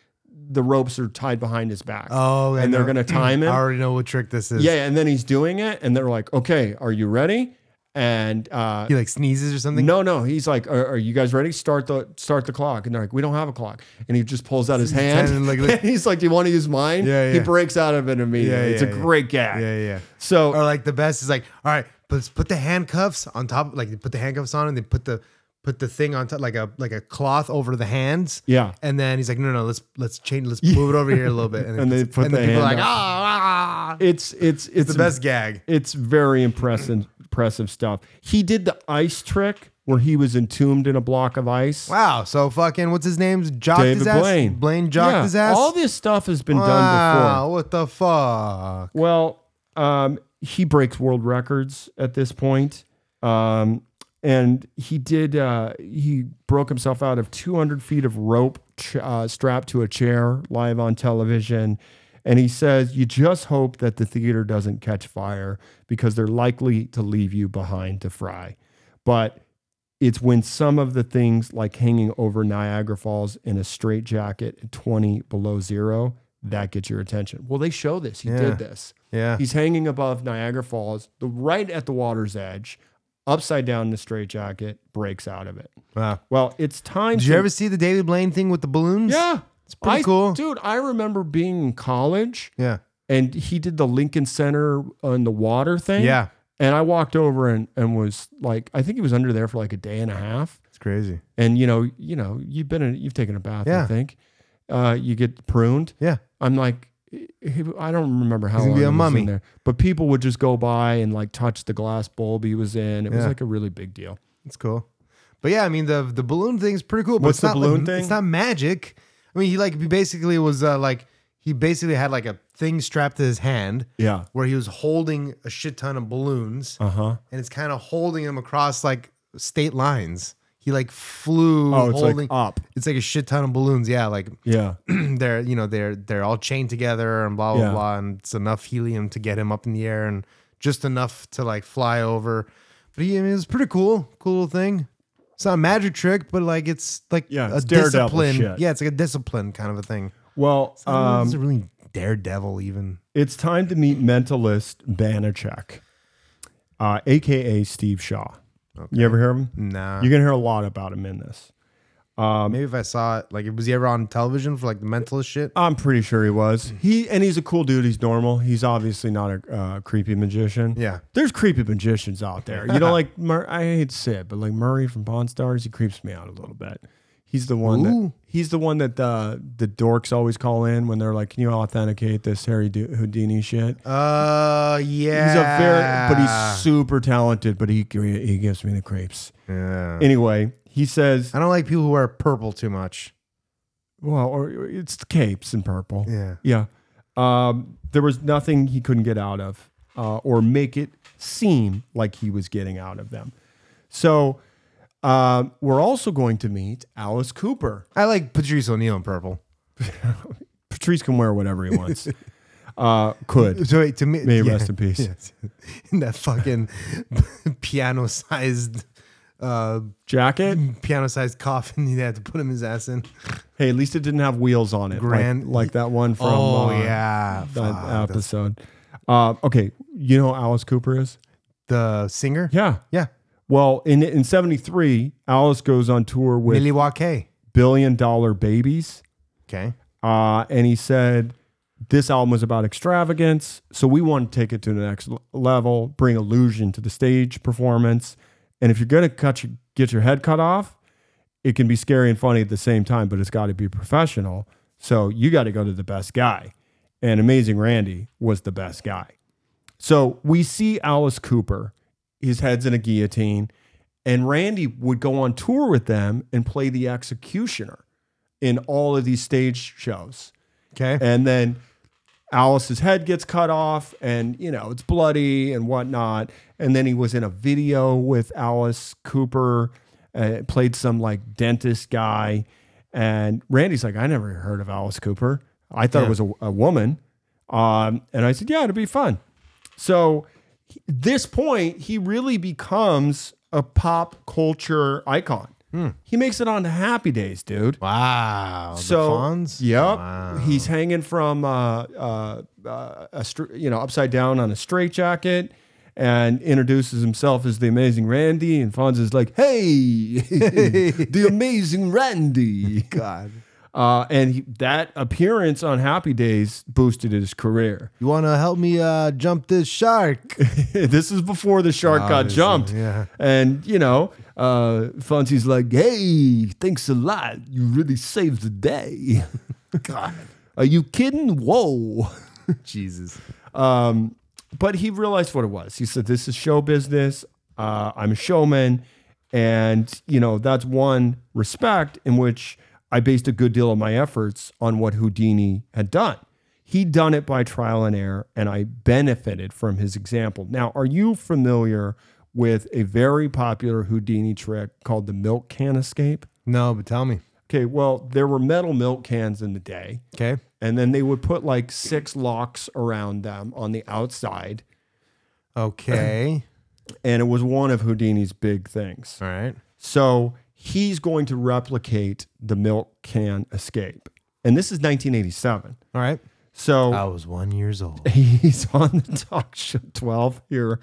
[SPEAKER 2] The ropes are tied behind his back.
[SPEAKER 3] Oh, I
[SPEAKER 2] and they're
[SPEAKER 3] know.
[SPEAKER 2] gonna time
[SPEAKER 3] I
[SPEAKER 2] him.
[SPEAKER 3] already know what trick this is.
[SPEAKER 2] yeah, and then he's doing it, and they're like, "Okay, are you ready?" And uh,
[SPEAKER 3] He like sneezes or something.
[SPEAKER 2] no, no. He's like, are, are you guys ready? Start the start the clock. And they're like, we don't have a clock. And he just pulls out his hand.
[SPEAKER 3] hand and like- like-
[SPEAKER 2] he's like, do you want to use mine?
[SPEAKER 3] Yeah,
[SPEAKER 2] He
[SPEAKER 3] yeah.
[SPEAKER 2] breaks out of it immediately.
[SPEAKER 3] Yeah,
[SPEAKER 2] it's a
[SPEAKER 3] yeah, yeah.
[SPEAKER 2] great gag.
[SPEAKER 3] Yeah, Uh, yeah.
[SPEAKER 2] So
[SPEAKER 3] Or like the best is like, all right, put put the handcuffs on top. Like they put the handcuffs on and they put the put the thing on top, like a like a cloth over the hands.
[SPEAKER 2] yeah,
[SPEAKER 3] And then he's like, no, no, no, let's let's change, let's move it over here a little bit. And,
[SPEAKER 2] And they
[SPEAKER 3] puts-
[SPEAKER 2] put
[SPEAKER 3] and
[SPEAKER 2] the
[SPEAKER 3] people are
[SPEAKER 2] hand
[SPEAKER 3] like,
[SPEAKER 2] up.
[SPEAKER 3] ah, ah,
[SPEAKER 2] it's it's it's,
[SPEAKER 3] the best gag.
[SPEAKER 2] It's very impressive impressive stuff. He did the ice trick where he was entombed in a block of ice.
[SPEAKER 3] Wow. So fucking what's his name's jocked
[SPEAKER 2] David
[SPEAKER 3] his ass.
[SPEAKER 2] Blaine.
[SPEAKER 3] Blaine jocked
[SPEAKER 2] Yeah,
[SPEAKER 3] his ass.
[SPEAKER 2] All this stuff has been done before.
[SPEAKER 3] wow, what the fuck?
[SPEAKER 2] Well, um, he breaks world records at this point. Um, and he did, uh, he broke himself out of 200 feet of rope ch- uh, strapped to a chair live on television. And he says, You just hope that the theater doesn't catch fire because they're likely to leave you behind to fry. But it's when some of the things like hanging over Niagara Falls in a straitjacket at 20 below zero that gets your attention. Well, they show this. He
[SPEAKER 3] Yeah.
[SPEAKER 2] did this.
[SPEAKER 3] Yeah.
[SPEAKER 2] He's hanging above Niagara Falls, the right at the water's edge, upside down in a straitjacket, breaks out of it.
[SPEAKER 3] Wow.
[SPEAKER 2] Well, it's time.
[SPEAKER 3] Did
[SPEAKER 2] to,
[SPEAKER 3] you ever see the David Blaine thing with the balloons?
[SPEAKER 2] Yeah, it's
[SPEAKER 3] pretty cool.
[SPEAKER 2] dude. I remember being in college,
[SPEAKER 3] Yeah.
[SPEAKER 2] and he did the Lincoln Center on the water thing.
[SPEAKER 3] Yeah.
[SPEAKER 2] and I walked over and and was like, I think he was under there for like a day and a half.
[SPEAKER 3] It's crazy.
[SPEAKER 2] And you know, you know, you've been in, you've taken a bath. I
[SPEAKER 3] Yeah.
[SPEAKER 2] think uh, you get pruned.
[SPEAKER 3] Yeah.
[SPEAKER 2] I'm like, he- I don't remember how
[SPEAKER 3] He's gonna
[SPEAKER 2] long
[SPEAKER 3] be a
[SPEAKER 2] he was
[SPEAKER 3] mummy.
[SPEAKER 2] in there, but people would just go by and like touch the glass bulb he was in. It was
[SPEAKER 3] Yeah.
[SPEAKER 2] like a really big deal.
[SPEAKER 3] It's cool. But yeah, I mean the the balloon thing's pretty cool. But
[SPEAKER 2] What's
[SPEAKER 3] it's
[SPEAKER 2] the
[SPEAKER 3] not
[SPEAKER 2] balloon
[SPEAKER 3] like,
[SPEAKER 2] thing?
[SPEAKER 3] It's not magic. I mean, he like he basically was uh, like he basically had like a thing strapped to his hand
[SPEAKER 2] Yeah.
[SPEAKER 3] where he was holding a shit ton of balloons,
[SPEAKER 2] Uh huh.
[SPEAKER 3] and it's kind of holding him across like state lines. He like flew.
[SPEAKER 2] Oh, it's
[SPEAKER 3] holding,
[SPEAKER 2] like up.
[SPEAKER 3] It's like a shit ton of balloons. Yeah, like
[SPEAKER 2] Yeah.
[SPEAKER 3] they're you know they're they're all chained together and blah blah
[SPEAKER 2] Yeah.
[SPEAKER 3] blah and it's enough helium to get him up in the air and just enough to like fly over but he, I mean, it's pretty cool cool little thing it's not a magic trick but like it's like
[SPEAKER 2] Yeah,
[SPEAKER 3] a
[SPEAKER 2] it's daredevil
[SPEAKER 3] discipline
[SPEAKER 2] shit.
[SPEAKER 3] yeah it's like a discipline kind of a thing
[SPEAKER 2] Well,
[SPEAKER 3] um,
[SPEAKER 2] um,
[SPEAKER 3] really daredevil even
[SPEAKER 2] it's time to meet mentalist Banachek, uh, aka Steve Shaw. You ever hear of him?
[SPEAKER 3] nah
[SPEAKER 2] You're gonna hear a lot about him in this.
[SPEAKER 3] maybe if I saw it like was he ever on television for like the mentalist shit
[SPEAKER 2] I'm pretty sure he was. He and he's a cool dude. He's normal. He's obviously not a uh, creepy magician.
[SPEAKER 3] Yeah.
[SPEAKER 2] there's creepy magicians out there. You know, like Mur- I hate to say it, but like Murray from Pawn Stars, he creeps me out a little bit. He's the one that
[SPEAKER 3] Ooh.
[SPEAKER 2] he's the one that the the dorks always call in when they're like, "Can you authenticate this Harry Do- Houdini shit?"
[SPEAKER 3] uh yeah
[SPEAKER 2] He's a very, but he's super talented. But he he gives me the creeps.
[SPEAKER 3] yeah.
[SPEAKER 2] Anyway, he says,
[SPEAKER 3] I don't like people who wear purple too much
[SPEAKER 2] "Well, or it's the capes in purple."
[SPEAKER 3] yeah
[SPEAKER 2] Yeah. Um, there was nothing he couldn't get out of uh, or make it seem like he was getting out of them. So um, we're also going to meet Alice Cooper.
[SPEAKER 3] I like Patrice O'Neill in purple
[SPEAKER 2] Patrice can wear whatever he wants. uh, could.
[SPEAKER 3] So wait, to me,
[SPEAKER 2] May he rest in peace.
[SPEAKER 3] yes. In that fucking piano-sized, uh,
[SPEAKER 2] Jacket?
[SPEAKER 3] piano-sized coffin, you had to put him his ass in.
[SPEAKER 2] Hey, at least it didn't have wheels on it. like-
[SPEAKER 3] Grand-
[SPEAKER 2] Like, that one from
[SPEAKER 3] oh
[SPEAKER 2] uh,
[SPEAKER 3] yeah,
[SPEAKER 2] that
[SPEAKER 3] Fuck.
[SPEAKER 2] episode. Uh, okay. You know who Alice Cooper is?
[SPEAKER 3] the singer.
[SPEAKER 2] Yeah.
[SPEAKER 3] yeah,
[SPEAKER 2] Well, in, in 73, Alice goes on tour with
[SPEAKER 3] Millie Walker.
[SPEAKER 2] Billion Dollar Babies.
[SPEAKER 3] Okay,
[SPEAKER 2] uh, and he said this album was about extravagance so we want to take it to the next l- level bring illusion to the stage performance and if you're going to cut your, get your head cut off it can be scary and funny at the same time but it's got to be professional so you got to go to the best guy and amazing randy was the best guy so we see alice cooper his head's in a guillotine and randy would go on tour with them and play the executioner in all of these stage shows.
[SPEAKER 3] Okay.
[SPEAKER 2] And then Alice's head gets cut off, and you know it's bloody and whatnot. And then he was in a video with Alice Cooper, uh, played some like dentist guy. And Randy's like, I never heard of Alice Cooper. I thought it was a, a woman. Um, and I said, Yeah, it'd be fun. So he- this point, he really becomes a pop culture icon. He makes it on Happy Days, dude.
[SPEAKER 3] Wow.
[SPEAKER 2] So,
[SPEAKER 3] the Fonz?
[SPEAKER 2] Yep.
[SPEAKER 3] Wow.
[SPEAKER 2] He's hanging from uh, uh, uh, a str- you know upside down on a straitjacket, and introduces himself as the amazing Randy. And Fonz is like, "Hey, the amazing Randy."
[SPEAKER 3] God.
[SPEAKER 2] Uh, and he, that appearance on Happy Days boosted his career.
[SPEAKER 3] You want to help me uh, jump this shark?
[SPEAKER 2] this is before the shark got
[SPEAKER 3] Obviously,
[SPEAKER 2] jumped.
[SPEAKER 3] yeah.
[SPEAKER 2] And, you know, uh, Fonzie's like, hey, thanks a lot. You really saved the day. God. Are you kidding? Whoa.
[SPEAKER 3] Jesus.
[SPEAKER 2] Um, but he realized what it was. He said, this is show business. Uh, I'm a showman. And, you know, that's one respect in which I based a good deal of my efforts on what Houdini had done. He'd done it by trial and error, and I benefited from his example. Now, are you familiar with a very popular Houdini trick called the milk can escape?
[SPEAKER 3] No, but tell me.
[SPEAKER 2] Okay, well, there were metal milk cans in the day
[SPEAKER 3] Okay.
[SPEAKER 2] and then they would put like six locks around them on the outside
[SPEAKER 3] Okay.
[SPEAKER 2] and it was one of houdini's big things
[SPEAKER 3] All right.
[SPEAKER 2] so he's going to replicate the milk can escape and this is 1987
[SPEAKER 3] All right.
[SPEAKER 2] so
[SPEAKER 3] I was one years old.
[SPEAKER 2] he's on the talk show 12 here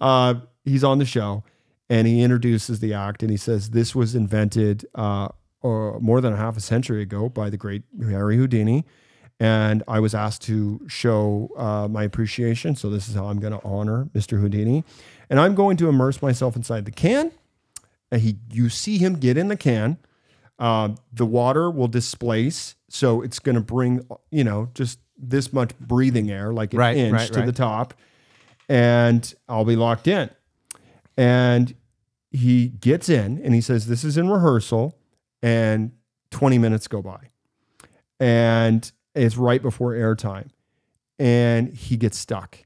[SPEAKER 2] uh, he's on the show and he introduces the act and he says this was invented uh, or more than a half a century ago by the great harry houdini and i was asked to show uh, my appreciation so this is how i'm going to honor mr houdini and i'm going to immerse myself inside the can and he you see him get in the can um, the water will displace so it's going to bring you know just this much breathing air like an
[SPEAKER 3] Right,
[SPEAKER 2] inch
[SPEAKER 3] right,
[SPEAKER 2] to the
[SPEAKER 3] right.
[SPEAKER 2] top and i'll be locked in and he gets in and he says this is in rehearsal and 20 minutes go by and it's right before airtime and he gets stuck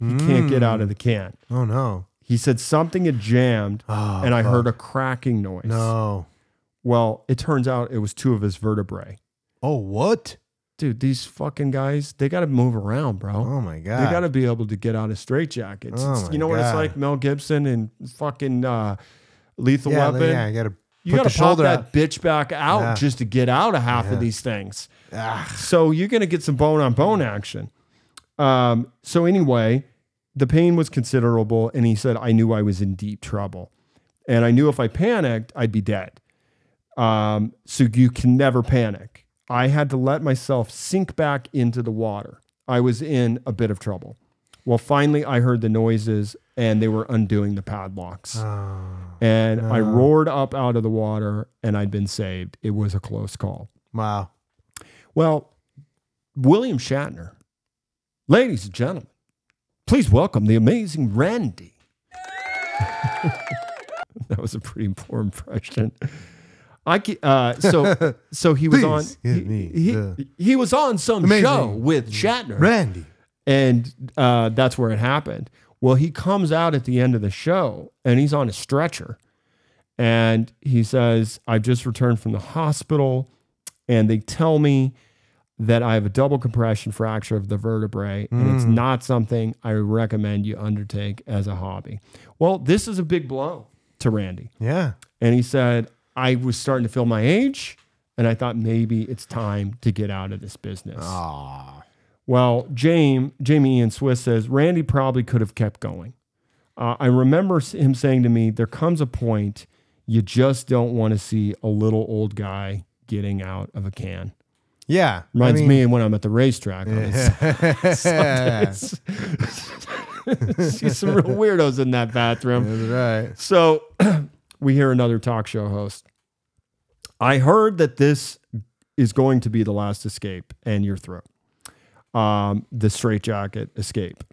[SPEAKER 2] he can't get out of the can
[SPEAKER 3] Oh no.
[SPEAKER 2] he said something had jammed
[SPEAKER 3] Oh,
[SPEAKER 2] and i
[SPEAKER 3] fuck.
[SPEAKER 2] heard a cracking noise
[SPEAKER 3] No.
[SPEAKER 2] well, it turns out it was two of his vertebrae.
[SPEAKER 3] Oh what?
[SPEAKER 2] Dude, these fucking guys, they got to move around, bro.
[SPEAKER 3] Oh my
[SPEAKER 2] They
[SPEAKER 3] god.
[SPEAKER 2] got to be able to get out of straitjackets.
[SPEAKER 3] Oh
[SPEAKER 2] It's-
[SPEAKER 3] my
[SPEAKER 2] you know what it's
[SPEAKER 3] God.
[SPEAKER 2] like? Mel Gibson and fucking uh, Lethal
[SPEAKER 3] yeah,
[SPEAKER 2] Weapon.
[SPEAKER 3] Yeah, I gotta
[SPEAKER 2] you
[SPEAKER 3] put
[SPEAKER 2] got
[SPEAKER 3] the
[SPEAKER 2] to pop
[SPEAKER 3] shoulder
[SPEAKER 2] that
[SPEAKER 3] out.
[SPEAKER 2] bitch back out
[SPEAKER 3] Yeah.
[SPEAKER 2] just to get out of half
[SPEAKER 3] Yeah.
[SPEAKER 2] of these things.
[SPEAKER 3] Ah,
[SPEAKER 2] So you're going to get some bone on bone action. Um, so anyway, the pain was considerable, and he said, "I knew I was in deep trouble, and I knew if I panicked, I'd be dead." Um, so you can never panic. I had to let myself sink back into the water. I was in a bit of trouble. Well, finally, I heard the noises, and they were undoing the padlocks.
[SPEAKER 3] Oh,
[SPEAKER 2] and I
[SPEAKER 3] no.
[SPEAKER 2] roared up out of the water, and I'd been saved. It was a close call.
[SPEAKER 3] wow.
[SPEAKER 2] Well, William Shatner, ladies and gentlemen, please welcome the amazing Randy. that was a pretty poor impression. I ca- uh, so so he was on
[SPEAKER 3] Please
[SPEAKER 2] he,
[SPEAKER 3] give me
[SPEAKER 2] he-
[SPEAKER 3] the-
[SPEAKER 2] he was on some
[SPEAKER 3] Amazing.
[SPEAKER 2] show with Shatner,
[SPEAKER 3] Randy.
[SPEAKER 2] and uh, that's where it happened. Well, he comes out at the end of the show and he's on a stretcher. And he says, I've just returned from the hospital and they tell me that I have a double compression fracture of the vertebrae and it's not something I recommend you undertake as a hobby. Well, this is a big blow to Randy.
[SPEAKER 3] Yeah.
[SPEAKER 2] And he said, I was starting to feel my age and I thought maybe it's time to get out of this business.
[SPEAKER 3] Ah.
[SPEAKER 2] Well, Jamie, Jamie Ian Swiss says Randy probably could have kept going. Uh, I remember s- him saying to me, "There comes a point you just don't want to see a little old guy getting out of a can."
[SPEAKER 3] Yeah.
[SPEAKER 2] Reminds
[SPEAKER 3] I mean,
[SPEAKER 2] me of when I'm at the racetrack. on a
[SPEAKER 3] Yeah.
[SPEAKER 2] Sunday. see some real weirdos in that bathroom.
[SPEAKER 3] That's right.
[SPEAKER 2] So we hear another talk show host. I heard that this is going to be the last escape and your throat. Um, the straitjacket escape.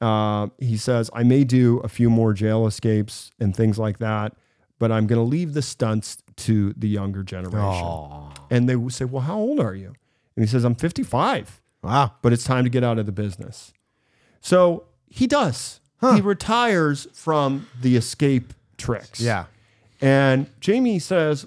[SPEAKER 2] Uh, he says, I may do a few more jail escapes and things like that, but I'm going to leave the stunts to the younger generation. And they would say, Well, how old are you? And he says, I'm 55,
[SPEAKER 3] Wow.
[SPEAKER 2] but it's time to get out of the business. So he does. He retires from the escape tricks.
[SPEAKER 3] Yeah.
[SPEAKER 2] And Jamie says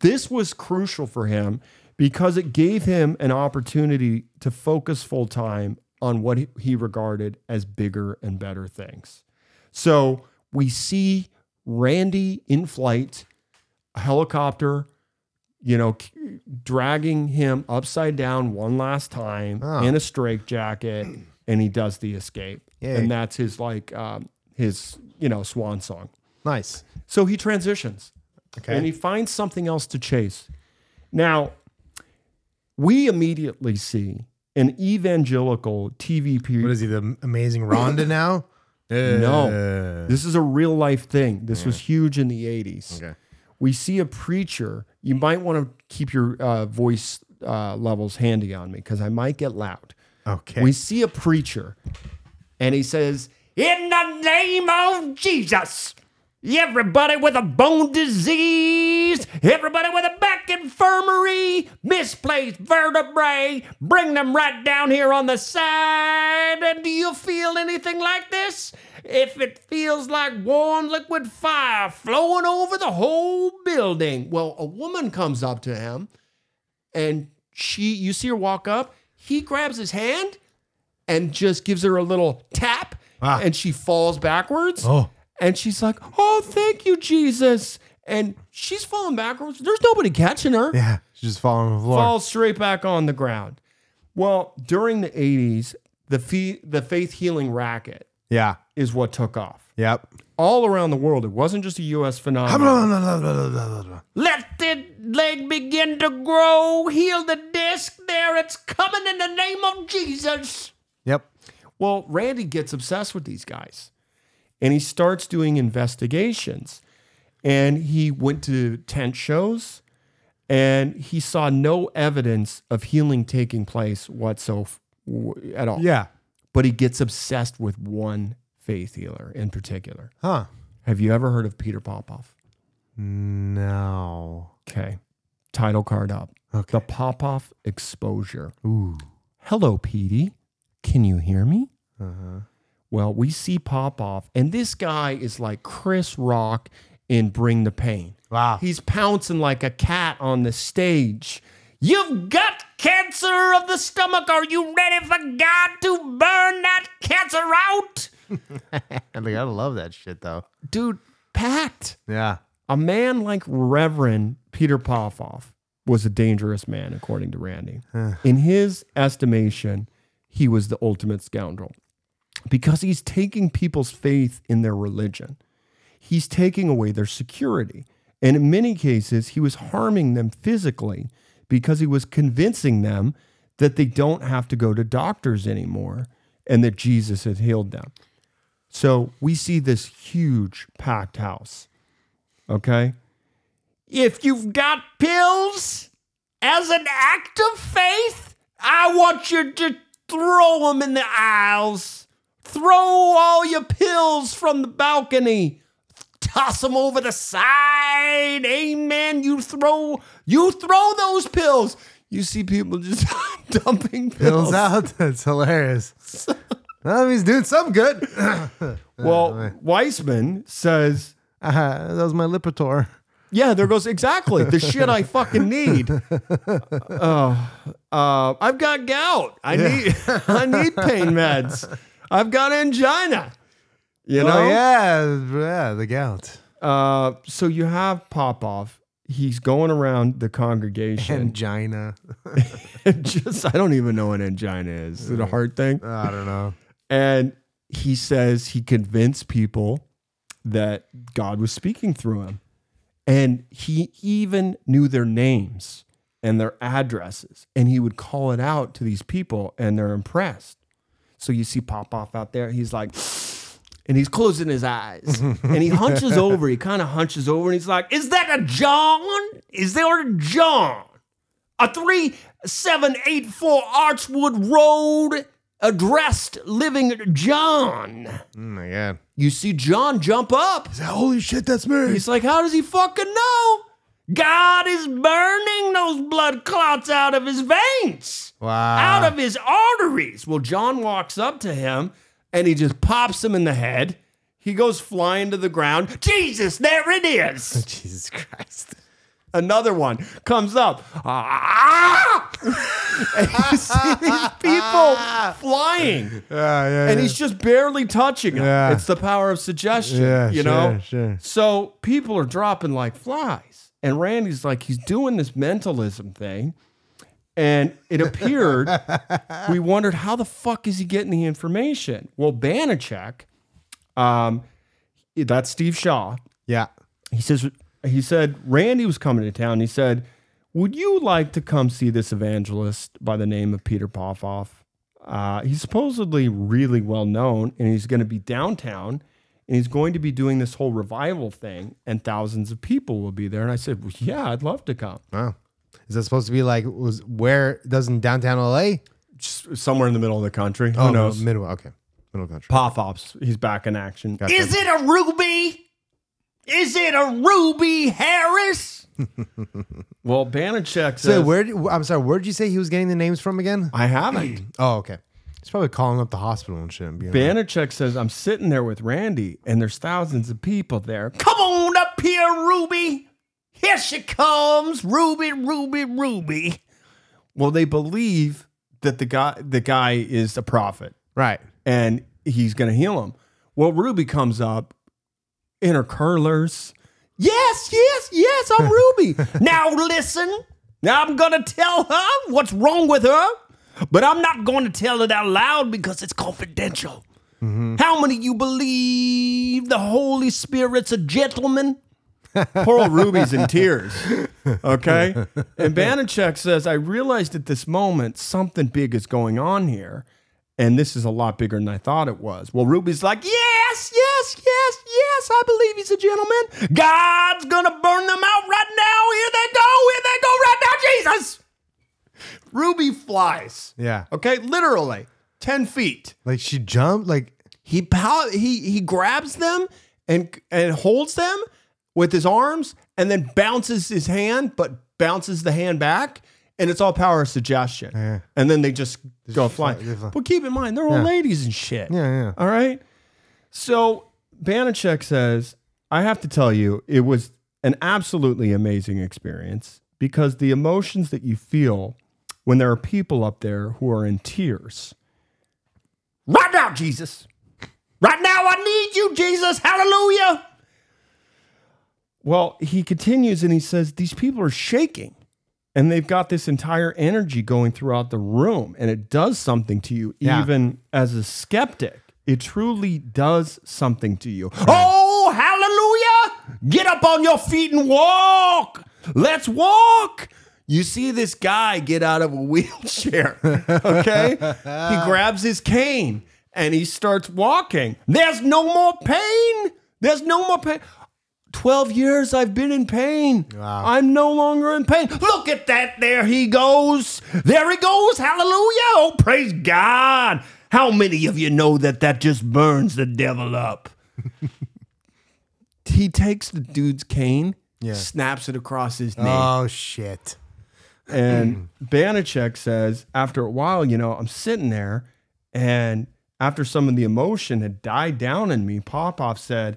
[SPEAKER 2] this was crucial for him because it gave him an opportunity to focus full time on what he- he regarded as bigger and better things. So we see Randy in flight, a helicopter, you know, c- dragging him upside down one last time
[SPEAKER 3] Oh.
[SPEAKER 2] in a straitjacket, and he does the escape.
[SPEAKER 3] Yay.
[SPEAKER 2] And that's his like um, his you know swan song.
[SPEAKER 3] Nice.
[SPEAKER 2] So he transitions
[SPEAKER 3] Okay.
[SPEAKER 2] and he finds something else to chase. Now, we immediately see an evangelical TV
[SPEAKER 3] what
[SPEAKER 2] period.
[SPEAKER 3] is he, the amazing Rhonda now?
[SPEAKER 2] No. This is a real life thing. This was huge in the 80s.
[SPEAKER 3] Okay.
[SPEAKER 2] We see a preacher. You might want to keep your uh, voice uh, levels handy on me because I might get loud.
[SPEAKER 3] Uh, Okay.
[SPEAKER 2] We see a preacher and he says, In the name of Jesus, everybody with a bone disease, everybody with a back infirmary, misplaced vertebrae, bring them right down here on the side. And do you feel anything like this? If it feels like warm liquid fire flowing over the whole building. Well, a woman comes up to him and she you see her walk up he grabs his hand and just gives her a little tap
[SPEAKER 3] Ah.
[SPEAKER 2] and she falls backwards
[SPEAKER 3] oh.
[SPEAKER 2] and she's like oh thank you jesus and she's falling backwards there's nobody catching her
[SPEAKER 3] Yeah. She's just falling on the floor.
[SPEAKER 2] falls straight back on the ground well during the 80s the fee, the faith healing racket
[SPEAKER 3] Yeah.
[SPEAKER 2] is what took off
[SPEAKER 3] Yep.
[SPEAKER 2] all around the world it wasn't just a us phenomenon Let the leg begin to grow. Heal the disc. There, it's coming in the name of Jesus.
[SPEAKER 3] Yep.
[SPEAKER 2] Well, Randy gets obsessed with these guys and he starts doing investigations. And he went to tent shows and he saw no evidence of healing taking place whatsoever at all.
[SPEAKER 3] Yeah.
[SPEAKER 2] But he gets obsessed with one faith healer in particular.
[SPEAKER 3] Huh.
[SPEAKER 2] Have you ever heard of Peter Popoff?
[SPEAKER 3] No.
[SPEAKER 2] Okay. Title card up.
[SPEAKER 3] Okay.
[SPEAKER 2] The Popoff exposure.
[SPEAKER 3] Ooh.
[SPEAKER 2] Hello, Petey. Can you hear me?
[SPEAKER 3] Uh-huh.
[SPEAKER 2] Well, we see Popoff, and this guy is like Chris Rock in Bring the Pain.
[SPEAKER 3] Wow.
[SPEAKER 2] He's pouncing like a cat on the stage. You've got cancer of the stomach. Are you ready for God to burn that cancer out?
[SPEAKER 3] I gotta love that shit though.
[SPEAKER 2] Dude, packed.
[SPEAKER 3] Yeah.
[SPEAKER 2] A man like Reverend Peter Popoff was a dangerous man, according to Randy. In his estimation, he was the ultimate scoundrel because he's taking people's faith in their religion, he's taking away their security. And in many cases, he was harming them physically because he was convincing them that they don't have to go to doctors anymore and that Jesus had healed them. So we see this huge packed house. Okay. If you've got pills as an act of faith, I want you to throw them in the aisles. Throw all your pills from the balcony. Toss them over the side. Amen. You throw you throw those pills. You see people just dumping pills,
[SPEAKER 3] Bills out. That's hilarious. well, he's doing something good. Uh-huh.
[SPEAKER 2] Well, Weissman says
[SPEAKER 3] Uh, that was my Lipitor.
[SPEAKER 2] Yeah, there goes exactly the shit I fucking need. Oh, uh, I've got gout. I need I need pain meds. I've got angina. You know,
[SPEAKER 3] Oh yeah, yeah, the gout
[SPEAKER 2] uh, so you have Popoff. He's going around the congregation.
[SPEAKER 3] angina.
[SPEAKER 2] just I don't even know what angina is. Is it a heart thing?
[SPEAKER 3] I don't know.
[SPEAKER 2] And he says he convinced people that God was speaking through him. And he even knew their names and their addresses. And he would call it out to these people and they're impressed. So you see Popoff out there, he's like, and he's closing his eyes and he hunches over. He kind of hunches over and he's like, Is that a John? Is there a John? a 3784 Archwood Road addressed living John.
[SPEAKER 3] Oh my god.
[SPEAKER 2] You see John jump up.
[SPEAKER 3] Holy shit, that's me.
[SPEAKER 2] He's like, how does he fucking know? God is burning those blood clots out of his veins,
[SPEAKER 3] Wow.
[SPEAKER 2] out of his arteries. Well, John walks up to him and he just pops him in the head. He goes flying to the ground. Jesus, there it is.
[SPEAKER 3] Jesus Christ.
[SPEAKER 2] Another one comes up. Ah! and you see these people
[SPEAKER 3] Ah!
[SPEAKER 2] flying,
[SPEAKER 3] Yeah, yeah.
[SPEAKER 2] and he's just barely touching them.
[SPEAKER 3] Yeah.
[SPEAKER 2] It's the power of suggestion,
[SPEAKER 3] Yeah,
[SPEAKER 2] you
[SPEAKER 3] sure,
[SPEAKER 2] know?
[SPEAKER 3] sure.
[SPEAKER 2] So people are dropping like flies. And Randy's like, he's doing this mentalism thing. And it appeared, we wondered how the fuck is he getting the information? Well, Banachek, um, that's Steve Shaw.
[SPEAKER 3] yeah.
[SPEAKER 2] He says, he said, Randy was coming to town. He said, would you like to come see this evangelist by the name of Peter Popoff? Uh, he's supposedly really well known and he's going to be downtown and he's going to be doing this whole revival thing and thousands of people will be there. And I said, well, yeah, I'd love to come.
[SPEAKER 3] Wow. Is that supposed to be like was where doesn't downtown LA?
[SPEAKER 2] Just somewhere in the middle of the country. Who
[SPEAKER 3] Oh,
[SPEAKER 2] knows?
[SPEAKER 3] middle. Okay. Middle country.
[SPEAKER 2] Popoff's, he's back in action.
[SPEAKER 3] Gotcha.
[SPEAKER 2] Is it a ruby? Is it a ruby Harris? well, Banachek says,
[SPEAKER 3] So where did, I'm sorry, where did you say he was getting the names from again?
[SPEAKER 2] I haven't.
[SPEAKER 3] Oh, okay. He's probably calling up the hospital and shit. And being like,
[SPEAKER 2] Banachek says, I'm sitting there with Randy, and there's thousands of people there. Come on up here, Ruby. Here she comes. Ruby, Ruby, Ruby. Well, they believe that the guy the guy is a prophet
[SPEAKER 3] right.
[SPEAKER 2] and he's gonna heal him. Well, Ruby comes up in her curlers. Yes, yes, yes, I'm Ruby. now listen. Now I'm gonna tell her what's wrong with her, but I'm not gonna tell it out loud because it's confidential. How many of you believe the Holy Spirit's a gentleman? Poor old Ruby's in tears. Okay. And Banachek says, I realized at this moment something big is going on here. And this is a lot bigger than I thought it was. Well, Ruby's like, Yes, yes, yes, yes. I believe he's a gentleman. God's going to burn them out right now. Here they go. Here they go right now, Jesus. Ruby flies.
[SPEAKER 3] Yeah.
[SPEAKER 2] Okay. Literally 10 feet.
[SPEAKER 3] Like she jumped. Like
[SPEAKER 2] He pow- he he grabs them and and holds them with his arms and then bounces his hand, but bounces the hand back, and it's all power of suggestion.
[SPEAKER 3] Yeah.
[SPEAKER 2] And then they just go
[SPEAKER 3] fly-
[SPEAKER 2] flying.
[SPEAKER 3] they fly.
[SPEAKER 2] But keep in mind, they're
[SPEAKER 3] Yeah.
[SPEAKER 2] old ladies and shit.
[SPEAKER 3] yeah, yeah.
[SPEAKER 2] All right. So Banachek says, I have to tell you, it was an absolutely amazing experience because the emotions that you feel when there are people up there who are in tears. Right now, Jesus. Right now, I need you, Jesus. Hallelujah. Well, he continues and he says, These people are shaking and they've got this entire energy going throughout the room and it does something to you
[SPEAKER 3] Yeah.
[SPEAKER 2] even as a skeptic it truly does something to you oh hallelujah get up on your feet and walk let's walk you see this guy get out of a wheelchair okay he grabs his cane and he starts walking there's no more pain there's no more pain 12 years I've been in pain.
[SPEAKER 3] Wow.
[SPEAKER 2] I'm no longer in pain. Look at that. There he goes. There he goes. Hallelujah. Oh, praise God. How many of you know that that just burns the devil up? he takes the dude's cane,
[SPEAKER 3] Yeah.
[SPEAKER 2] snaps it across his knee.
[SPEAKER 3] Oh shit.
[SPEAKER 2] And Banachek says, after a while, you know, I'm sitting there, and after some of the emotion had died down in me, Popoff said,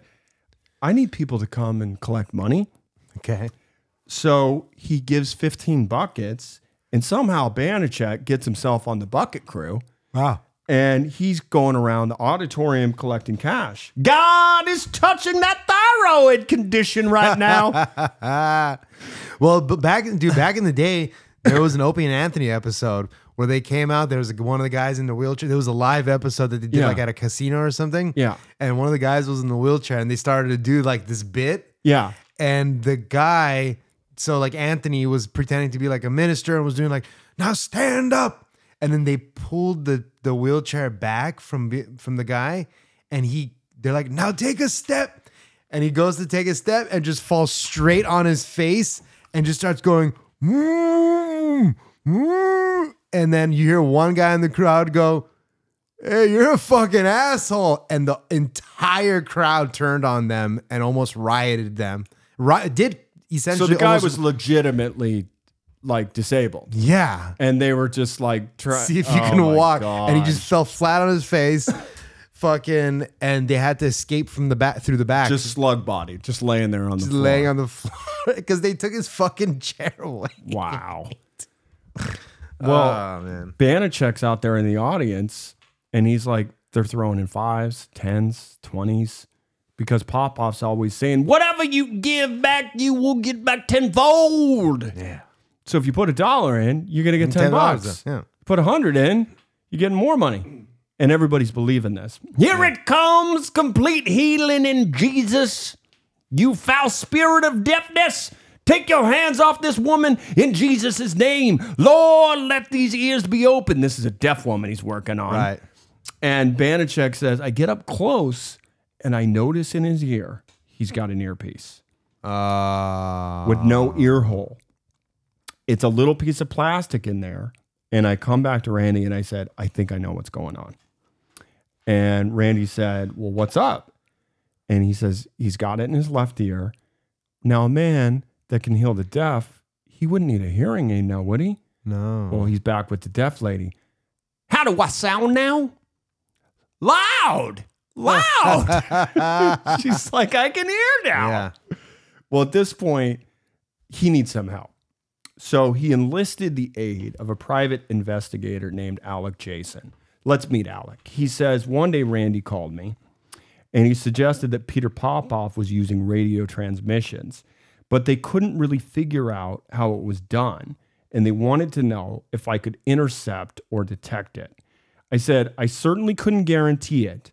[SPEAKER 2] I need people to come and collect money.
[SPEAKER 3] Okay.
[SPEAKER 2] So he gives 15 buckets, and somehow Banachek gets himself on the bucket crew,
[SPEAKER 3] Wow.
[SPEAKER 2] and he's going around the auditorium collecting cash. God is touching that thyroid condition right now.
[SPEAKER 3] Ah. Well, but back dude, back in the day, there was an Opie and Anthony episode where they came out. There was one of the guys in the wheelchair. There was a live episode that they did
[SPEAKER 2] Yeah.
[SPEAKER 3] like at a casino or something.
[SPEAKER 2] Yeah.
[SPEAKER 3] And one of the guys was in the wheelchair, and they started to do like this bit.
[SPEAKER 2] yeah.
[SPEAKER 3] and the guy so like anthony was pretending to be like a minister and was doing like now stand up and then they pulled the the wheelchair back from be- from the guy and he they're like now take a step and he goes to take a step and just falls straight on his face and just starts going "Mm, mm," and then you hear one guy in the crowd go hey, you're a fucking asshole. And the entire crowd turned on them and almost rioted them. Ri- did
[SPEAKER 2] So
[SPEAKER 3] essentially.
[SPEAKER 2] the guy
[SPEAKER 3] almost-
[SPEAKER 2] was legitimately like disabled,
[SPEAKER 3] Yeah.
[SPEAKER 2] and they were just like trying
[SPEAKER 3] See if you can walk. And he just fell flat on his face. fucking. And they had to escape from the back through the back.
[SPEAKER 2] just slug body, just laying there on the floor.
[SPEAKER 3] laying on the floor because they took his fucking chair away.
[SPEAKER 2] Wow.
[SPEAKER 3] Well, man.
[SPEAKER 2] Banachek's out there in the audience, and he's like, they're throwing in fives, tens, twenties, because Popoff's always saying, "Whatever you give back, you will get back tenfold." Yeah. So if you put a dollar in, you're gonna get ten,
[SPEAKER 3] $10,
[SPEAKER 2] bucks.
[SPEAKER 3] yeah.
[SPEAKER 2] Put a hundred in, you're getting more money, and everybody's believing this. Here it comes, complete healing in Jesus. You foul spirit of deafness, take your hands off this woman in Jesus' name. Lord, let these ears be open. This is a deaf woman he's working on.
[SPEAKER 3] Right.
[SPEAKER 2] And Banachek says, I get up close and I notice in his ear, he's got an earpiece
[SPEAKER 3] Uh,
[SPEAKER 2] with no ear hole. It's a little piece of plastic in there. And I come back to Randy and I said, I think I know what's going on. And Randy said, Well, what's up? And he says, He's got it in his left ear. Now, a man that can heal the deaf, he wouldn't need a hearing aid now, would he?
[SPEAKER 3] no.
[SPEAKER 2] Well, he's back with the deaf lady. How do I sound now? Loud! Loud! She's like, I can hear now.
[SPEAKER 3] yeah.
[SPEAKER 2] Well, at this point, he needs some help. So he enlisted the aid of a private investigator named Alec Jason. Let's meet Alec. He says one day Randy called me and he suggested that Peter Popoff was using radio transmissions, but they couldn't really figure out how it was done. And they wanted to know if I could intercept or detect it. I said, I certainly couldn't guarantee it,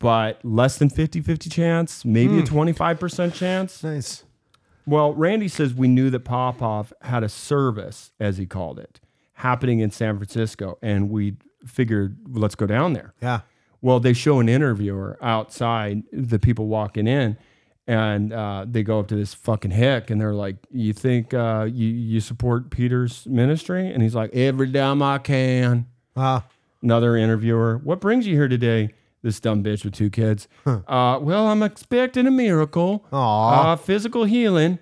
[SPEAKER 2] but less than 50 50 chance, maybe a 25% chance.
[SPEAKER 3] Nice.
[SPEAKER 2] Well, Randy says we knew that Popoff had a service, as he called it, happening in San Francisco, and we figured well, let's go down there.
[SPEAKER 3] Yeah.
[SPEAKER 2] Well, they show an interviewer outside, the people walking in, and uh, they go up to this fucking hick, and they're like, "You think uh, you you support Peter's ministry?" And he's like, "Every dime I can."
[SPEAKER 3] Uh,
[SPEAKER 2] Another interviewer, what brings you here today? This dumb bitch with two kids. Uh, well, I'm expecting a miracle.
[SPEAKER 3] Aw.
[SPEAKER 2] Uh, physical healing.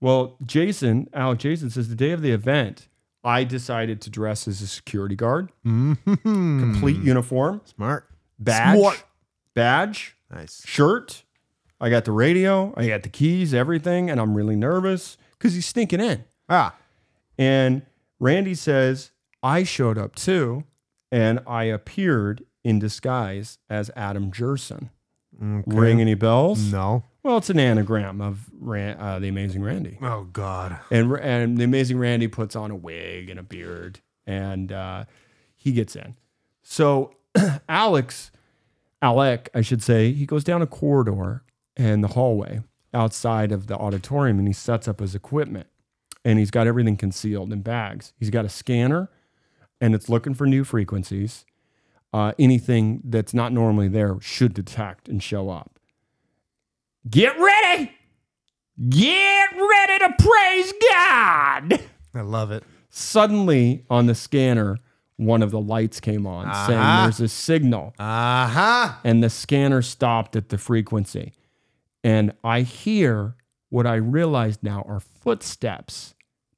[SPEAKER 2] Well, Jason, Alec Jason says the day of the event, I decided to dress as a security guard,
[SPEAKER 3] Hmm.
[SPEAKER 2] complete uniform,
[SPEAKER 3] mm-hmm. smart.
[SPEAKER 2] badge,
[SPEAKER 3] Smart.
[SPEAKER 2] badge,
[SPEAKER 3] Nice.
[SPEAKER 2] shirt. I got the radio, I got the keys, everything, and I'm really nervous because he's stinking in.
[SPEAKER 3] Ah.
[SPEAKER 2] And Randy says, I showed up too, and I appeared in disguise as Adam Jerson. Ring any bells?
[SPEAKER 3] No.
[SPEAKER 2] Well, it's an anagram of Ran- uh, the Amazing Randy,
[SPEAKER 3] Oh God.
[SPEAKER 2] and and the Amazing Randy puts on a wig and a beard, and uh, he gets in. So Alex, Alec, I should say, he goes down a corridor and the hallway outside of the auditorium, and he sets up his equipment, and he's got everything concealed in bags. He's got a scanner, and it's looking for new frequencies. Uh, anything that's not normally there should detect and show up. Get ready. Get ready to praise God.
[SPEAKER 3] I love it.
[SPEAKER 2] Suddenly, on the scanner, one of the lights came on saying
[SPEAKER 3] Uh-huh.
[SPEAKER 2] there's a signal,
[SPEAKER 3] Uh huh.
[SPEAKER 2] and the scanner stopped at the frequency. And I hear what I realize now are footsteps,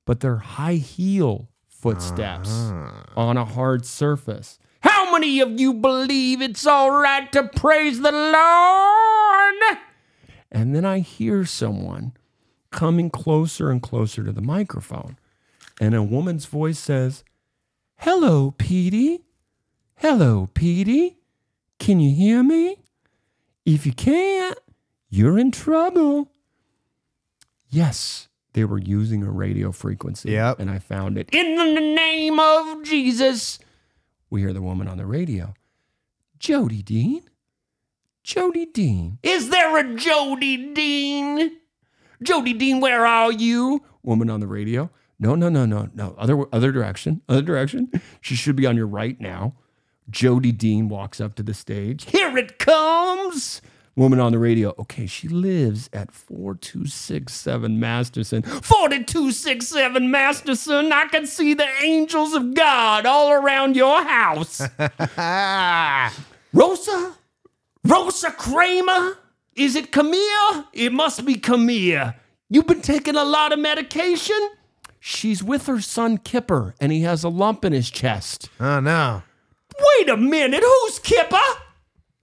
[SPEAKER 2] but they're high heel footsteps
[SPEAKER 3] Ah.
[SPEAKER 2] on a hard surface. How many of you believe it's all right to praise the Lord? And then I hear someone coming closer and closer to the microphone. And a woman's voice says, Hello, Petey. Hello, Petey. Can you hear me? If you can't, you're in trouble. Yes, they were using a radio frequency.
[SPEAKER 3] Yep.
[SPEAKER 2] And I found it. In the name of Jesus. We hear the woman on the radio. Jody Dean? Jody Dean. Is there a Jody Dean? Jody Dean, where are you? Woman on the radio. No, no, no, no, no. Other other direction. Other direction. She should be on your right now. Jody Dean walks up to the stage. Here it comes. woman on the radio. Okay, she lives at 4267 Masterson. 4267 Masterson, I can see the angels of God all around your house. Ah. Rosa? Rosa Kramer? Is it Camille? It must be Camille. You've been taking a lot of medication? She's with her son Kipper, and he has a lump in his chest.
[SPEAKER 3] Oh no.
[SPEAKER 2] Wait a minute, who's Kipper?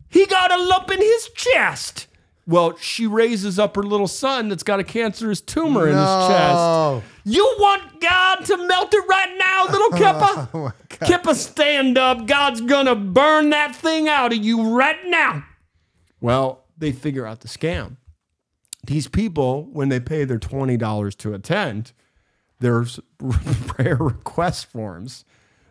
[SPEAKER 2] He got a lump in his chest. Well, she raises up her little son that's got a cancerous tumor in his chest.
[SPEAKER 3] Oh.
[SPEAKER 2] You want God to melt it right now, little Kipper? Kipper, stand up. God's gonna burn that thing out of you right now. Well, they figure out the scam. These people, when they pay their $20 to attend, there's prayer request forms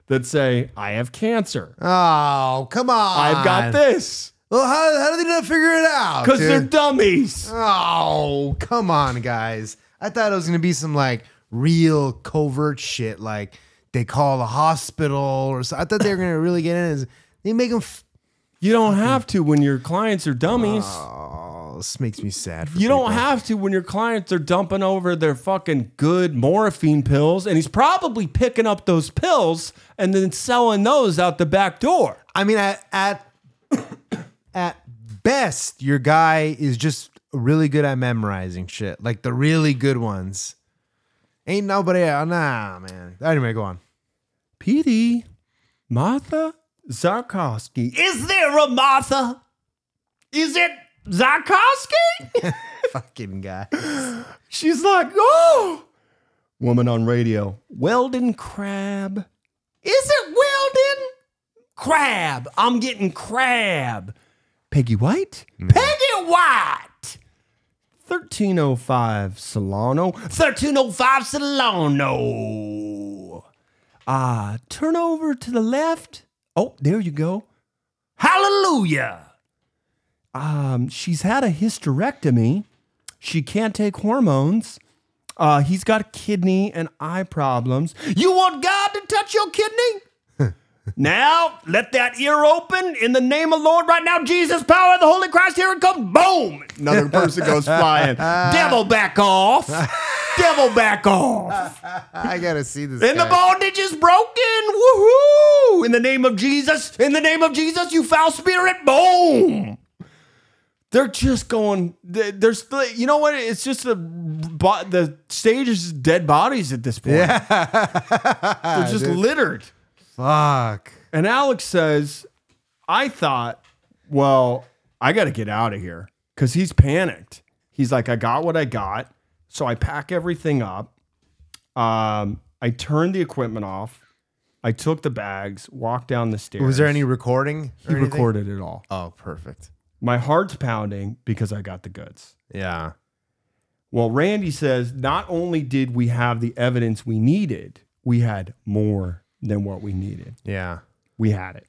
[SPEAKER 2] that say, I have cancer.
[SPEAKER 3] Oh, come on.
[SPEAKER 2] I've got this.
[SPEAKER 3] Well, how, how did they not figure it out?
[SPEAKER 2] Because
[SPEAKER 3] dude?
[SPEAKER 2] they're dummies.
[SPEAKER 3] Oh, come on, guys. I thought it was gonna be some like real covert shit, like they call the hospital or so. I thought they were gonna really get in. Is they make them? F-
[SPEAKER 2] You don't have to when your clients are dummies.
[SPEAKER 3] oh, this makes me sad. For
[SPEAKER 2] You
[SPEAKER 3] people.
[SPEAKER 2] don't have to when your clients are dumping over their fucking good morphine pills, and he's probably picking up those pills and then selling those out the back door.
[SPEAKER 3] I mean, at at, at best, your guy is just really good at memorizing shit, like the really good ones. Ain't nobody. Oh, nah, man. Anyway, go on.
[SPEAKER 2] Petey, Martha Zarkowski. Is there a Martha? Is it Zarkowski?
[SPEAKER 3] Fucking guy.
[SPEAKER 2] She's like, oh, woman on radio, Weldon Crab. Is it Weldon? Crab. I'm getting crab. Peggy White? Peggy White! 1305 Solano. 1305 Solano. Ah, turn over to the left. Oh, there you go. Hallelujah. Um, she's had a hysterectomy. She can't take hormones. Uh, he's got kidney and eye problems. You want God to touch your kidney? now, let that ear open in the name of Lord right now. Jesus, power of the Holy Christ, here it comes. Boom!
[SPEAKER 5] Another person goes flying.
[SPEAKER 2] Devil back off. Devil back off.
[SPEAKER 3] I gotta see this.
[SPEAKER 2] And the
[SPEAKER 3] guy.
[SPEAKER 2] bondage is broken. Woohoo! In the name of Jesus. In the name of Jesus, you foul spirit. Boom! They're just going. they- There's, you know what? It's just the bo- the stage is dead bodies at this point. They're just littered.
[SPEAKER 3] Fuck.
[SPEAKER 2] And Alex says, I thought, well, I got to get out of here because he's panicked. He's like, I got what I got. So I pack everything up. Um, I turned the equipment off. I took the bags, walked down the stairs.
[SPEAKER 3] Was there any recording?
[SPEAKER 2] He recorded it all.
[SPEAKER 3] Oh, perfect.
[SPEAKER 2] My heart's pounding because I got the goods.
[SPEAKER 3] Yeah.
[SPEAKER 2] Well, Randy says not only did we have the evidence we needed, we had more than what we needed.
[SPEAKER 3] Yeah.
[SPEAKER 2] we had it.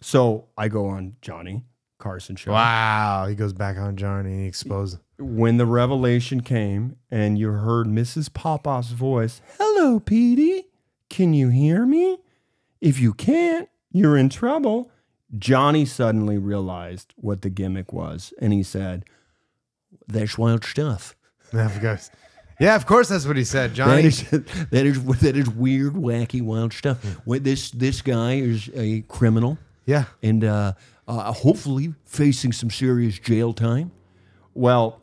[SPEAKER 2] So I go on Johnny Carson show.
[SPEAKER 3] Wow. He goes back on Johnny and he exposed.
[SPEAKER 2] When the revelation came and you heard Mrs. Popoff's voice, "Hello, Petey, can you hear me? If you can't, you're in trouble." Johnny suddenly realized what the gimmick was, and he said, "That's wild stuff.
[SPEAKER 3] Yeah, of course. Yeah, of course that's what he said.
[SPEAKER 2] That
[SPEAKER 3] Johnny.
[SPEAKER 2] is that is that is weird, wacky, wild stuff. Wait, This this guy is a criminal."
[SPEAKER 3] Yeah.
[SPEAKER 2] and uh, uh, hopefully facing some serious jail time. Well,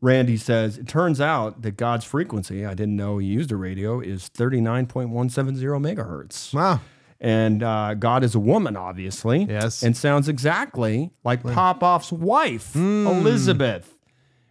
[SPEAKER 2] Randy says it turns out that God's frequency, I didn't know he used a radio, is 39.170 megahertz.
[SPEAKER 3] Wow.
[SPEAKER 2] And uh, God is a woman, obviously.
[SPEAKER 3] Yes.
[SPEAKER 2] And sounds exactly like Popoff's wife, Elizabeth.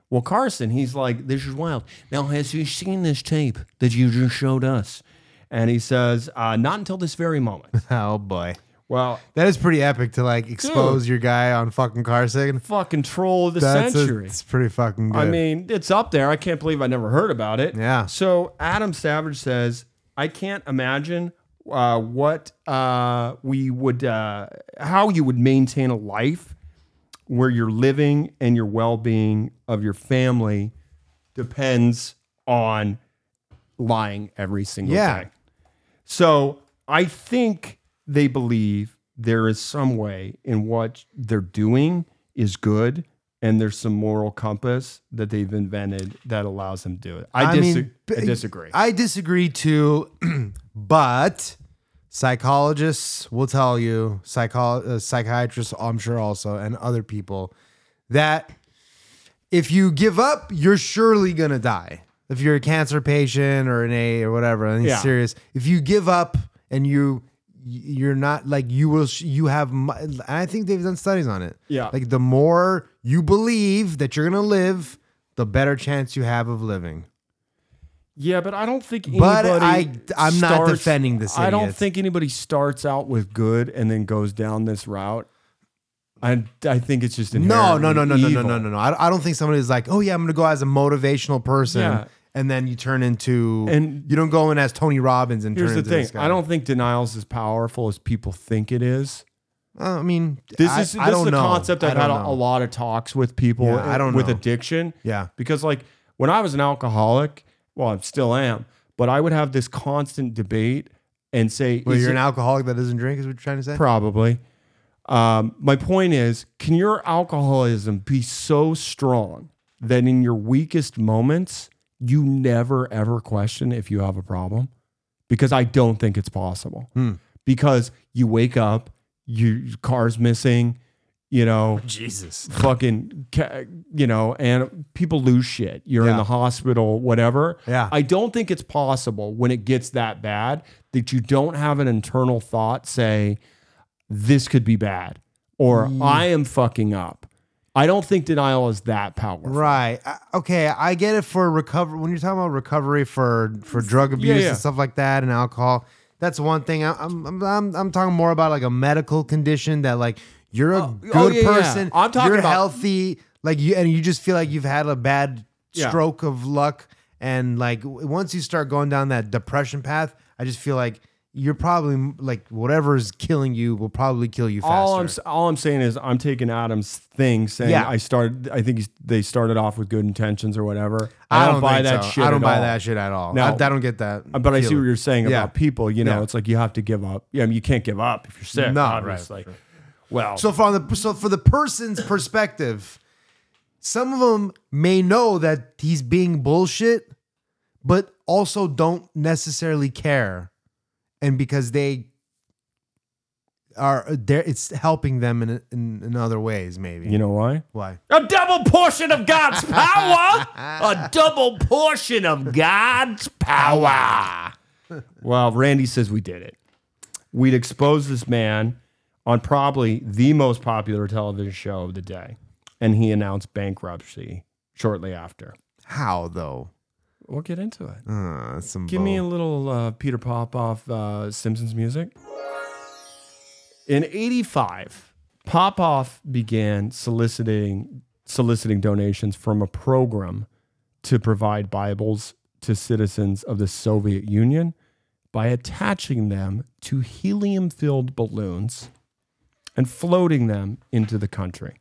[SPEAKER 2] Well, Carson, he's like, this is wild. Now, has you seen this tape that you just showed us? And he says, uh, not until this very moment.
[SPEAKER 3] Oh boy.
[SPEAKER 2] well,
[SPEAKER 3] That is pretty epic to like expose your guy on fucking Carson.
[SPEAKER 2] fucking troll of the
[SPEAKER 3] That's a-
[SPEAKER 2] century.
[SPEAKER 3] it's pretty fucking good.
[SPEAKER 2] I mean, it's up there. I can't believe I never heard about it.
[SPEAKER 3] Yeah.
[SPEAKER 2] So Adam Savage says, I can't imagine uh, what uh, we would, uh, how you would maintain a life where your living and your well being of your family depends on lying every single
[SPEAKER 3] Yeah.
[SPEAKER 2] day. So I think they believe there is some way in what they're doing is good and there's some moral compass that they've invented that allows them to do it. I,
[SPEAKER 3] I mean,
[SPEAKER 2] dis- I
[SPEAKER 3] b-
[SPEAKER 2] disagree.
[SPEAKER 3] I disagree too, but psychologists will tell you, psycho- uh, psychiatrists, I'm sure also, and other people, that if you give up, you're surely going to die. If you're a cancer patient or an A or whatever, and
[SPEAKER 2] Yeah.
[SPEAKER 3] serious, if you give up and you you're not like you will sh- you have mu- and I think they've done studies on it.
[SPEAKER 2] Yeah.
[SPEAKER 3] Like the more you believe that you're going to live, the better chance you have of living.
[SPEAKER 2] yeah, but I don't think anybody.
[SPEAKER 3] But I- I'm not
[SPEAKER 2] starts-
[SPEAKER 3] defending this
[SPEAKER 2] I don't
[SPEAKER 3] idiot.
[SPEAKER 2] think anybody starts out with good and then goes down this route. I I think it's just
[SPEAKER 3] No, no,
[SPEAKER 2] inherently
[SPEAKER 3] no, no, no, no,
[SPEAKER 2] evil.
[SPEAKER 3] no, no, no. I, I don't think somebody is like, oh yeah, I'm gonna go as a motivational person,
[SPEAKER 2] Yeah.
[SPEAKER 3] and then you turn into
[SPEAKER 2] And-
[SPEAKER 3] you don't go in as Tony Robbins and
[SPEAKER 2] Here's
[SPEAKER 3] turn
[SPEAKER 2] the
[SPEAKER 3] into
[SPEAKER 2] thing:
[SPEAKER 3] This guy.
[SPEAKER 2] I don't think denial's as powerful as people think it is.
[SPEAKER 3] Uh, I mean,
[SPEAKER 2] This
[SPEAKER 3] I,
[SPEAKER 2] is this
[SPEAKER 3] I don't
[SPEAKER 2] is the
[SPEAKER 3] know.
[SPEAKER 2] concept I've
[SPEAKER 3] I
[SPEAKER 2] had
[SPEAKER 3] don't
[SPEAKER 2] a, a
[SPEAKER 3] know.
[SPEAKER 2] lot of talks with people.
[SPEAKER 3] Yeah, I
[SPEAKER 2] uh,
[SPEAKER 3] don't
[SPEAKER 2] with
[SPEAKER 3] know.
[SPEAKER 2] addiction.
[SPEAKER 3] Yeah.
[SPEAKER 2] because like when I was an alcoholic, well, I still am, but I would have this constant debate and say,
[SPEAKER 3] Well,
[SPEAKER 2] is
[SPEAKER 3] you're
[SPEAKER 2] it-
[SPEAKER 3] an alcoholic that doesn't drink. Is what you're trying to say?
[SPEAKER 2] probably. Um, my point is, can your alcoholism be so strong that in your weakest moments you never ever question if you have a problem? Because I don't think it's possible.
[SPEAKER 3] Hmm.
[SPEAKER 2] Because you wake up, you, your car's missing, you know,
[SPEAKER 3] Jesus.
[SPEAKER 2] fucking, ca- you know, and people lose shit. You're in
[SPEAKER 3] Yeah.
[SPEAKER 2] the hospital, whatever.
[SPEAKER 3] Yeah.
[SPEAKER 2] I don't think it's possible when it gets that bad that you don't have an internal thought say, this could be bad or I am fucking up. I don't think denial is that powerful.
[SPEAKER 3] Right. I- Okay. I get it for recover when you're talking about recovery for for drug abuse
[SPEAKER 2] yeah.
[SPEAKER 3] and stuff like that and alcohol. That's one thing. I- I'm I'm I'm, I'm talking more about like a medical condition that like you're a good
[SPEAKER 2] oh, yeah, yeah.
[SPEAKER 3] person.
[SPEAKER 2] I'm talking
[SPEAKER 3] you're
[SPEAKER 2] about-
[SPEAKER 3] healthy. Like you and you just feel like you've had a bad
[SPEAKER 2] Yeah.
[SPEAKER 3] stroke of luck and like w- once you start going down that depression path, I just feel like you're probably like whatever is killing you will probably kill you faster.
[SPEAKER 2] All I'm s- all I'm saying is I'm taking Adam's thing saying
[SPEAKER 3] Yeah.
[SPEAKER 2] I started I think he's, they started off with good intentions or whatever.
[SPEAKER 3] I don't,
[SPEAKER 2] buy
[SPEAKER 3] think
[SPEAKER 2] that
[SPEAKER 3] so.
[SPEAKER 2] shit.
[SPEAKER 3] I don't
[SPEAKER 2] at
[SPEAKER 3] buy
[SPEAKER 2] all.
[SPEAKER 3] that shit at all.
[SPEAKER 2] No.
[SPEAKER 3] I, I don't get that.
[SPEAKER 2] Uh, But I see
[SPEAKER 3] feeling.
[SPEAKER 2] what you're saying
[SPEAKER 3] Yeah.
[SPEAKER 2] about people. You know,
[SPEAKER 3] Yeah.
[SPEAKER 2] it's like you have to give up. Yeah, I mean, you can't give up if you're sick.
[SPEAKER 3] No,
[SPEAKER 2] No,
[SPEAKER 3] right,
[SPEAKER 2] obviously. Well,
[SPEAKER 3] So from the so for the person's perspective, some of them may know that he's being bullshit, but also don't necessarily care, and because they are there, it's helping them in in, in other ways. Maybe
[SPEAKER 2] you know why?
[SPEAKER 3] why?
[SPEAKER 2] A double portion of God's power. a double portion of God's power. well, Randy says we did it. We'd expose this man on probably the most popular television show of the day, and he announced bankruptcy shortly after.
[SPEAKER 3] How though?
[SPEAKER 2] We'll get into it.
[SPEAKER 3] Uh, that's some
[SPEAKER 2] Give me a
[SPEAKER 3] bull.
[SPEAKER 2] little uh, Peter Popoff uh, Simpsons music. In '85, Popoff began soliciting soliciting donations from a program to provide Bibles to citizens of the Soviet Union by attaching them to helium-filled balloons and floating them into the country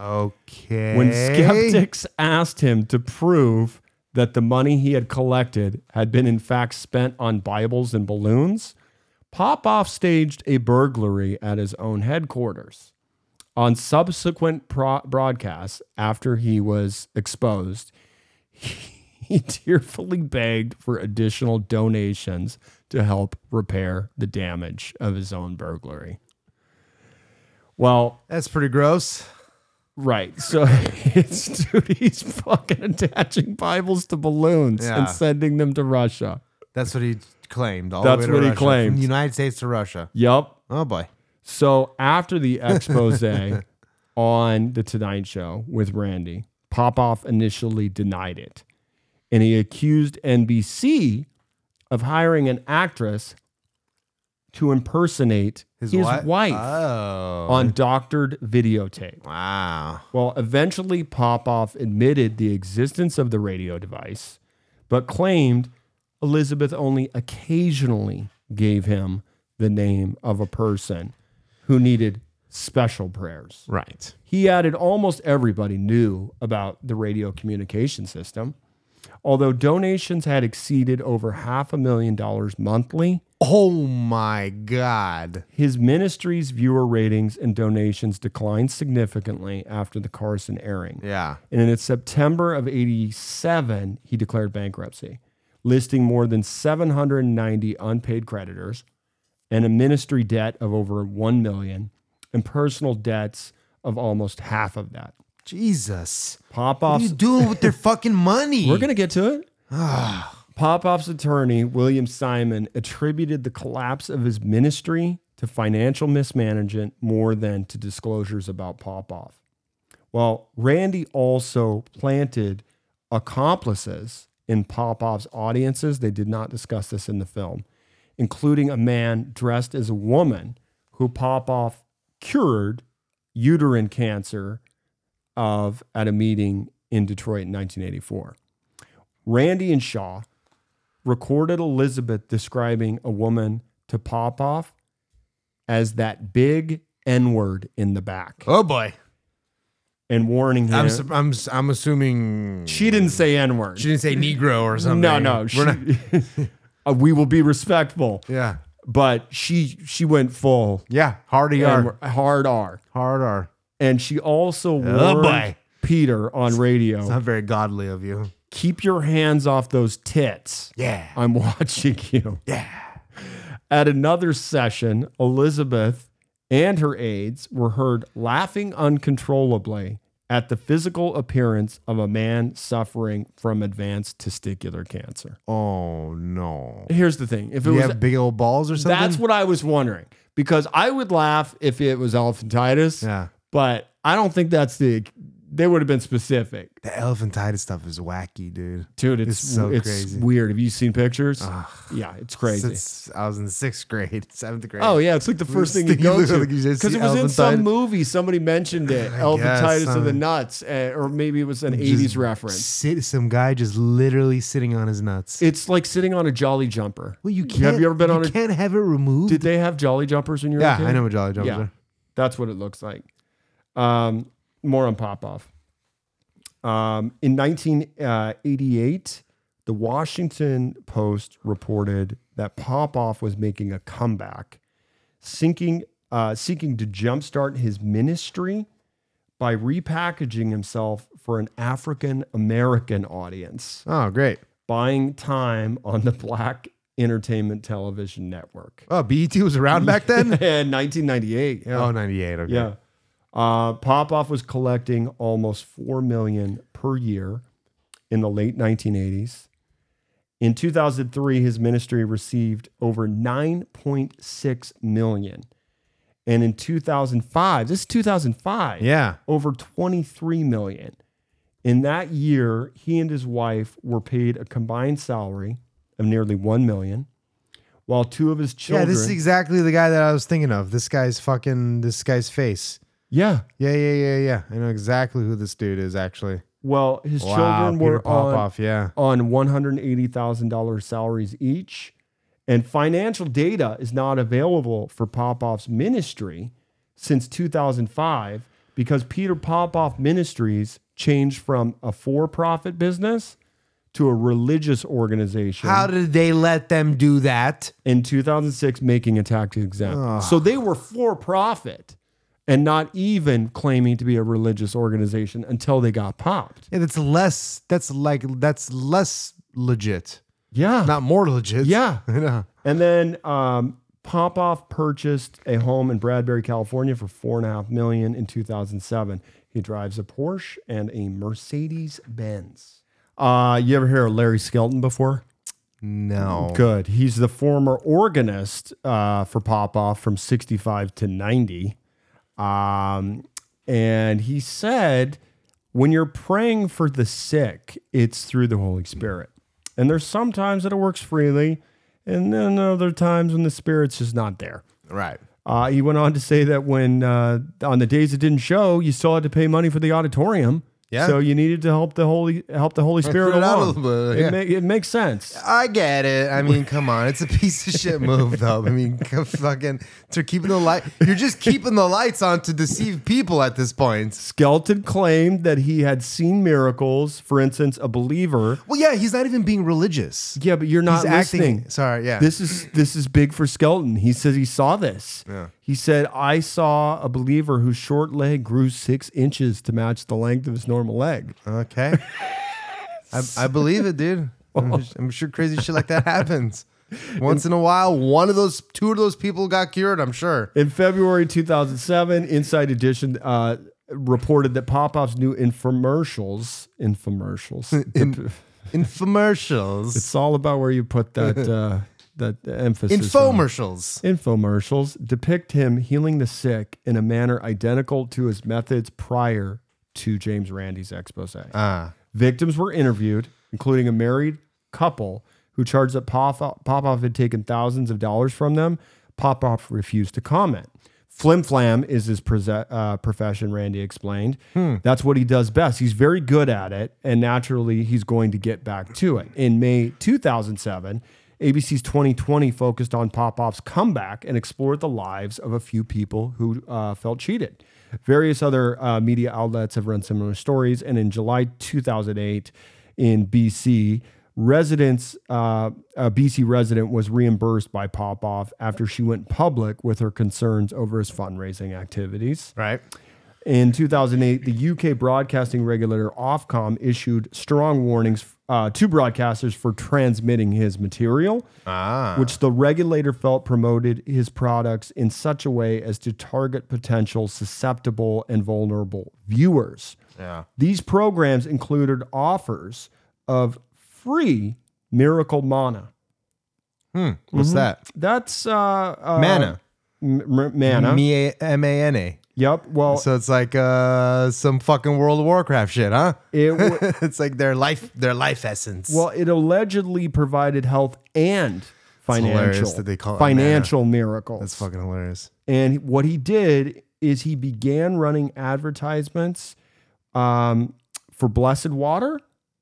[SPEAKER 3] okay.
[SPEAKER 2] when skeptics asked him to prove that the money he had collected had been in fact spent on Bibles and balloons, Popoff staged a burglary at his own headquarters. On subsequent pro- broadcasts, after he was exposed, he tearfully begged for additional donations to help repair the damage of his own burglary. Well,
[SPEAKER 3] that's pretty gross.
[SPEAKER 2] Right. So it's dude, he's fucking attaching Bibles to balloons
[SPEAKER 3] Yeah.
[SPEAKER 2] and sending them to Russia.
[SPEAKER 3] That's what he claimed. All
[SPEAKER 2] That's
[SPEAKER 3] the way to
[SPEAKER 2] what he
[SPEAKER 3] Russia, From
[SPEAKER 2] claimed.
[SPEAKER 3] the United States to Russia.
[SPEAKER 2] Yep.
[SPEAKER 3] Oh boy.
[SPEAKER 2] So after the expose on the Tonight Show with Randy, Popoff initially denied it. And he accused NBC of hiring an actress to impersonate his,
[SPEAKER 3] wi-
[SPEAKER 2] wife
[SPEAKER 3] Oh.
[SPEAKER 2] on doctored videotape.
[SPEAKER 3] Wow.
[SPEAKER 2] Well, eventually Popoff admitted the existence of the radio device, but claimed Elizabeth only occasionally gave him the name of a person who needed special prayers.
[SPEAKER 3] Right.
[SPEAKER 2] He added almost everybody knew about the radio communication system. Although donations had exceeded over half a million dollars monthly,
[SPEAKER 3] Oh my God.
[SPEAKER 2] His ministry's viewer ratings and donations declined significantly after the Carson airing.
[SPEAKER 3] Yeah.
[SPEAKER 2] And in September of 87, he declared bankruptcy, listing more than 790 unpaid creditors and a ministry debt of over 1 million and personal debts of almost half of that.
[SPEAKER 3] Jesus. What are you
[SPEAKER 2] Popoff's
[SPEAKER 3] doing with their fucking money? Ah.
[SPEAKER 2] We're going to get to it. Popoff's attorney, William Simon, attributed the collapse of his ministry to financial mismanagement more than to disclosures about Popoff. Well, Randy also planted accomplices in Popoff's audiences. They did not discuss this in the film, including a man dressed as a woman who Popoff cured uterine cancer of at a meeting in Detroit in 1984. Randy and Shaw recorded Elizabeth describing a woman to Popoff as that big N word in the back
[SPEAKER 3] Oh boy.
[SPEAKER 2] and warning him.
[SPEAKER 3] I'm, su- I'm, s- I'm assuming
[SPEAKER 2] she didn't say N word.
[SPEAKER 3] she didn't say Negro or something.
[SPEAKER 2] No, no.
[SPEAKER 3] We're
[SPEAKER 2] she-
[SPEAKER 3] not-
[SPEAKER 2] Uh, we will be respectful,
[SPEAKER 3] yeah.
[SPEAKER 2] but she she went full
[SPEAKER 3] Yeah. Hard ER.
[SPEAKER 2] N-word- hard R,
[SPEAKER 3] Hard R.
[SPEAKER 2] and she also warned
[SPEAKER 3] Oh, boy.
[SPEAKER 2] Peter on radio,
[SPEAKER 3] It's not very godly of you.
[SPEAKER 2] "Keep your hands off those tits."
[SPEAKER 3] Yeah.
[SPEAKER 2] I'm watching you.
[SPEAKER 3] Yeah.
[SPEAKER 2] At another session, Elizabeth and her aides were heard laughing uncontrollably at the physical appearance of a man suffering from advanced testicular cancer.
[SPEAKER 3] Oh no.
[SPEAKER 2] Here's the thing: if it
[SPEAKER 3] You
[SPEAKER 2] was
[SPEAKER 3] have big old balls or something?
[SPEAKER 2] that's what I was wondering because I would laugh if it was elephantitis,
[SPEAKER 3] Yeah.
[SPEAKER 2] but I don't think that's the. They would have been specific,
[SPEAKER 3] The elephantitis stuff is wacky, dude.
[SPEAKER 2] dude. It's
[SPEAKER 3] It's so
[SPEAKER 2] it's
[SPEAKER 3] crazy.
[SPEAKER 2] weird. Have you seen pictures? yeah, it's crazy.
[SPEAKER 3] Since I was in sixth grade, seventh grade.
[SPEAKER 2] Oh yeah, it's like the first thing you
[SPEAKER 3] You
[SPEAKER 2] go
[SPEAKER 3] look
[SPEAKER 2] to
[SPEAKER 3] like you just
[SPEAKER 2] because
[SPEAKER 3] see
[SPEAKER 2] it was in some
[SPEAKER 3] elephantitis.
[SPEAKER 2] movie. Somebody mentioned it, elephantitis
[SPEAKER 3] guess,
[SPEAKER 2] of the
[SPEAKER 3] um,
[SPEAKER 2] nuts, eh, or maybe it was an
[SPEAKER 3] Just
[SPEAKER 2] '80s reference.
[SPEAKER 3] Sit, some guy just literally sitting on his nuts.
[SPEAKER 2] It's like sitting on a jolly jumper.
[SPEAKER 3] well, you
[SPEAKER 2] Have
[SPEAKER 3] can't.
[SPEAKER 2] you ever been on a-
[SPEAKER 3] can't have it removed.
[SPEAKER 2] Did they have jolly jumpers when you were a
[SPEAKER 3] yeah,
[SPEAKER 2] kid?
[SPEAKER 3] I know what jolly jumpers are.
[SPEAKER 2] That's what it looks like. Um, more on Popoff. Um, in 1988, the Washington Post reported that Popoff was making a comeback, sinking, uh, seeking to jumpstart his ministry by repackaging himself for an African American audience,
[SPEAKER 3] Oh, great.
[SPEAKER 2] buying time on the Black Entertainment Television Network.
[SPEAKER 3] Oh, BET was around back
[SPEAKER 2] in
[SPEAKER 3] then.
[SPEAKER 2] 1998. yeah.
[SPEAKER 3] Oh, 98. Okay.
[SPEAKER 2] Yeah. Uh, Popoff was collecting almost four million per year in the late 1980s. In 2003, his ministry received over 9.6 million, and in 2005, this is 2005,
[SPEAKER 3] Yeah.
[SPEAKER 2] over 23 million. In that year, he and his wife were paid a combined salary of nearly one million, while two of his
[SPEAKER 3] Yeah,
[SPEAKER 2] children,
[SPEAKER 3] this is exactly the guy that I was thinking of. This guy's fucking this guy's face.
[SPEAKER 2] yeah,
[SPEAKER 3] Yeah, yeah, yeah, yeah. I know exactly who this dude is actually.
[SPEAKER 2] well, his
[SPEAKER 3] wow,
[SPEAKER 2] children
[SPEAKER 3] Peter
[SPEAKER 2] were on
[SPEAKER 3] Popoff, yeah.
[SPEAKER 2] on $180,000 salaries each. And financial data is not available for Popoff's ministry since 2005 because Peter Popoff Ministries changed from a for profit business to a religious organization
[SPEAKER 3] How did they let them do that?
[SPEAKER 2] in 2006, making a tax exempt. So they were for profit and not even claiming to be a religious organization until they got popped.
[SPEAKER 3] Yeah, that's less that's like that's less legit.
[SPEAKER 2] Yeah.
[SPEAKER 3] Not more legit.
[SPEAKER 2] yeah.
[SPEAKER 3] I know.
[SPEAKER 2] And then um, Popoff purchased a home in Bradbury, California, for four and a half million in 2007. He drives a Porsche and a Mercedes Benz. Uh, you ever hear of Larry Skelton before?
[SPEAKER 3] No.
[SPEAKER 2] Good. He's the former organist uh, for Popoff from 65 to 90. Um, and he said, when you're praying for the sick, it's through the Holy Spirit. And there's some times that it works freely, and then other times when the Spirit's just not there.
[SPEAKER 3] Right.
[SPEAKER 2] Uh, he went on to say that when uh, on the days it didn't show, you still had to pay money for the auditorium.
[SPEAKER 3] Yeah.
[SPEAKER 2] So you needed to help the Holy help the Holy Spirit
[SPEAKER 3] it out a
[SPEAKER 2] along.
[SPEAKER 3] little bit,
[SPEAKER 2] It,
[SPEAKER 3] yeah.
[SPEAKER 2] ma- it makes sense.
[SPEAKER 3] I get it. I mean, come on, it's a piece of shit move, though. I mean, come fucking, they're keeping the light. You're just keeping the lights on to deceive people at this point.
[SPEAKER 2] Skelton claimed that he had seen miracles, for instance, a believer.
[SPEAKER 3] Well, yeah, he's not even being religious.
[SPEAKER 2] Yeah, but you're not
[SPEAKER 3] He's acting.
[SPEAKER 2] listening.
[SPEAKER 3] Sorry, yeah.
[SPEAKER 2] This is this is big for Skelton. He says he saw this. He said, I saw a believer whose short leg grew six inches to match the length of his normal leg.
[SPEAKER 3] okay. I, I believe it, dude.
[SPEAKER 2] Oh.
[SPEAKER 3] I'm, just- I'm sure crazy shit like that happens. Once in a while, one of those, two of those people got cured. I'm sure.
[SPEAKER 2] In February 2007, Inside Edition uh, reported that Popoff's new infomercials, infomercials,
[SPEAKER 3] Infomercials.
[SPEAKER 2] it's all about where you put that uh, that emphasis. on it.
[SPEAKER 3] Infomercials.
[SPEAKER 2] Infomercials depict him healing the sick in a manner identical to his methods prior to James Randi's expose.
[SPEAKER 3] Ah.
[SPEAKER 2] Victims were interviewed, including a married couple who charged that Popoff, Popoff had taken thousands of dollars from them. Popoff refused to comment. Flim flam is his prese- uh, profession, Randy explained. That's what he does best. He's very good at it, and naturally, he's going to get back to it. In May 2007, ABC's 2020 focused on Popoff's comeback and explored the lives of a few people who uh, felt cheated. Various other uh, media outlets have run similar stories. And in July 2008 in BC, residents, uh, a BC resident was reimbursed by Popoff after she went public with her concerns over his fundraising activities.
[SPEAKER 3] Right.
[SPEAKER 2] In 2008, the UK broadcasting regulator Ofcom issued strong warnings uh, to broadcasters for transmitting his material, which the regulator felt promoted his products in such a way as to target potential susceptible and vulnerable viewers.
[SPEAKER 3] Yeah.
[SPEAKER 2] These programs included offers of free miracle mana.
[SPEAKER 3] What's that?
[SPEAKER 2] That's uh, uh,
[SPEAKER 3] Mana.
[SPEAKER 2] M- m- mana.
[SPEAKER 3] Me- M-A-N-A.
[SPEAKER 2] yep. Well,
[SPEAKER 3] So it's like uh, some fucking World of Warcraft shit, huh?
[SPEAKER 2] it. W-
[SPEAKER 3] it's like their life, their life essence.
[SPEAKER 2] Well, it allegedly provided health and financial
[SPEAKER 3] hilarious that they call it
[SPEAKER 2] financial miracles.
[SPEAKER 3] that's fucking hilarious.
[SPEAKER 2] And what he did is he began running advertisements um, for blessed water.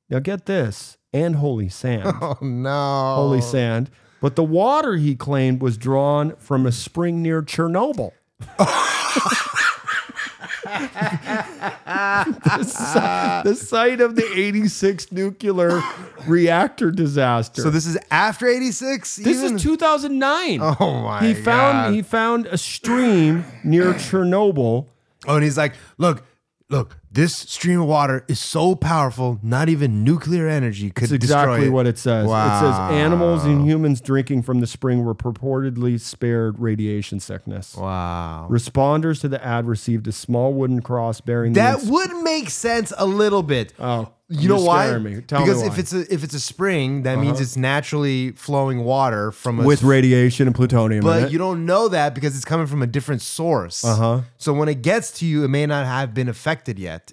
[SPEAKER 2] Now get this, and holy sand,
[SPEAKER 3] Oh no!
[SPEAKER 2] holy sand. But the water he claimed was drawn from a spring near Chernobyl. the, si- the site of the 86 nuclear reactor disaster.
[SPEAKER 3] so this is after '86.
[SPEAKER 2] This is 2009.
[SPEAKER 3] Oh my!
[SPEAKER 2] he found
[SPEAKER 3] God.
[SPEAKER 2] he found a stream near Chernobyl.
[SPEAKER 3] Oh, and he's like, look, look, this stream of water is so powerful, not even nuclear energy could
[SPEAKER 2] It's exactly
[SPEAKER 3] destroy it.
[SPEAKER 2] what it says. It
[SPEAKER 3] Wow.
[SPEAKER 2] says animals and humans drinking from the spring were purportedly spared radiation sickness.
[SPEAKER 3] Wow.
[SPEAKER 2] Responders to the ad received a small wooden cross bearing the
[SPEAKER 3] That
[SPEAKER 2] ins-
[SPEAKER 3] would make sense a little bit.
[SPEAKER 2] Oh,
[SPEAKER 3] you know
[SPEAKER 2] you're
[SPEAKER 3] why?
[SPEAKER 2] scaring me. Tell me
[SPEAKER 3] because
[SPEAKER 2] why.
[SPEAKER 3] if
[SPEAKER 2] Uh-huh.
[SPEAKER 3] it's a if it's a spring, that means it's naturally flowing water from a
[SPEAKER 2] with radiation and plutonium. in
[SPEAKER 3] but
[SPEAKER 2] it.
[SPEAKER 3] you don't know that because it's coming from a different source. Uh-huh. So when it gets to you, it may not have been affected yet.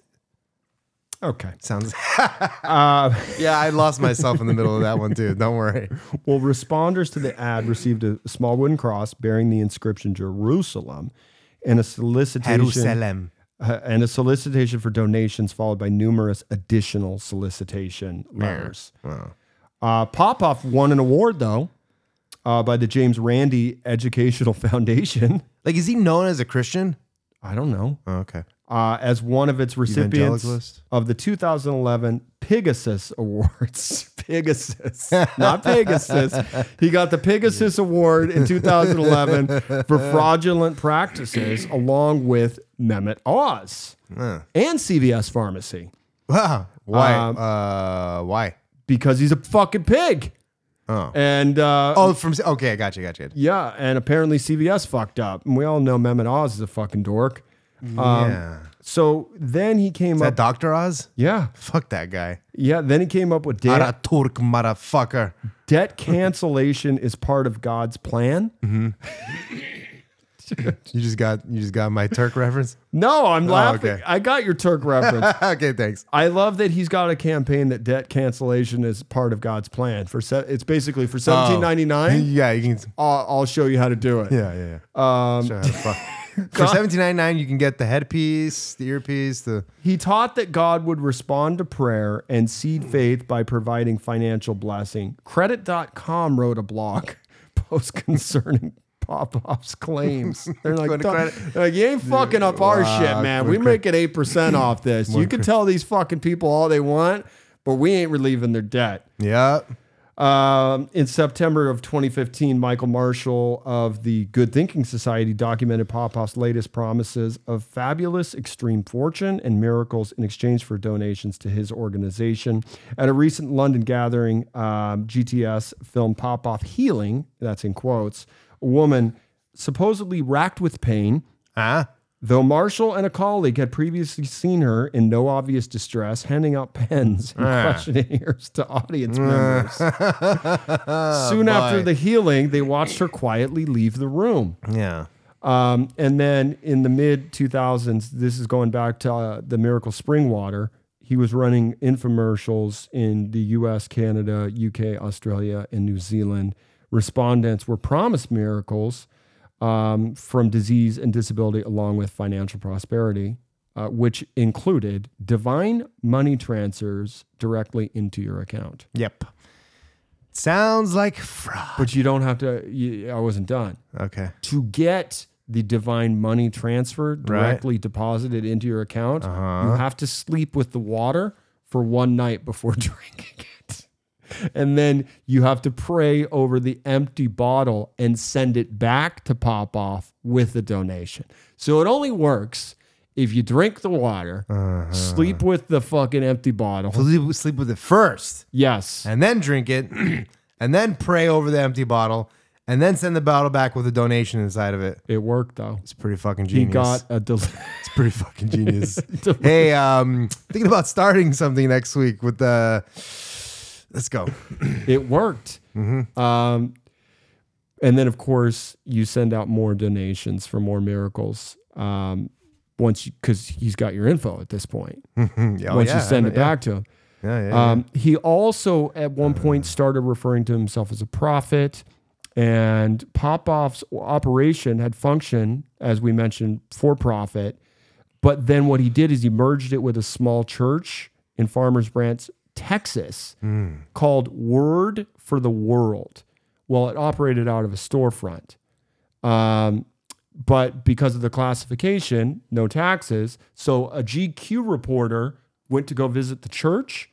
[SPEAKER 2] okay.
[SPEAKER 3] Sounds. yeah, I lost myself in the middle of that one too. Don't worry.
[SPEAKER 2] Well, responders to the ad received a small wooden cross bearing the inscription Jerusalem and a solicitation. uh, and a solicitation for donations followed by numerous additional solicitation letters. Uh, Popoff won an award though uh, by the James Randi Educational Foundation.
[SPEAKER 3] Like, is he known as a Christian?
[SPEAKER 2] I don't know.
[SPEAKER 3] Oh, okay.
[SPEAKER 2] Uh, as one of its recipients
[SPEAKER 3] Evangelicalist?
[SPEAKER 2] of the 2011 Pegasus Awards. Pegasus, not Pegasus. He got the Pegasus Award in 2011 for fraudulent practices, along with Mehmet Oz and CVS Pharmacy
[SPEAKER 3] Wow. Why?
[SPEAKER 2] Um,
[SPEAKER 3] uh, why?
[SPEAKER 2] because he's a fucking pig.
[SPEAKER 3] Oh.
[SPEAKER 2] And uh,
[SPEAKER 3] Oh, from okay. I got you. Got you.
[SPEAKER 2] yeah, and apparently CVS fucked up. And we all know Mehmet Oz is a fucking dork. Um,
[SPEAKER 3] yeah.
[SPEAKER 2] So then he came
[SPEAKER 3] Is
[SPEAKER 2] up.
[SPEAKER 3] that Doctor Oz?
[SPEAKER 2] yeah,
[SPEAKER 3] Fuck that guy.
[SPEAKER 2] yeah. Then he came up with
[SPEAKER 3] Ara
[SPEAKER 2] debt,
[SPEAKER 3] Turk motherfucker.
[SPEAKER 2] debt cancellation is part of God's plan.
[SPEAKER 3] You just got you just got my Turk reference.
[SPEAKER 2] No, I'm laughing.
[SPEAKER 3] okay.
[SPEAKER 2] I got your Turk reference.
[SPEAKER 3] okay, thanks.
[SPEAKER 2] I love that he's got a campaign that debt cancellation is part of God's plan. For se- it's basically for 17.99.
[SPEAKER 3] Yeah, you can.
[SPEAKER 2] I'll, I'll show you how to do it.
[SPEAKER 3] Yeah, yeah, yeah. Um, For seventeen ninety nine, you can get the headpiece, the earpiece, the
[SPEAKER 2] He taught that God would respond to prayer and seed faith by providing financial blessing. Credit.com wrote a blog post concerning Popoff's claims. They're like,
[SPEAKER 3] Going to
[SPEAKER 2] "Don't-
[SPEAKER 3] credit-
[SPEAKER 2] they're like, you ain't fucking up our
[SPEAKER 3] Wow,
[SPEAKER 2] shit, man. We
[SPEAKER 3] good
[SPEAKER 2] make it 8% off this. You can tell these fucking people all they want, but we ain't relieving their debt.
[SPEAKER 3] yeah.
[SPEAKER 2] Um, in September of 2015, Michael Marshall of the Good Thinking Society documented Popoff's latest promises of fabulous extreme fortune and miracles in exchange for donations to his organization. At a recent London gathering, um, GTS filmed Popoff healing, that's in quotes, a woman supposedly racked with pain.
[SPEAKER 3] Huh?
[SPEAKER 2] Though Marshall and a colleague had previously seen her in no obvious distress, handing out pens and questionnaires to audience members. Soon after the healing, they watched her quietly leave the room.
[SPEAKER 3] Yeah.
[SPEAKER 2] Um, and then in the mid 2000s, this is going back to uh, the Miracle Spring Water. He was running infomercials in the US, Canada, UK, Australia, and New Zealand. Respondents were promised miracles um, from disease and disability, along with financial prosperity, uh, which included divine money transfers directly into your account.
[SPEAKER 3] Yep. Sounds like fraud.
[SPEAKER 2] But you don't have to, you, I wasn't done.
[SPEAKER 3] Okay.
[SPEAKER 2] to get the divine money transfer directly deposited into your account, you have to sleep with the water for one night before drinking it. And then you have to pray over the empty bottle and send it back to Pop Off with a donation. So it only works if you drink the water, sleep with the fucking empty bottle.
[SPEAKER 3] Sleep, sleep with it first,
[SPEAKER 2] Yes.
[SPEAKER 3] and then drink it, and then pray over the empty bottle, and then send the bottle back with a donation inside of it.
[SPEAKER 2] It worked though.
[SPEAKER 3] It's pretty fucking
[SPEAKER 2] He
[SPEAKER 3] genius.
[SPEAKER 2] got a del-
[SPEAKER 3] It's pretty fucking genius. hey, um, thinking about starting something next week with the. Let's go.
[SPEAKER 2] it worked.
[SPEAKER 3] Mm-hmm.
[SPEAKER 2] Um, and then, of course, you send out more donations for more miracles. Um, once you, because he's got your info at this point.
[SPEAKER 3] Yeah, oh,
[SPEAKER 2] once
[SPEAKER 3] yeah,
[SPEAKER 2] you send
[SPEAKER 3] I
[SPEAKER 2] it
[SPEAKER 3] know, yeah.
[SPEAKER 2] back to him,
[SPEAKER 3] Yeah, yeah, yeah.
[SPEAKER 2] um, he also at one point started referring to himself as a prophet. And Popoff's operation had functioned, as we mentioned, for profit. But then what he did is he merged it with a small church in Farmers Branch, Texas, called Word for the World. Well, it operated out of a storefront. Um, but because of the classification, no taxes. So a GQ reporter went to go visit the church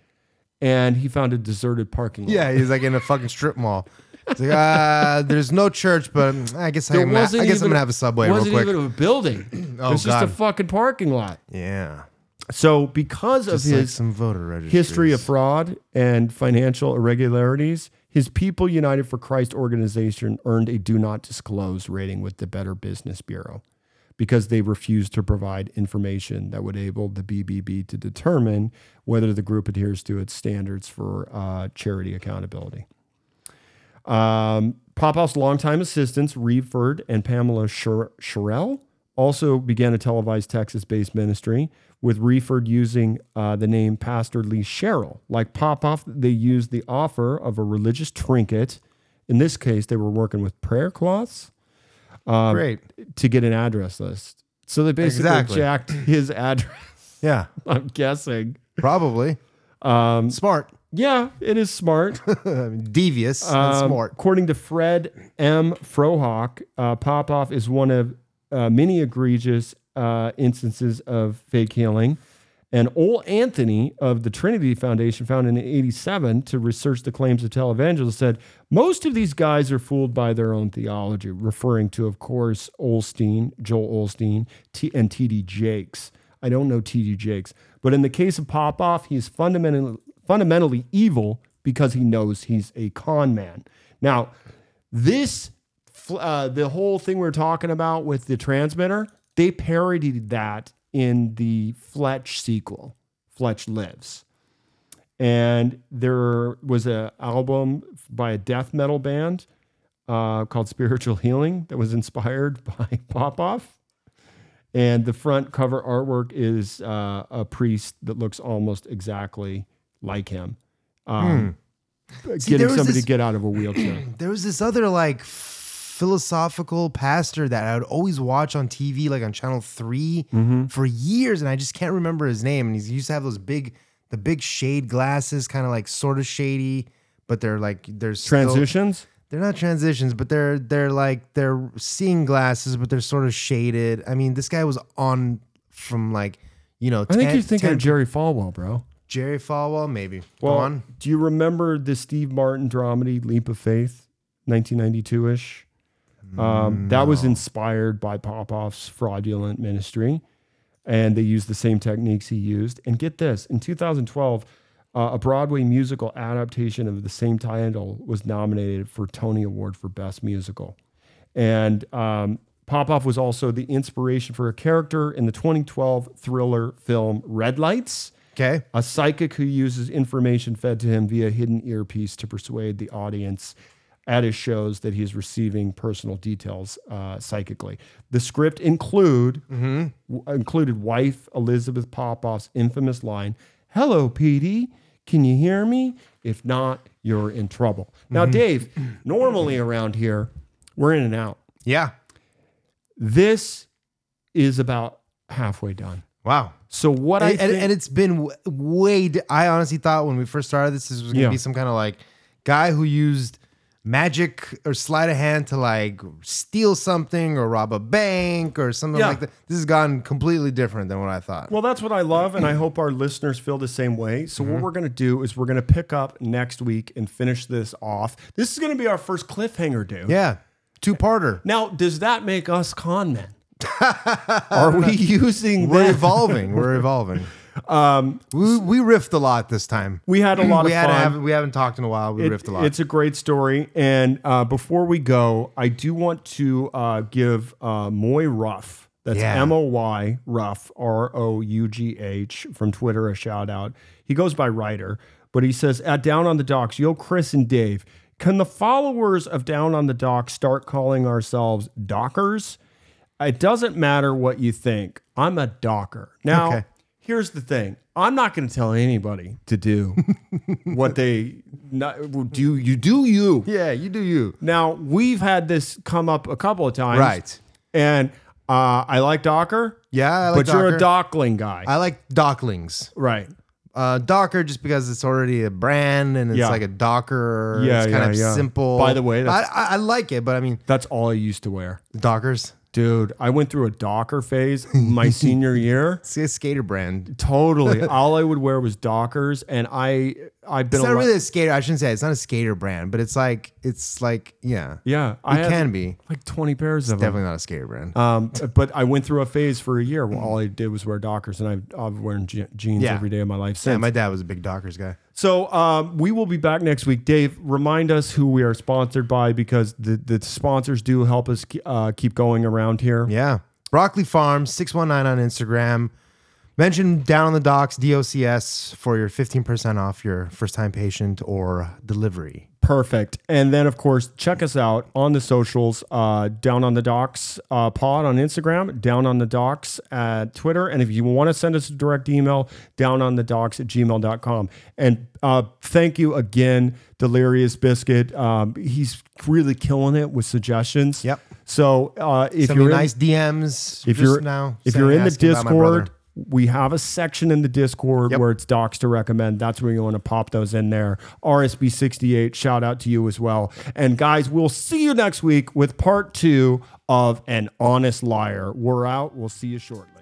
[SPEAKER 2] and he found a deserted parking lot.
[SPEAKER 3] yeah, he's like in a fucking strip mall. It's like, uh, there's no church, but mm, I guess I'm gonna, I guess
[SPEAKER 2] wasn't
[SPEAKER 3] I'm
[SPEAKER 2] even-
[SPEAKER 3] gonna have a subway real
[SPEAKER 2] wasn't
[SPEAKER 3] quick.
[SPEAKER 2] even a building.
[SPEAKER 3] Oh,
[SPEAKER 2] it was just a
[SPEAKER 3] God.
[SPEAKER 2] fucking parking lot.
[SPEAKER 3] yeah,
[SPEAKER 2] So because
[SPEAKER 3] It's
[SPEAKER 2] of
[SPEAKER 3] like
[SPEAKER 2] his
[SPEAKER 3] some voter registry.
[SPEAKER 2] history of fraud and financial irregularities, his People United for Christ organization earned a do not disclose rating with the Better Business Bureau because they refused to provide information that would enable the BBB to determine whether the group adheres to its standards for uh, charity accountability. Um, Popoff's longtime assistants, Reeve Ford and Pamela Shur- Sherrell, also began a televised Texas based ministry with Reeford using uh, the name Pastor Lee Sherrill. Like Popoff, they used the offer of a religious trinket. In this case, they were working with prayer cloths
[SPEAKER 3] Great.
[SPEAKER 2] to get an address list. So they basically
[SPEAKER 3] Exactly.
[SPEAKER 2] jacked his address,
[SPEAKER 3] Yeah,
[SPEAKER 2] I'm guessing.
[SPEAKER 3] probably. Um, smart,
[SPEAKER 2] Yeah, it is smart.
[SPEAKER 3] devious, and
[SPEAKER 2] Um,
[SPEAKER 3] smart.
[SPEAKER 2] According to Fred M. Frohawk, uh, Popoff is one of uh, many egregious uh, instances of fake healing. And Ole Anthony of the Trinity Foundation, founded in 87 to research the claims of televangelists, said most of these guys are fooled by their own theology, referring to, of course, Olstein, Joel Olstein, T- and T.D. Jakes. I don't know T.D. Jakes, but in the case of Popoff, he is fundamentally, fundamentally evil because he knows he's a con man. Now, this fl- uh, the whole thing we are talking about with the transmitter, they parodied that in the Fletch sequel, Fletch Lives. And there was an album by a death metal band uh, called Spiritual Healing that was inspired by Popoff. And the front cover artwork is uh, a priest that looks almost exactly like him. Um, uh,
[SPEAKER 3] See,
[SPEAKER 2] getting
[SPEAKER 3] there Hmm. was
[SPEAKER 2] somebody
[SPEAKER 3] this-
[SPEAKER 2] to get out of a wheelchair.
[SPEAKER 3] There was this other like f- philosophical pastor that I would always watch on TV, like on Channel 3
[SPEAKER 2] Mm-hmm.
[SPEAKER 3] for years, and I just can't remember his name. And he's- he used to have those big, the big shade glasses, kind of like sort of shady, but they're like they're still-
[SPEAKER 2] Transitions?
[SPEAKER 3] they're not transitions, but they're they're like they're seeing glasses, but they're sort of shaded. I mean, this guy was on from like you know.
[SPEAKER 2] I think
[SPEAKER 3] 10
[SPEAKER 2] you're thinking
[SPEAKER 3] 10
[SPEAKER 2] of Jerry Falwell, bro.
[SPEAKER 3] Jerry Falwell, maybe.
[SPEAKER 2] Well,
[SPEAKER 3] Go on.
[SPEAKER 2] do you remember the Steve Martin dramedy Leap of Faith, 1992 ish? Um, That was inspired by Popoff's fraudulent ministry, and they used the same techniques he used. And get this in 2012, uh, a Broadway musical adaptation of the same title was nominated for Tony Award for Best Musical. And um, Popoff was also the inspiration for a character in the 2012 thriller film Red Lights
[SPEAKER 3] Okay.
[SPEAKER 2] a psychic who uses information fed to him via hidden earpiece to persuade the audience at his shows that he is receiving personal details uh, psychically. The script include
[SPEAKER 3] Mm-hmm.
[SPEAKER 2] w- included wife Elizabeth Popoff's infamous line, "Hello, Petey, can you hear me? If not, you're in trouble." Now,
[SPEAKER 3] Mm-hmm.
[SPEAKER 2] Dave, normally around here, we're in and out.
[SPEAKER 3] Yeah.
[SPEAKER 2] This is about halfway done.
[SPEAKER 3] Wow.
[SPEAKER 2] So what I
[SPEAKER 3] And, and,
[SPEAKER 2] think,
[SPEAKER 3] and it's been w- way. d- I honestly thought when we first started this, this was gonna
[SPEAKER 2] Yeah.
[SPEAKER 3] be some kind of like guy who used magic or sleight of hand to like steal something or rob a bank or something
[SPEAKER 2] Yeah.
[SPEAKER 3] like that. This has gone completely different than what I thought.
[SPEAKER 2] Well, that's what I love, and I hope our listeners feel the same way. So,
[SPEAKER 3] Mm-hmm.
[SPEAKER 2] what we're going to do is we're going to pick up next week and finish this off. This is going to be our first cliffhanger, dude.
[SPEAKER 3] yeah. Two parter.
[SPEAKER 2] Now, does that make us con men? Are we using
[SPEAKER 3] We're
[SPEAKER 2] this?
[SPEAKER 3] evolving. We're evolving. Um, we we riffed a lot this time.
[SPEAKER 2] We had a lot
[SPEAKER 3] we
[SPEAKER 2] of
[SPEAKER 3] had
[SPEAKER 2] fun.
[SPEAKER 3] Have, we haven't talked in a while. We
[SPEAKER 2] It-
[SPEAKER 3] riffed a lot.
[SPEAKER 2] It's a great story. And uh, before we go, I do want to uh, give uh, Moy Ruff, that's
[SPEAKER 3] Yeah.
[SPEAKER 2] M O Y Ruff, R O U G H, from Twitter, a shout out. He goes by Ryder, but he says, At Down on the Docks, yo, Chris and Dave, can the followers of Down on the Docks start calling ourselves Dockers? It doesn't matter what you think. I'm a Docker. Now,
[SPEAKER 3] Okay.
[SPEAKER 2] here's the thing I'm not going to tell anybody to do what they not, well, do. You do you.
[SPEAKER 3] yeah, you do you.
[SPEAKER 2] Now we've had this come up a couple of times,
[SPEAKER 3] Right.
[SPEAKER 2] And uh, I like Docker,
[SPEAKER 3] Yeah, I like
[SPEAKER 2] but you're a
[SPEAKER 3] Docker.
[SPEAKER 2] Dockling guy,
[SPEAKER 3] I like Docklings.
[SPEAKER 2] right?
[SPEAKER 3] Uh, Docker just because it's already a brand and it's
[SPEAKER 2] Yeah.
[SPEAKER 3] like a Docker.
[SPEAKER 2] Yeah,
[SPEAKER 3] it's kind
[SPEAKER 2] yeah,
[SPEAKER 3] of
[SPEAKER 2] yeah.
[SPEAKER 3] simple.
[SPEAKER 2] By the way,
[SPEAKER 3] I,
[SPEAKER 2] that's-
[SPEAKER 3] I, I like it, but I mean
[SPEAKER 2] That's all I used to wear,
[SPEAKER 3] Dockers.
[SPEAKER 2] dude. I went through a Docker phase my senior year.
[SPEAKER 3] It's a skater brand.
[SPEAKER 2] Totally, all I would wear was Dockers, and I I've been
[SPEAKER 3] It's not
[SPEAKER 2] a lot-
[SPEAKER 3] really a skater. I shouldn't say it's not a skater brand, but it's like it's like yeah,
[SPEAKER 2] yeah. I
[SPEAKER 3] it
[SPEAKER 2] had
[SPEAKER 3] can be.
[SPEAKER 2] like twenty pairs of them.
[SPEAKER 3] Definitely not a skater brand.
[SPEAKER 2] Um, but I went through a phase for a year where all I did was wear Dockers, and I've, I've worn je- jeans
[SPEAKER 3] Yeah.
[SPEAKER 2] every day of my life since.
[SPEAKER 3] yeah, my dad was a big Dockers guy.
[SPEAKER 2] So um, we will be back next week. Dave, remind us who we are sponsored by because the, the sponsors do help us ke- uh, keep going around here.
[SPEAKER 3] Yeah. Broccoli Farm, 619 on Instagram. Mention down on the docks, DOCS, for your 15% off your first time patient or delivery.
[SPEAKER 2] Perfect. And then, of course, check us out on the socials uh, Down on the Docks uh, pod on Instagram, Down on the Docks at Twitter. And if you want to send us a direct email, Down on the Docks at gmail.com. And uh, thank you again, Delirious Biscuit. Um, he's really killing it with suggestions.
[SPEAKER 3] Yep.
[SPEAKER 2] So uh, if
[SPEAKER 3] Send me
[SPEAKER 2] you're in-
[SPEAKER 3] nice DMs.
[SPEAKER 2] if
[SPEAKER 3] just
[SPEAKER 2] you're
[SPEAKER 3] now,
[SPEAKER 2] if
[SPEAKER 3] saying-
[SPEAKER 2] you're in the
[SPEAKER 3] asking about my
[SPEAKER 2] discord
[SPEAKER 3] brother.
[SPEAKER 2] we have a section in the discord where it's docs to recommend that's where you want to pop those in there rsb 68 shout out to you as well and guys we'll see you next week with part two of an honest liar we're out we'll see you shortly